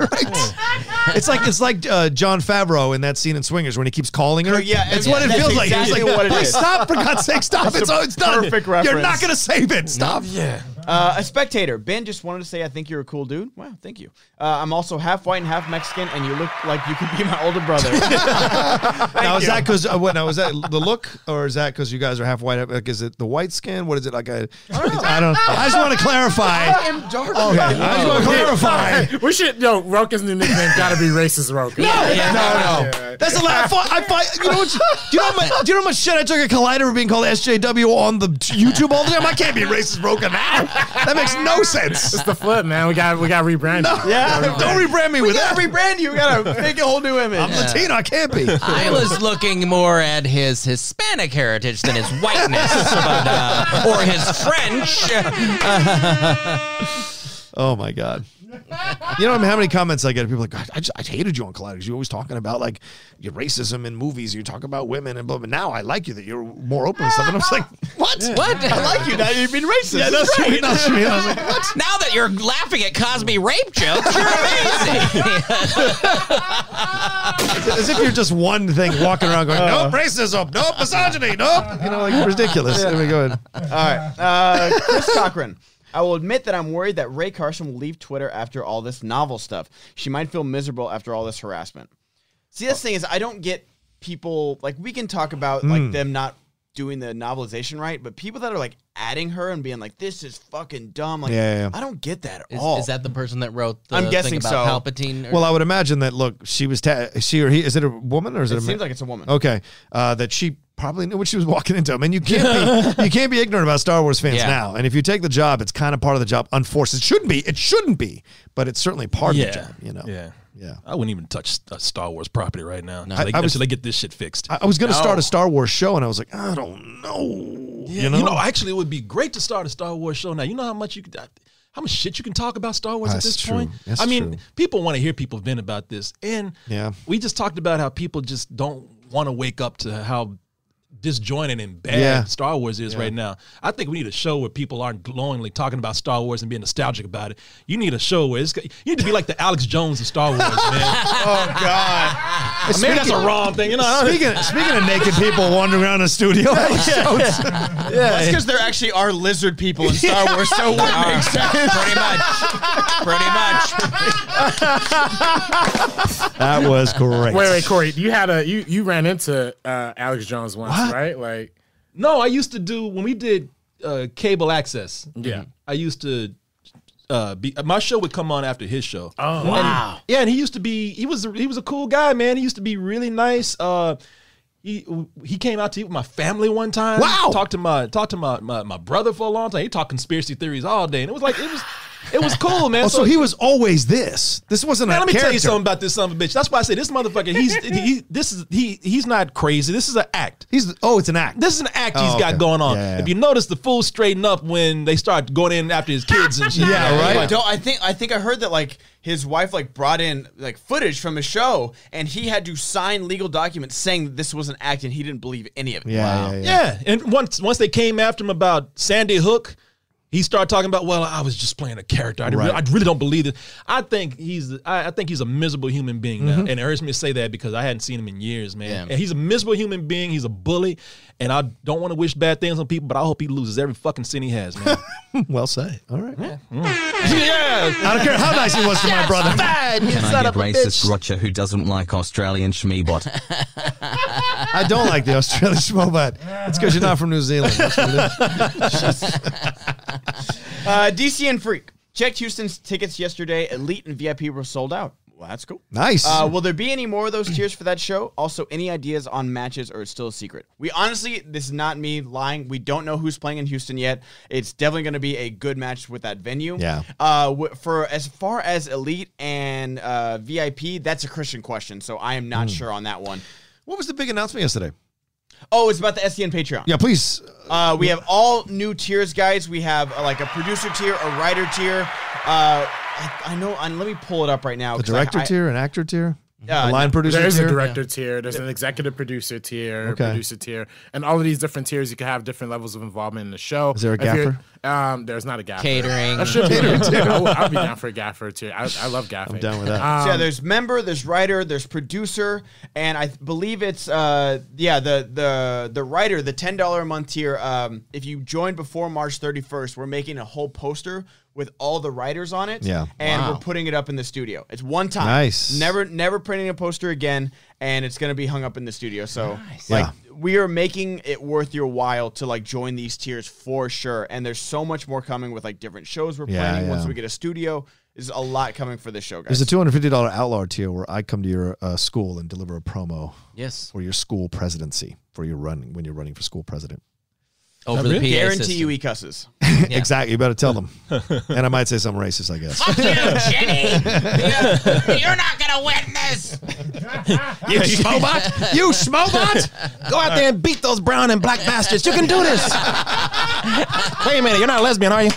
it.
[LAUGHS] it's like it's like uh, John Favreau in that scene in Swingers when he keeps calling her.
Yeah,
it's
yeah,
what it
that's
feels like. He's
exactly
like,
what it
"Like,
is."
stop for God's sake, stop!
That's
it's
a
oh, it's done.
perfect
You're
reference.
not gonna save it. Stop.
Yeah.
Uh, a spectator, Ben just wanted to say, I think you're a cool dude. Wow, thank you. Uh, I'm also half white and half Mexican, and you look like you could be my
[LAUGHS]
older brother.
Now is that because uh, what? Now is [LAUGHS] that the look, or is that because you guys are half white? Like, is it the white skin? What is it like? I, I don't. I just want to clarify. [LAUGHS]
I am dark.
Okay, I just want to [LAUGHS] clarify.
we should. Yo, Roka's new nickname's got to be racist Roka.
[LAUGHS] No, no, that's a lie. I fought. I fought. You know what? Do you know how much? Do you know how much shit I took at Collider for being called SJW on the YouTube all the time? I can't be racist broken now. That makes no sense.
It's the flip, man. We got we got rebranded.
Yeah,
Don't rebrand me
we
with that.
gotta rebrand you. We gotta make a whole new image.
I'm Latino. I can't [LAUGHS] be.
I was looking more at his Hispanic heritage than his whiteness, [LAUGHS] but, uh, or his French.
Oh my god. You know how many comments I get? People are like, "God, I just I hated you on Collider because you're always talking about like your racism in movies. You talk about women and blah. But now I like you that you're more open and stuff. And I was like, [LAUGHS] what?
What?
I like you now. You've been racist.
Yeah, that's me. That's me. I was like, what?
Now that you're laughing at Cosby rape jokes, [LAUGHS] you're amazing.
As if you're just one thing walking around going, nope, racism, nope, misogyny, nope. Uh. You know, like ridiculous. There we go. ahead.
All right. Uh, Chris Cochran. I will admit that I'm worried that Ray Carson will leave Twitter after all this novel stuff. She might feel miserable after all this harassment. See, that's the thing is, I don't get people like we can talk about like
Mm.
them not doing the novelization right, but people that are like adding her and being like, "This is fucking dumb." Like,
Yeah, yeah, yeah.
I don't get that at
is,
all.
is that the person that wrote the
Oh. I'm guessing
thing about
so.
Palpatine? or-
Well, I would imagine that. Look, she was ta- she or he. Is it a woman or is it?
it
a man?
seems like it's a woman.
Okay, uh, that she probably knew what she was walking into. I mean, you can't
[LAUGHS]
be you can't be ignorant about Star Wars fans
Yeah.
now. And if you take the job, it's kind of part of the job. Unforced, it shouldn't be. It shouldn't be, but it's certainly part
yeah.
of the job. You know.
Yeah.
Yeah.
I wouldn't even touch a Star Wars property right now.
No.
until, they,
I- I was-
until they get this shit fixed.
I, I was going to
No.
start a Star Wars show, and I was like, I don't know.
Yeah,
you know.
actually, it would be great to start a Star Wars show now. You know how much you could, how much shit you can talk about Star Wars
That's
at this
true.
point.
That's
I mean,
true.
people want to hear people vent about this, and
Yeah.
we just talked about how people just don't want to wake up to how disjointed and bad
Yeah.
Star Wars is
Yeah.
right now. I think we need a show where people aren't glowingly talking about Star Wars and being nostalgic about it. You need a show where it's you need to be like the Alex Jones of Star
[LAUGHS]
Wars, man. oh God, maybe that's a
Speaking-
wrong thing. You know, I don't-
Speaking speaking of naked people wandering around the studio,
[LAUGHS]
Alex Jones.
That's because there actually are lizard people in Star [LAUGHS] Wars, so it would make sense. Pretty much. Pretty much.
That was great.
Wait, wait, Corey, you had a you you ran into uh, Alex Jones once, right? Like,
No, I used to do when we did uh, cable access.
Yeah.
I used to. Uh, be, my show would come on after his show. Oh
Wow.
yeah, and he used to be he was he was a cool guy, man. He used to be really nice. Uh, he he came out to eat with my family one time.
Wow.
Talked to my talked to my, my my brother for a long time. He talked conspiracy theories all day, and it was like it was it was
[LAUGHS]
cool, man.
Oh, so, he was always this. This wasn't
Man,
a
let me
character.
tell you something about this son of a bitch. That's why I say this motherfucker. He's he, this is he he's not crazy. This is an act.
He's oh, it's an act.
This is an act
Oh,
he's got
okay.
going on.
Yeah, yeah,
If you notice, the fools straighten up when they start going in after his kids
[LAUGHS]
and shit.
I, don't- I think I think I heard that like his wife like brought in like footage from his show, and he had to sign legal documents saying that this was an act, and he didn't believe any of it.
yeah, And once once they came after him about Sandy Hook, he started talking about, well, I was just playing a character. I, didn't
Right.
really, I really don't believe it. I think he's I, I think he's a miserable human being now.
Mhm.
And it hurts me to say that because I hadn't seen him in years, man.
Yeah.
And he's a miserable human being. He's a bully. And I don't want to wish bad things on people, but I hope he loses every fucking sin he has, man.
well said. All right.
[LAUGHS]
yeah.
I don't care how nice he was to my brother.
Can I get racist Roger who doesn't like Australian schmeebot?
I don't like the Australian [LAUGHS] Schmobat. It's because you're not from New Zealand. That's what it is.
[LAUGHS] Uh, DC and Freak checked Houston's tickets yesterday. Elite and VIP were sold out. Well, that's cool.
Nice.
Uh, will there be any more of those tiers for that show? Also, any ideas on matches, or it's still a secret? We honestly, this is not me lying. We don't know who's playing in Houston yet. It's definitely going to be a good match with that venue.
Yeah.
Uh, w- for as far as elite and uh, VIP, that's a Christian question, so I am
Hmm.
not sure on that one.
What was the big announcement yesterday?
Oh, it's about the SDN Patreon.
Yeah, please.
Uh, we have all new tiers, guys. We have uh, like a producer tier, a writer tier. Uh, I, I know. And let me pull it up right now.
A
'cause I-
director
I-
tier, an actor tier, a
Yeah,
line producer
There's
tier.
a director tier. There's an executive producer tier,
Okay.
producer tier, and all of these different tiers. You can have different levels of involvement in the show.
Is there a
If you're-
gaffer?
Um, there's not a gaffer.
Catering.
[LAUGHS] I should be.
[LAUGHS]
Catering tier.
I would, I would be down for a gaffer tier. I, I love gaffing.
I'm down with that.
So, yeah,
Um,
there's member, there's writer, there's producer, and I th- believe it's uh yeah the the the writer the ten dollar a month tier. Um, if you join before March 31st, we're making a whole poster with all the writers on it.
Yeah.
and
Wow.
we're putting it up in the studio. It's one time.
Nice.
Never never printing a poster again, and it's gonna be hung up in the studio. So like
Yeah.
we are making it worth your while to like join these tiers for sure. And there's so much more coming with like different shows we're
Yeah,
planning once
yeah.
we get a studio. There's a lot coming for this show, guys.
There's a two hundred fifty dollar outlaw tier where I come to your uh, school and deliver a promo.
Yes.
For your school presidency, for your running when you're running for school president.
Over the PA
Guarantee
system.
you he cusses.
Exactly. You better tell
[LAUGHS]
them. and I might say something racist, I guess.
Fuck
[LAUGHS]
you, Jenny. You're, you're not gonna win this.
[LAUGHS] You schmobot! You schmobot! Go out there and beat those brown and black bastards. You can do this.
Wait a minute, you're not a
[LAUGHS]
lesbian, are you?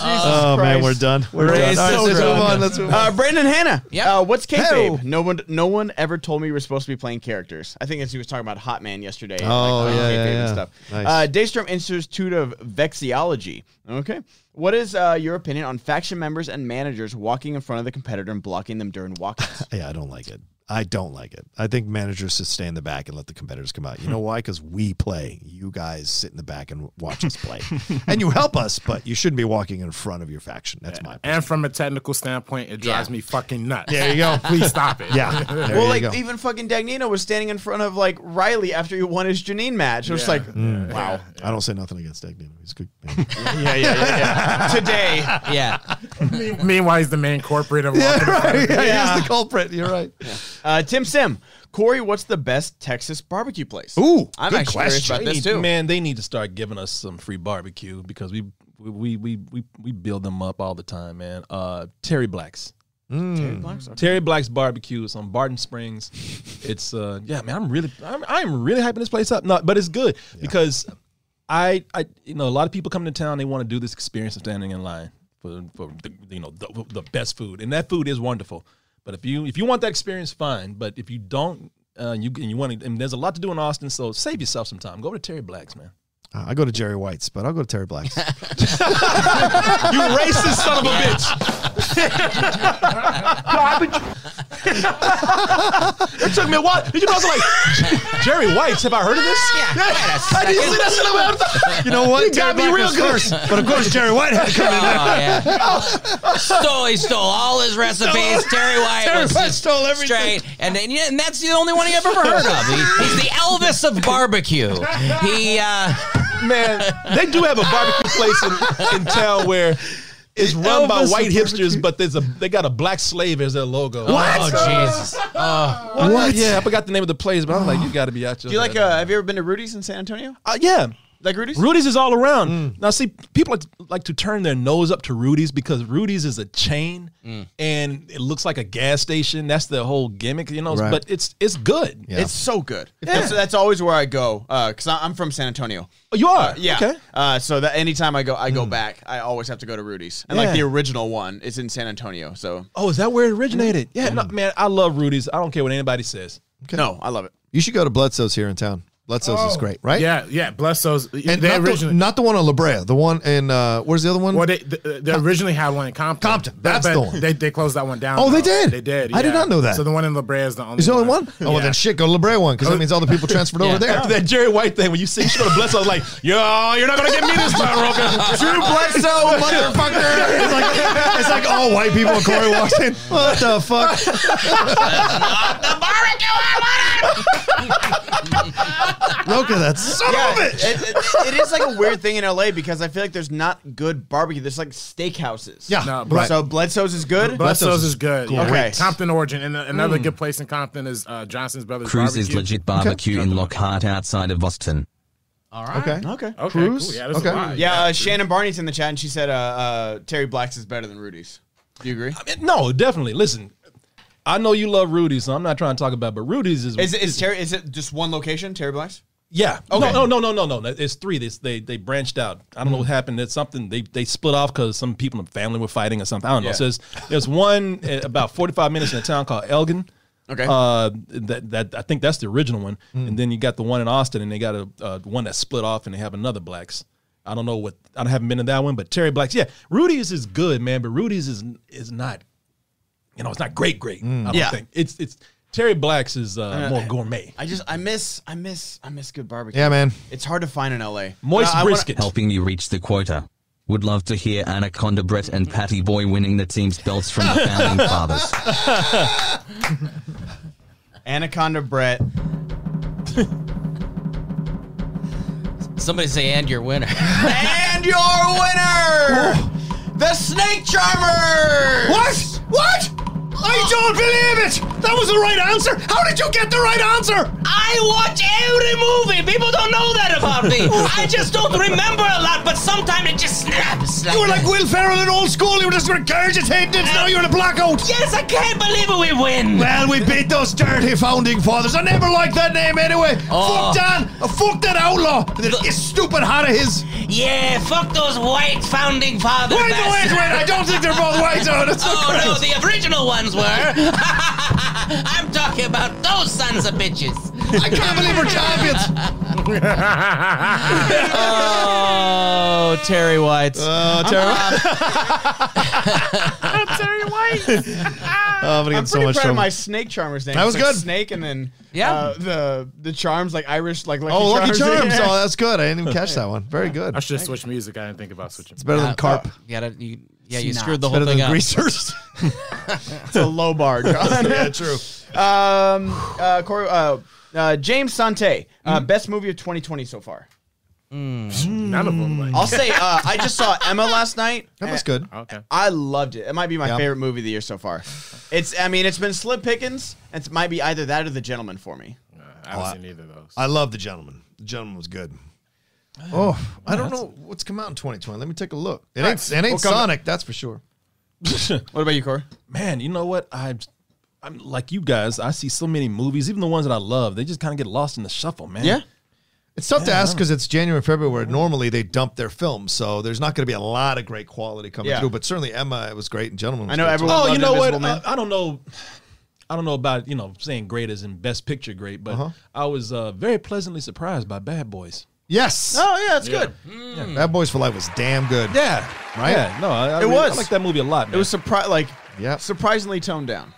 oh man, we're done. We're done. All right, let's move on. Let's move on.
Uh, Brandon Hannah.
Yeah.
Uh, what's kayfabe?
Hey.
No one, no one ever told me you were supposed to be playing characters. I think as he was talking about Hot Man yesterday. and,
Oh,
playing
yeah, yeah,
kayfabe
yeah.
And stuff.
Nice.
Uh, Daystrom Institute of Vexiology. Okay. What is uh, your opinion on faction members and managers walking in front of the competitor and blocking them during walkouts?
Yeah, I don't like it. I don't like it. I think managers should stay in the back and let the competitors come out. You
Hmm.
know why? Because we play. You guys sit in the back and watch us
[LAUGHS]
play, and you help us. But you shouldn't be walking in front of your faction. That's my.
and from a technical standpoint, it drives me fucking nuts.
There you go.
[LAUGHS] Please stop it.
Yeah. [LAUGHS] There
well,
you
like
go.
even fucking Dagnino was standing in front of like Riley after he won his Janine match. It was
Yeah.
like,
Mm.
wow.
I don't say nothing against Dagnan. He's a good.
[LAUGHS]
man.
Yeah, yeah, yeah. yeah. [LAUGHS] Today.
Yeah.
[LAUGHS]
[LAUGHS]
Meanwhile, he's the main corporate of
yeah, [LAUGHS]
walking.
right. [LAUGHS] Yeah,
Yeah.
he's the culprit. You're right.
Uh, Tim Sim, Corey, what's the best Texas barbecue place?
Ooh,
I'm
good
actually curious
question.
about
They
this
need-
too.
Man, they need to start giving us some free barbecue because we we we we we, we build them up all the time, man. Uh, Terry Black's.
Terry Black's, okay.
Terry Black's barbecue is on
[LAUGHS]
Barton Springs. It's uh yeah man I'm really I'm, I'm really hyping this place up. No, but it's good because I I you know a lot of people come to town they want to do this experience of standing in line for for the, you know the, the best food and that food is wonderful. But if you if you want that experience fine, but if you don't uh, you and you want to and there's a lot to do in Austin so save yourself some time. Go to Terry Black's man.
Uh, I go to Jerry White's, but I'll go to Terry
[LAUGHS]
Black's.
you racist son of a bitch. It took me a
[LAUGHS]
while. Did you know I was like, [LAUGHS] Jerry White's? Have I heard of this? Yeah. I didn't see that shit. I'm out
[LAUGHS]
of- [LAUGHS]
You know what?
You got
Terry Black
me real
was
good.
first, but of course Jerry White
[LAUGHS]
had to come in
Oh, yeah. stole, he stole all his recipes. Terry White
Terry
was
White
just
stole everything.
straight, and, and yeah, and that's the only one he ever heard of. He- he's the Elvis of barbecue. He uh,
Man, they do have a barbecue place in, in town where it's run by
Elvis
white
of
hipsters, but there's a they got a black slave as their logo.
What?
Oh Jesus! Oh.
What?
Yeah, I forgot the name of the place, but I'm like, you got to be out your.
[LAUGHS] Do you like?
head.
Uh, have you ever been to Rudy's in San Antonio?
Uh, yeah.
Like Rudy's?
Rudy's is all around. Now, see, people like to, like to turn their nose up to Rudy's because Rudy's is a chain and it looks like a gas station. That's the whole gimmick, you know.
Right.
But it's it's good.
Yeah.
It's so good. That's, that's always where I go because I I'm from San Antonio.
Oh, you are
Yeah.
Okay. Hmm.
Uh, so that anytime I go, I go back. I always have to go to Rudy's, and
Yeah.
like the original one is in San Antonio. So
Oh, is that where it originated? Yeah, no, man, I love Rudy's. I don't care what anybody says.
no, I love it.
You should go to Bledsoe's here in town. Bledsoe's
Oh.
is great, right?
Yeah, yeah. Bless those.
And
they
not, the,
originally,
not the one on La Brea, the one in uh, where's the other one?
well, they, they, they originally had one in Compton.
Compton,
But-
that's
but
the one.
They, they closed that one down.
Oh, they did?
though. They did.
I did
yeah.
not know that.
So the one in La Brea is the only.
Is the only one? Oh, well,
Yeah.
then shit, go to La Brea one because that means all the people transferred over
[LAUGHS]
there.
After
[LAUGHS]
that Jerry White thing, when you see you go to bless, I was like, [LAUGHS] yo, you're not gonna get me this time,
[LAUGHS]
Roka. Drew Bledsoe,
motherfucker. It's like, it's like all white people. And Corey walks in. What the [LAUGHS] fuck? Roka, that's [LAUGHS] son of a
Yeah,
bitch.
it, it- it is like a weird thing in LA because I feel like there's not good barbecue. There's like steakhouses.
Yeah,
No,
right.
So Bledsoe's is good.
Blesso's is good.
Great. Hmm.
Okay.
Compton Origin. And another good place in Compton is uh, Johnson's Brothers
Cruz
Barbecue.
is legit barbecue in Lockhart outside of Boston.
All right.
okay.
okay.
Okay,
Cruz?
Cool. Yeah, there's
Okay.
a lot.
Yeah, uh, Shannon Barney's in the chat, and she said uh, uh, Terry Black's is better than Rudy's. Do you agree?
No, definitely. Listen, I know you love Rudy's, so I'm not trying to talk about, it, but Rudy's is,
Is it is Terry? Is it just one location? Terry Black's?
yeah.
Okay. Mm-hmm.
No, no, no, no, no, no. It's three. They they, they branched out. I don't know what happened. It's something they they split off because some people in the family were fighting or something. I don't know.
Yeah.
So it's, there's one [LAUGHS] uh, about 45 minutes in a town called Elgin.
Okay. Mm.
Uh, that that I think that's the original one, and then you got the one in Austin, and they got a uh, one that split off, and they have another Blacks. I don't know what I haven't been to that one, but Terry Blacks, yeah, Rudy's is good, man, but Rudy's is is not, you know, it's not great, great. I don't
Mm. Yeah.
think it's it's Terry Blacks is uh, more gourmet.
I just I miss I miss I miss good barbecue.
Yeah, man.
It's hard to find in LA.
Moist
But I- I wanna-
brisket.
helping you reach the quota. Would love to hear Anaconda Brett and Patty Boy winning the team's belts from the founding fathers.
Anaconda Brett.
[LAUGHS] Somebody say, and your winner.
and your winner, the Snake Charmer.
What? What? I don't believe it. That was the right answer. How did you get the right answer?
I watch every movie. People don't know that about me. I just don't remember a lot, but sometimes it just snaps.
You were like Will Ferrell in old school. You were just regurgitating it. Now you're in a blackout.
yes, I can't believe it. We win.
Well, we beat those dirty founding fathers. I never liked that name anyway.
Oh.
Fuck Dan. Uh, Fuck that outlaw. This stupid hat of his.
Yeah, fuck those white founding fathers.
Wait, no, wait,
bastards.
wait. I don't think they're both white. No, that's not
Oh
correct.
no, the original ones were. [LAUGHS] I'm talking about those sons of bitches.
I can't believe we're champions.
Oh, Terry White. [LAUGHS]
Oh, terrible.
Terry White.
Oh, I'm gonna get
I'm
in so
pretty
much
proud of
trouble.
my snake charmer's name.
That was
It's like
good.
Snake and then
Yeah.
uh, the the charms like Irish like lucky
Oh, Lucky Charms.
[LAUGHS] Yeah.
Oh, that's good. I didn't even catch that one. Very good.
I
It's
should switch music. I didn't think about switching.
better
Uh,
than Carp.
You gotta, you, yeah, you screwed the
Better
whole thing
than
up.
Greasers.
[LAUGHS]
It's a low bar, [LAUGHS] John. yeah, true. Mm-hmm. Um, uh, Corey, uh, uh, James Sante, uh, best movie of 2020 so far.
Hmm.
None of them. Like,
I'll say uh, I just saw Emma last night.
Emma's good.
Okay.
I loved it. It might be my
Yeah.
favorite movie of the year so far. It's I mean it's been slim pickings. It might be either that or The Gentleman for me.
I haven't seen either of those.
I love the gentleman. The gentleman was good. Oh, I don't know what's come out in 2020. Let me take a look. It ain't, it ain't
We'll come-
Sonic, that's for sure.
What about you, Corey?
[LAUGHS] man, you know what? I'm, I'm like you guys. I see so many movies, even the ones that I love. They just kind of get lost in the shuffle, man.
Yeah.
It's tough to ask because it's January, February. Normally they dump their films, so there's not going to be a lot of great quality coming
Yeah.
through. But certainly Emma, it was great, and Gentleman. Was
I know
great, too.
everyone.
Oh, you
loved
know what?
Invisible Man.
I, I don't know. I don't know about you know saying great as in best picture great, but I was uh, very pleasantly surprised by Bad Boys.
Yes,
oh yeah, it's good.
Bad Boys for Life was damn good.
Hmm. Yeah,
Right?
Yeah, no, I, I
It
really-
was.
I like that movie a lot. Man.
It was surpri- like
Yeah.
surprisingly toned down.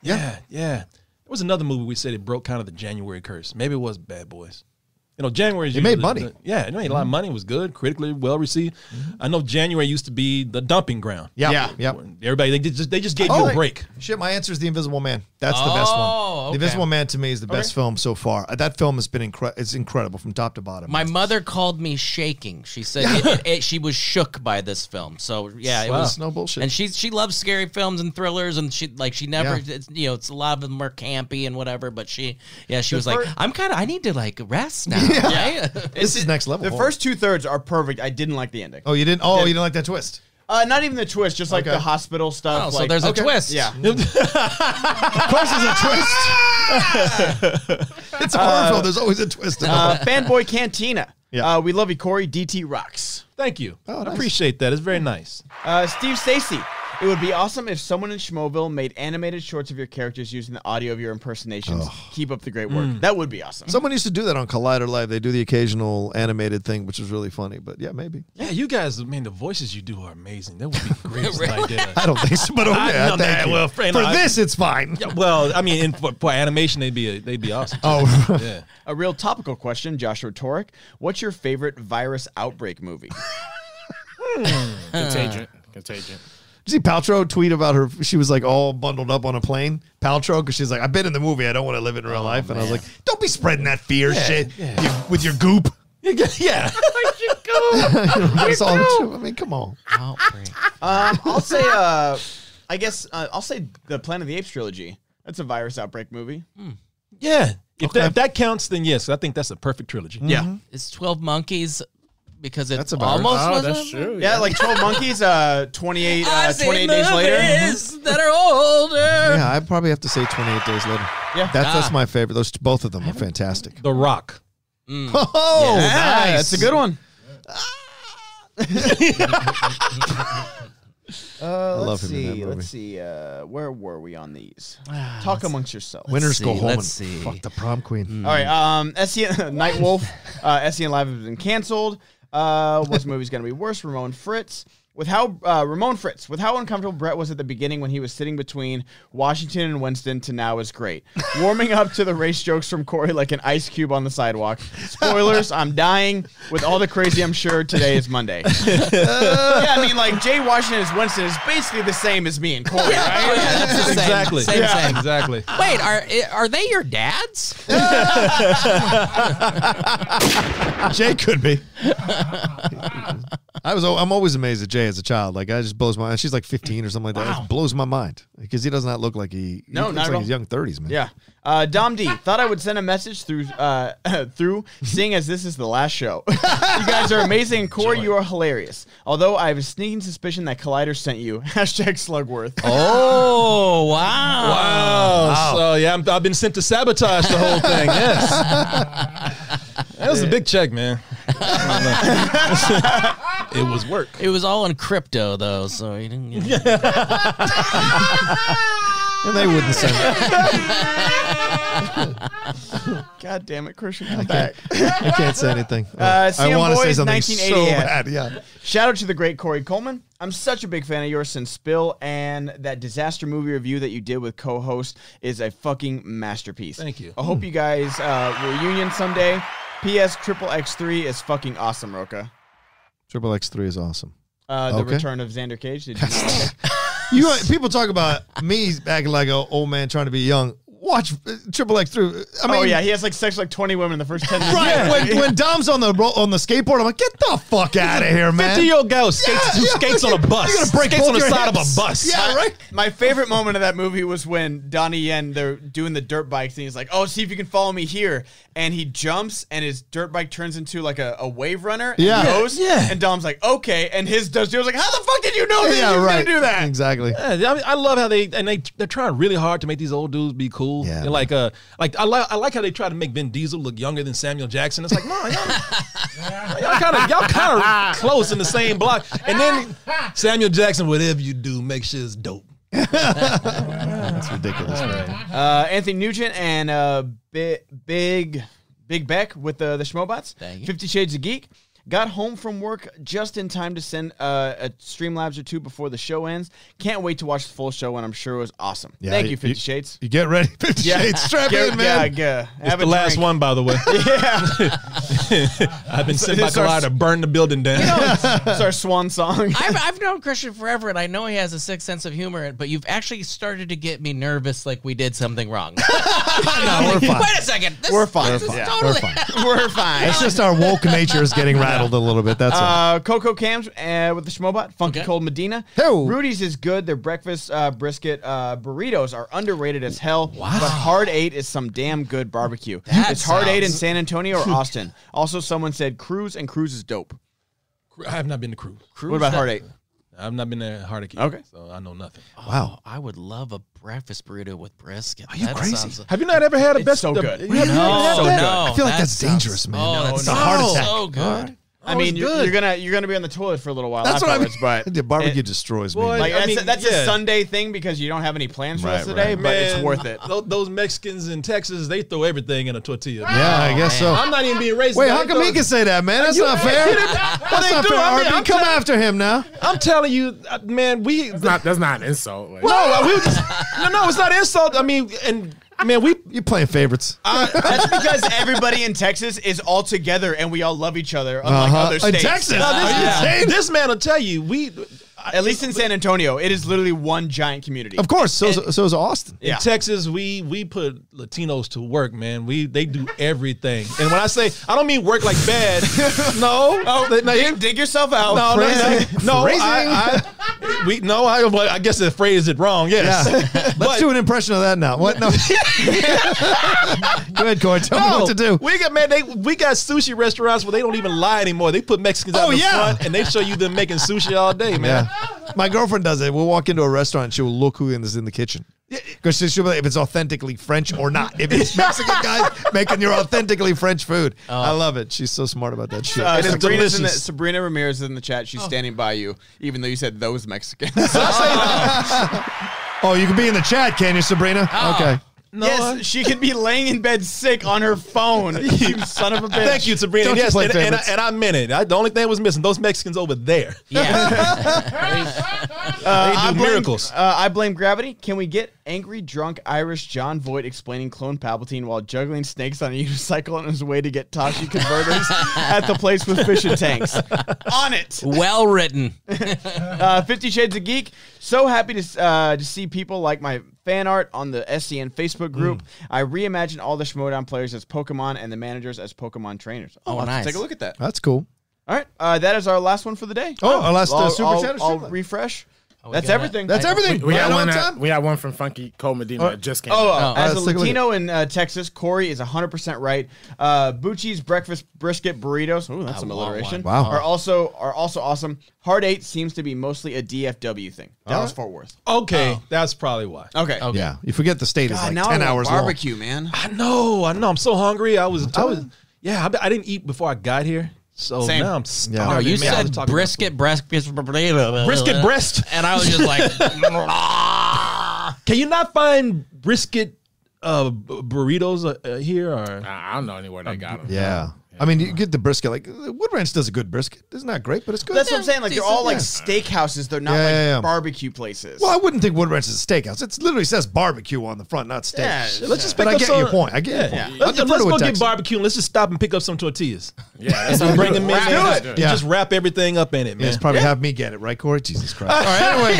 Yeah, yeah. There was another movie we said it broke kind of the January curse. Maybe it was Bad Boys. You know, January is
It made
usually
money.
the- yeah, it made a lot of money. It was good, critically well received. I know January used to be the dumping ground.
Yep.
Yeah.
Yep.
everybody they just they just gave
Oh,
you a break.
Shit, my answer is The Invisible Man. That's the best
Oh,
one.
okay.
The Invisible Man to me is the best film so far. Uh, That film has been incre- it's incredible from top to bottom.
My mother called me shaking. She said it, it, it- she was shook by this film. So yeah, it
Wow.
was
No bullshit.
And she she loves scary films and thrillers, and she like she never it's, you know it's a lot of them are campy and whatever. But she yeah she was like I'm kind of I need to like rest now. [LAUGHS] right?
this is next level.
The
Hold on.
first two thirds are perfect. I didn't like the ending.
Oh, you didn't. Oh, you didn't like that twist.
Uh, not even the twist, just like
Okay.
the hospital stuff.
Oh, so
like-
there's a
Okay. [LAUGHS]
twist.
Yeah.
Of course, there's a twist. it's a horror film. There's always a twist. In a
Uh,
horror-
fanboy Cantina.
Yeah.
Uh, we love you, Corey. DT rocks.
Thank you. I
nice.
appreciate that. It's very nice.
Uh, Steve Stacy. It would be awesome if someone in Schmoville made animated shorts of your characters using the audio of your impersonations. Keep up the great work.
Mm.
That would be awesome.
Someone used to do that on Collider Live. They do the occasional animated thing, which is really funny. But yeah, maybe.
Yeah, you guys, man, the voices you do are amazing.
[LAUGHS]
That would be great uh, if somebody did a-
I don't think so. But okay,
I- no,
thank
nah,
you.
well,
for
Frank, I-
this, it's fine.
Yeah, well, I mean, in, for, for animation, they'd be a, they'd be awesome.
Oh,
[LAUGHS] Yeah.
A real topical question, Joshua Torek. What's your favorite virus outbreak movie?
Uh.
Contagion. Contagion.
Did you see Paltrow tweet about her? She was like all bundled up on a plane. Paltrow, because she's like, I've been in the movie. I don't want to live it in real life. And I was like, don't be spreading that fear shit you- with your goop.
yeah.
That's all true. I mean, come on.
Outbreak.
Um, I'll say, uh, I guess, uh, I'll say the Planet of the Apes trilogy. That's a virus outbreak movie.
[LAUGHS] Yeah. If, that, if that counts, then yes, I think that's a perfect trilogy.
Yeah.
It's Twelve Monkeys because it's
That's a virus.
almost
Oh,
was
that's true.
Yeah, like 12 Monkeys, uh, 28, uh,
I've seen
28 days later.
movies that are older.
Yeah, I probably have to say 28 Days Later.
Yeah. Ah.
That's, that's my favorite. Those Both of them are fantastic.
The Rock.
[LAUGHS] Oh,
Hmm. Yeah,
nice.
That's a good one.
I love him in that
see,
movie.
let's see. Uh, where were we on these? Talk amongst yourselves.
Winners go
see,
home.
let's
and
see.
Fuck the prom queen.
All right. Um, [LAUGHS] SCN Night Wolf, uh, SCN Live has been canceled. Uh, what's movie's gonna be worse? Ramon Fritz. With how uh, Ramon Fritz, with how uncomfortable Brett was at the beginning when he was sitting between Washington and Winston, to now is great. Warming up to the race jokes from Corey like an ice cube on the sidewalk. Spoilers, I'm dying. With all the crazy, I'm sure today is Monday. yeah, I mean, like Jay Washington is Winston is basically the same as me and Corey, right?
Oh, yeah, that's the [LAUGHS] same-
exactly.
Same,
Yeah,
same.
[LAUGHS] Exactly.
Wait, are are they your dads?
[LAUGHS] Jay could be. I was. I'm always amazed at Jay as a child. Like, I just blows my. She's like 15 or something like that. It blows my mind because he does not look like he. he
No,
looks
not at
like
all.
he's young 30s, man.
Yeah. Uh, Dom D thought I would send a message through uh, [LAUGHS] through seeing as this is the last show. [LAUGHS] you guys are amazing, and Corey. You are hilarious. Although I have a sneaking suspicion that Collider sent you. [LAUGHS] Hashtag Slugworth.
Oh wow!
Wow. So yeah, I'm, I've been sent to sabotage the whole thing. Yes. that was a big check, man.
[LAUGHS]
it was work.
It was all in crypto though, so you didn't. Get
And they wouldn't send
[LAUGHS]
it.
God damn it, Christian!
I can't say [LAUGHS] anything.
Uh,
I
CM
want to say
Boys,
something so
1988.
bad. Yeah.
Shout out to the great Corey Coleman. I'm such a big fan of yours since Spill and that disaster movie review that you did with co-host is a fucking masterpiece.
Thank you.
I hope you guys uh, reunion someday. P.S. Triple X3 is fucking awesome, Roca.
Triple X3 is awesome.
Uh, the
Okay.
return of Xander Cage. Did you not like that?
You know, people talk about me acting like an old man trying to be young. Why watch uh, Triple X through. I mean,
oh yeah, he has like sex with like twenty women in the [LAUGHS] first ten minutes.
Right when when Dom's on the ro- on the skateboard, I'm like, get the fuck out of here, man. [LAUGHS]
50-year-old guy who skates- who skates on a bus.
You're gonna break
Skates
both
on the
your
side of a
hips.
bus.
Yeah,
My-
right.
My favorite moment of that movie was when Donnie Yen they're doing the dirt bikes and he's like, "Oh, see if you can follow me here," and he jumps and his dirt bike turns into like a, a wave runner. And
Yeah.
he goes,
Yeah.
And Dom's like, "Okay," and his does too. I was like, "How the fuck did you know that you were gonna do that?"
Exactly.
Yeah, I, mean, I love how they and they they're trying really hard to make these old dudes be cool. Yeah, like uh, like I like I like how they try to make Vin Diesel look younger than Samuel Jackson. It's like, no,
[LAUGHS]
y'all kind of y'all kind of close in the same block. And then Samuel Jackson, whatever you do, make sure it's dope.
That's ridiculous, man.
Uh, Anthony Nugent and uh, Bi- Big Big Beck with uh, the the Schmobots. Fifty Shades of Geek. Got home from work just in time to send uh, a Streamlabs or two before the show ends. Can't wait to watch the full show, and I'm sure it was awesome.
Yeah,
Thank
you-
you, Fifty
you-
Shades.
You get ready, [LAUGHS] Fifty
Yeah.
Shades. Strap
Get-
in, man.
yeah, yeah.
It's
Have
the
a
last
drink.
one,
[LAUGHS]
by the way.
Yeah.
[LAUGHS] I've been sent by
It's our-
Goliath to burn the building down.
[LAUGHS] It's our swan
[LAUGHS]
song.
I've, I've known Christian forever, and I know he has a sick sense of humor. But you've actually started to get me nervous, like we did something wrong.
No, we're fine.
Wait a second, this,
We're fine.
This is
Yeah,
totally. [LAUGHS]
We're fine.
[LAUGHS] We're fine.
It's just our woke nature is getting rattled a little bit. That's all.
Uh, Coco Cams uh, with the Schmobot, Funky
Okay.
Cold Medina.
Hey-o.
Rudy's is good. Their breakfast uh, brisket uh, burritos are underrated as hell. But Hard Eight is some damn good barbecue.
That
it's Hard Eight in
sounds-
San Antonio or Austin. also, someone said Cruise and Cruise is dope.
[LAUGHS] I have not been to crew.
what about Hard
Oh,
Eight?
I've not been there hard to
Okay.
so I know nothing.
Wow.
Oh, I would love a breakfast burrito with brisket. Are
you crazy?
Have you not ever had a best?
so
the-
good.
you haven't
No,
had
so
that?
Oh, no.
I feel like
that
that's
sounds-
dangerous, man.
Oh, that
It's a heart
sounds
attack.
so good.
I mean,
it's
you're,
good.
you're gonna you're gonna be on the toilet for a little while
That's what I mean. [LAUGHS]
afterwards, but
the barbecue
it-
destroys
Well,
me.
like
I
that's, a,
mean,
that's
yeah.
a Sunday thing because you don't have any plans for
Right,
us today,
right.
but it's
Man,
worth it.
tho- Those Mexicans in Texas, they throw everything in a tortilla.
yeah, I guess so.
I'm not even being racist.
Wait,
but
how
they
come he
throw-
can say that, man? That's not fair. That's not fair.
I mean,
RB,
I'm
come
tell-
after him now.
I'm telling you, uh, man, we.
That's not, that's not an insult. Like,
no, we were just, no, no, it's not insult. I mean, and man, we.
You're playing favorites.
[LAUGHS] That's because everybody in Texas is all together and we all love each other, unlike
Uh-huh.
other
In
states.
Texas,
This,
that's insane.
this man will tell you, we.
At least in San Antonio, it is literally one giant community.
Of course. So so is Austin.
Yeah.
In Texas, we we put Latinos to work, man. We they do everything, and when I say I don't mean work like bad, no,
Oh,
They- no,
dig, dig yourself out.
no, no, no,
Phrasing.
[LAUGHS] no,
Phrasing.
I, I, we, no, I, well, I guess the phrase it wrong. Yes, [LAUGHS]
Let's do an impression of that now. What? No. Go ahead, Corey. Tell me what to do.
We got man, they we got sushi restaurants where they don't even lie anymore. They put Mexicans out
Oh,
in the
yeah.
front and they show you them making sushi all day, man.
Yeah. My girlfriend does it. We'll walk into a restaurant and she'll look who is in the kitchen. Because she'll be like, if it's authentically French or not. If
[LAUGHS]
it's Mexican guys making your authentically French food.
Oh.
I love it. She's so smart about that shit.
[LAUGHS] Uh,
It's
Sabrina's in the,
delicious.
Sabrina Ramirez is in the chat.
Oh.
She's standing by you, even though you said those
[LAUGHS]
Mexicans. [LAUGHS]
[LAUGHS] oh, you can be in the chat, can you, Sabrina?
Oh.
Okay.
yes, she could be laying in bed sick on her
[LAUGHS]
phone. you son of a bitch.
Thank you, Sabrina.
Don't you
yes,
play
and, and, I,
favorites.
and I meant it. I, the only thing was missing those Mexicans over there.
Yeah.
Uh,
They do
I blame-
miracles.
uh, I blame gravity. Can we get angry, drunk Irish John Voight explaining clone Palpatine while juggling snakes on a unicycle on his way to get Tashi
[LAUGHS]
converters at the place with fish and tanks? on it.
well written.
Uh, Fifty Shades of Geek. So happy to uh, to see people like my fan art on the SCN Facebook group.
Mm.
I reimagine all the Schmodown players as Pokemon and the managers as Pokemon trainers. I'll
Oh,
have to
nice.
Take a look at that.
That's cool.
All right, uh, that is our last one for the day.
Oh, our last, uh,
I'll-
super
I'll-
chat or
I'll
something.
refresh.
we
That's
got it.
everything.
That's everything.
we,
right
got
on
one at,
time.
we got one from Funky Cole Medina that just came
Oh,
out.
uh, as a
let's take a look at
Latino in uh, Texas, Corey is 100% right. Uh, Bucci's breakfast brisket burritos, ooh, that's some
want
alliteration,
one. Wow.
are also are also awesome. Hard 8 seems to be mostly a DFW thing. Dallas Fort Worth.
Okay,
Oh.
that's probably why.
Okay.
Okay.
Yeah. You forget the state is
God,
like
now
10
I want
hours long.
barbecue, man.
I know, I know. I'm so hungry. I was, I was, yeah. I, I didn't eat before I got here, so
Same.
now I'm
Yeah.
starving.
No, you
man. I was
said
talking about food.
brisket, breast, brisket,
brisket breast.
and I was just like,
Can you not find brisket uh, b- burritos uh, uh, here? Or
I I don't know anywhere they got them.
Um, Yeah. I mean, you get the brisket. Like Wood Ranch does a good brisket. It's not great, but it's good.
That's what I'm saying. Like they're all like
Yeah.
steakhouses. They're not
Yeah,
like
yeah, yeah.
barbecue places.
Well, I wouldn't think Wood Ranch is a steakhouse. It literally says barbecue on the front, not steak.
Yeah,
Let's
yeah.
just but I get your point. I get your point.
Let's,
I'm
let's
familiar
go
with
get
Texas.
barbecue and let's just stop and pick up some
[LAUGHS]
tortillas. Yeah,
that's how we
and bring
do it.
them in.
Wrap it
man,
up.
and
Do it.
just-
Yeah.
Just wrap everything up in it, man.
Yes, probably have me get it, right, Corey? Jesus Christ. All right, anyway.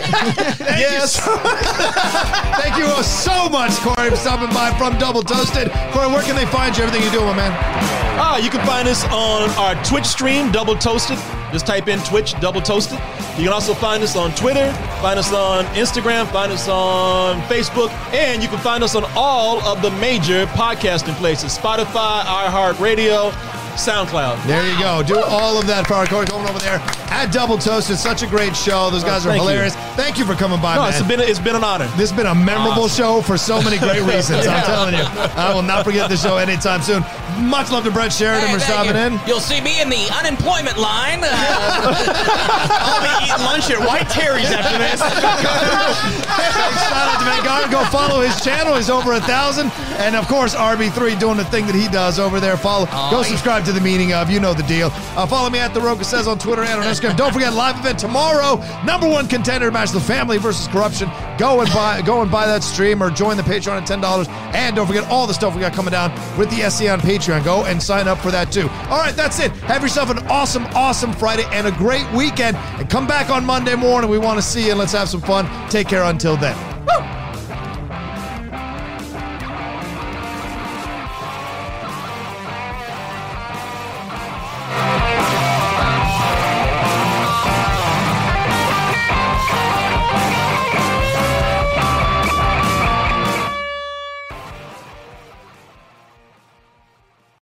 yes. Thank you all so much, Corey, for stopping by from Double Toasted. Corey, where can they find you? Everything you're doing, my man.
Ah, you can find us on our Twitch stream, Double Toasted. Just type in Twitch, Double Toasted. You can also find us on Twitter, find us on Instagram, find us on Facebook, and you can find us on all of the major podcasting places Spotify, iHeartRadio, SoundCloud.
There you go. Do all of that for our Corey Coleman over there at Double Toasted. Such a great show. Those
Oh,
guys are
thank you.
hilarious. Thank you for coming by,
No,
man.
it's been, it's been an honor.
This has been a memorable show for so many great reasons.
Yeah.
I'm telling you. I will not forget the show anytime soon. Much love to Brett Sheridan for stopping
[LAUGHS]
in.
You'll see me in the unemployment line. I'll be eating lunch at White Terry's after
Shout out to Matt Garden. Go follow his channel. He's over a thousand. And of course, RB3 doing the thing that he does over there. Follow. go subscribe to the meaning of. You know the deal. Uh, follow me at the Roca says on Twitter and on Instagram. Don't forget live event tomorrow. Number one contender match: the family versus corruption. Go and buy. Go and buy that stream or join the Patreon at ten dollars. And don't forget all the stuff we got coming down with the SE on Patreon. Go and sign up for that too. All right, that's it. Have yourself an awesome, awesome Friday and a great weekend. And come back on Monday morning. We want to see you. Let's have some fun. Take care until then.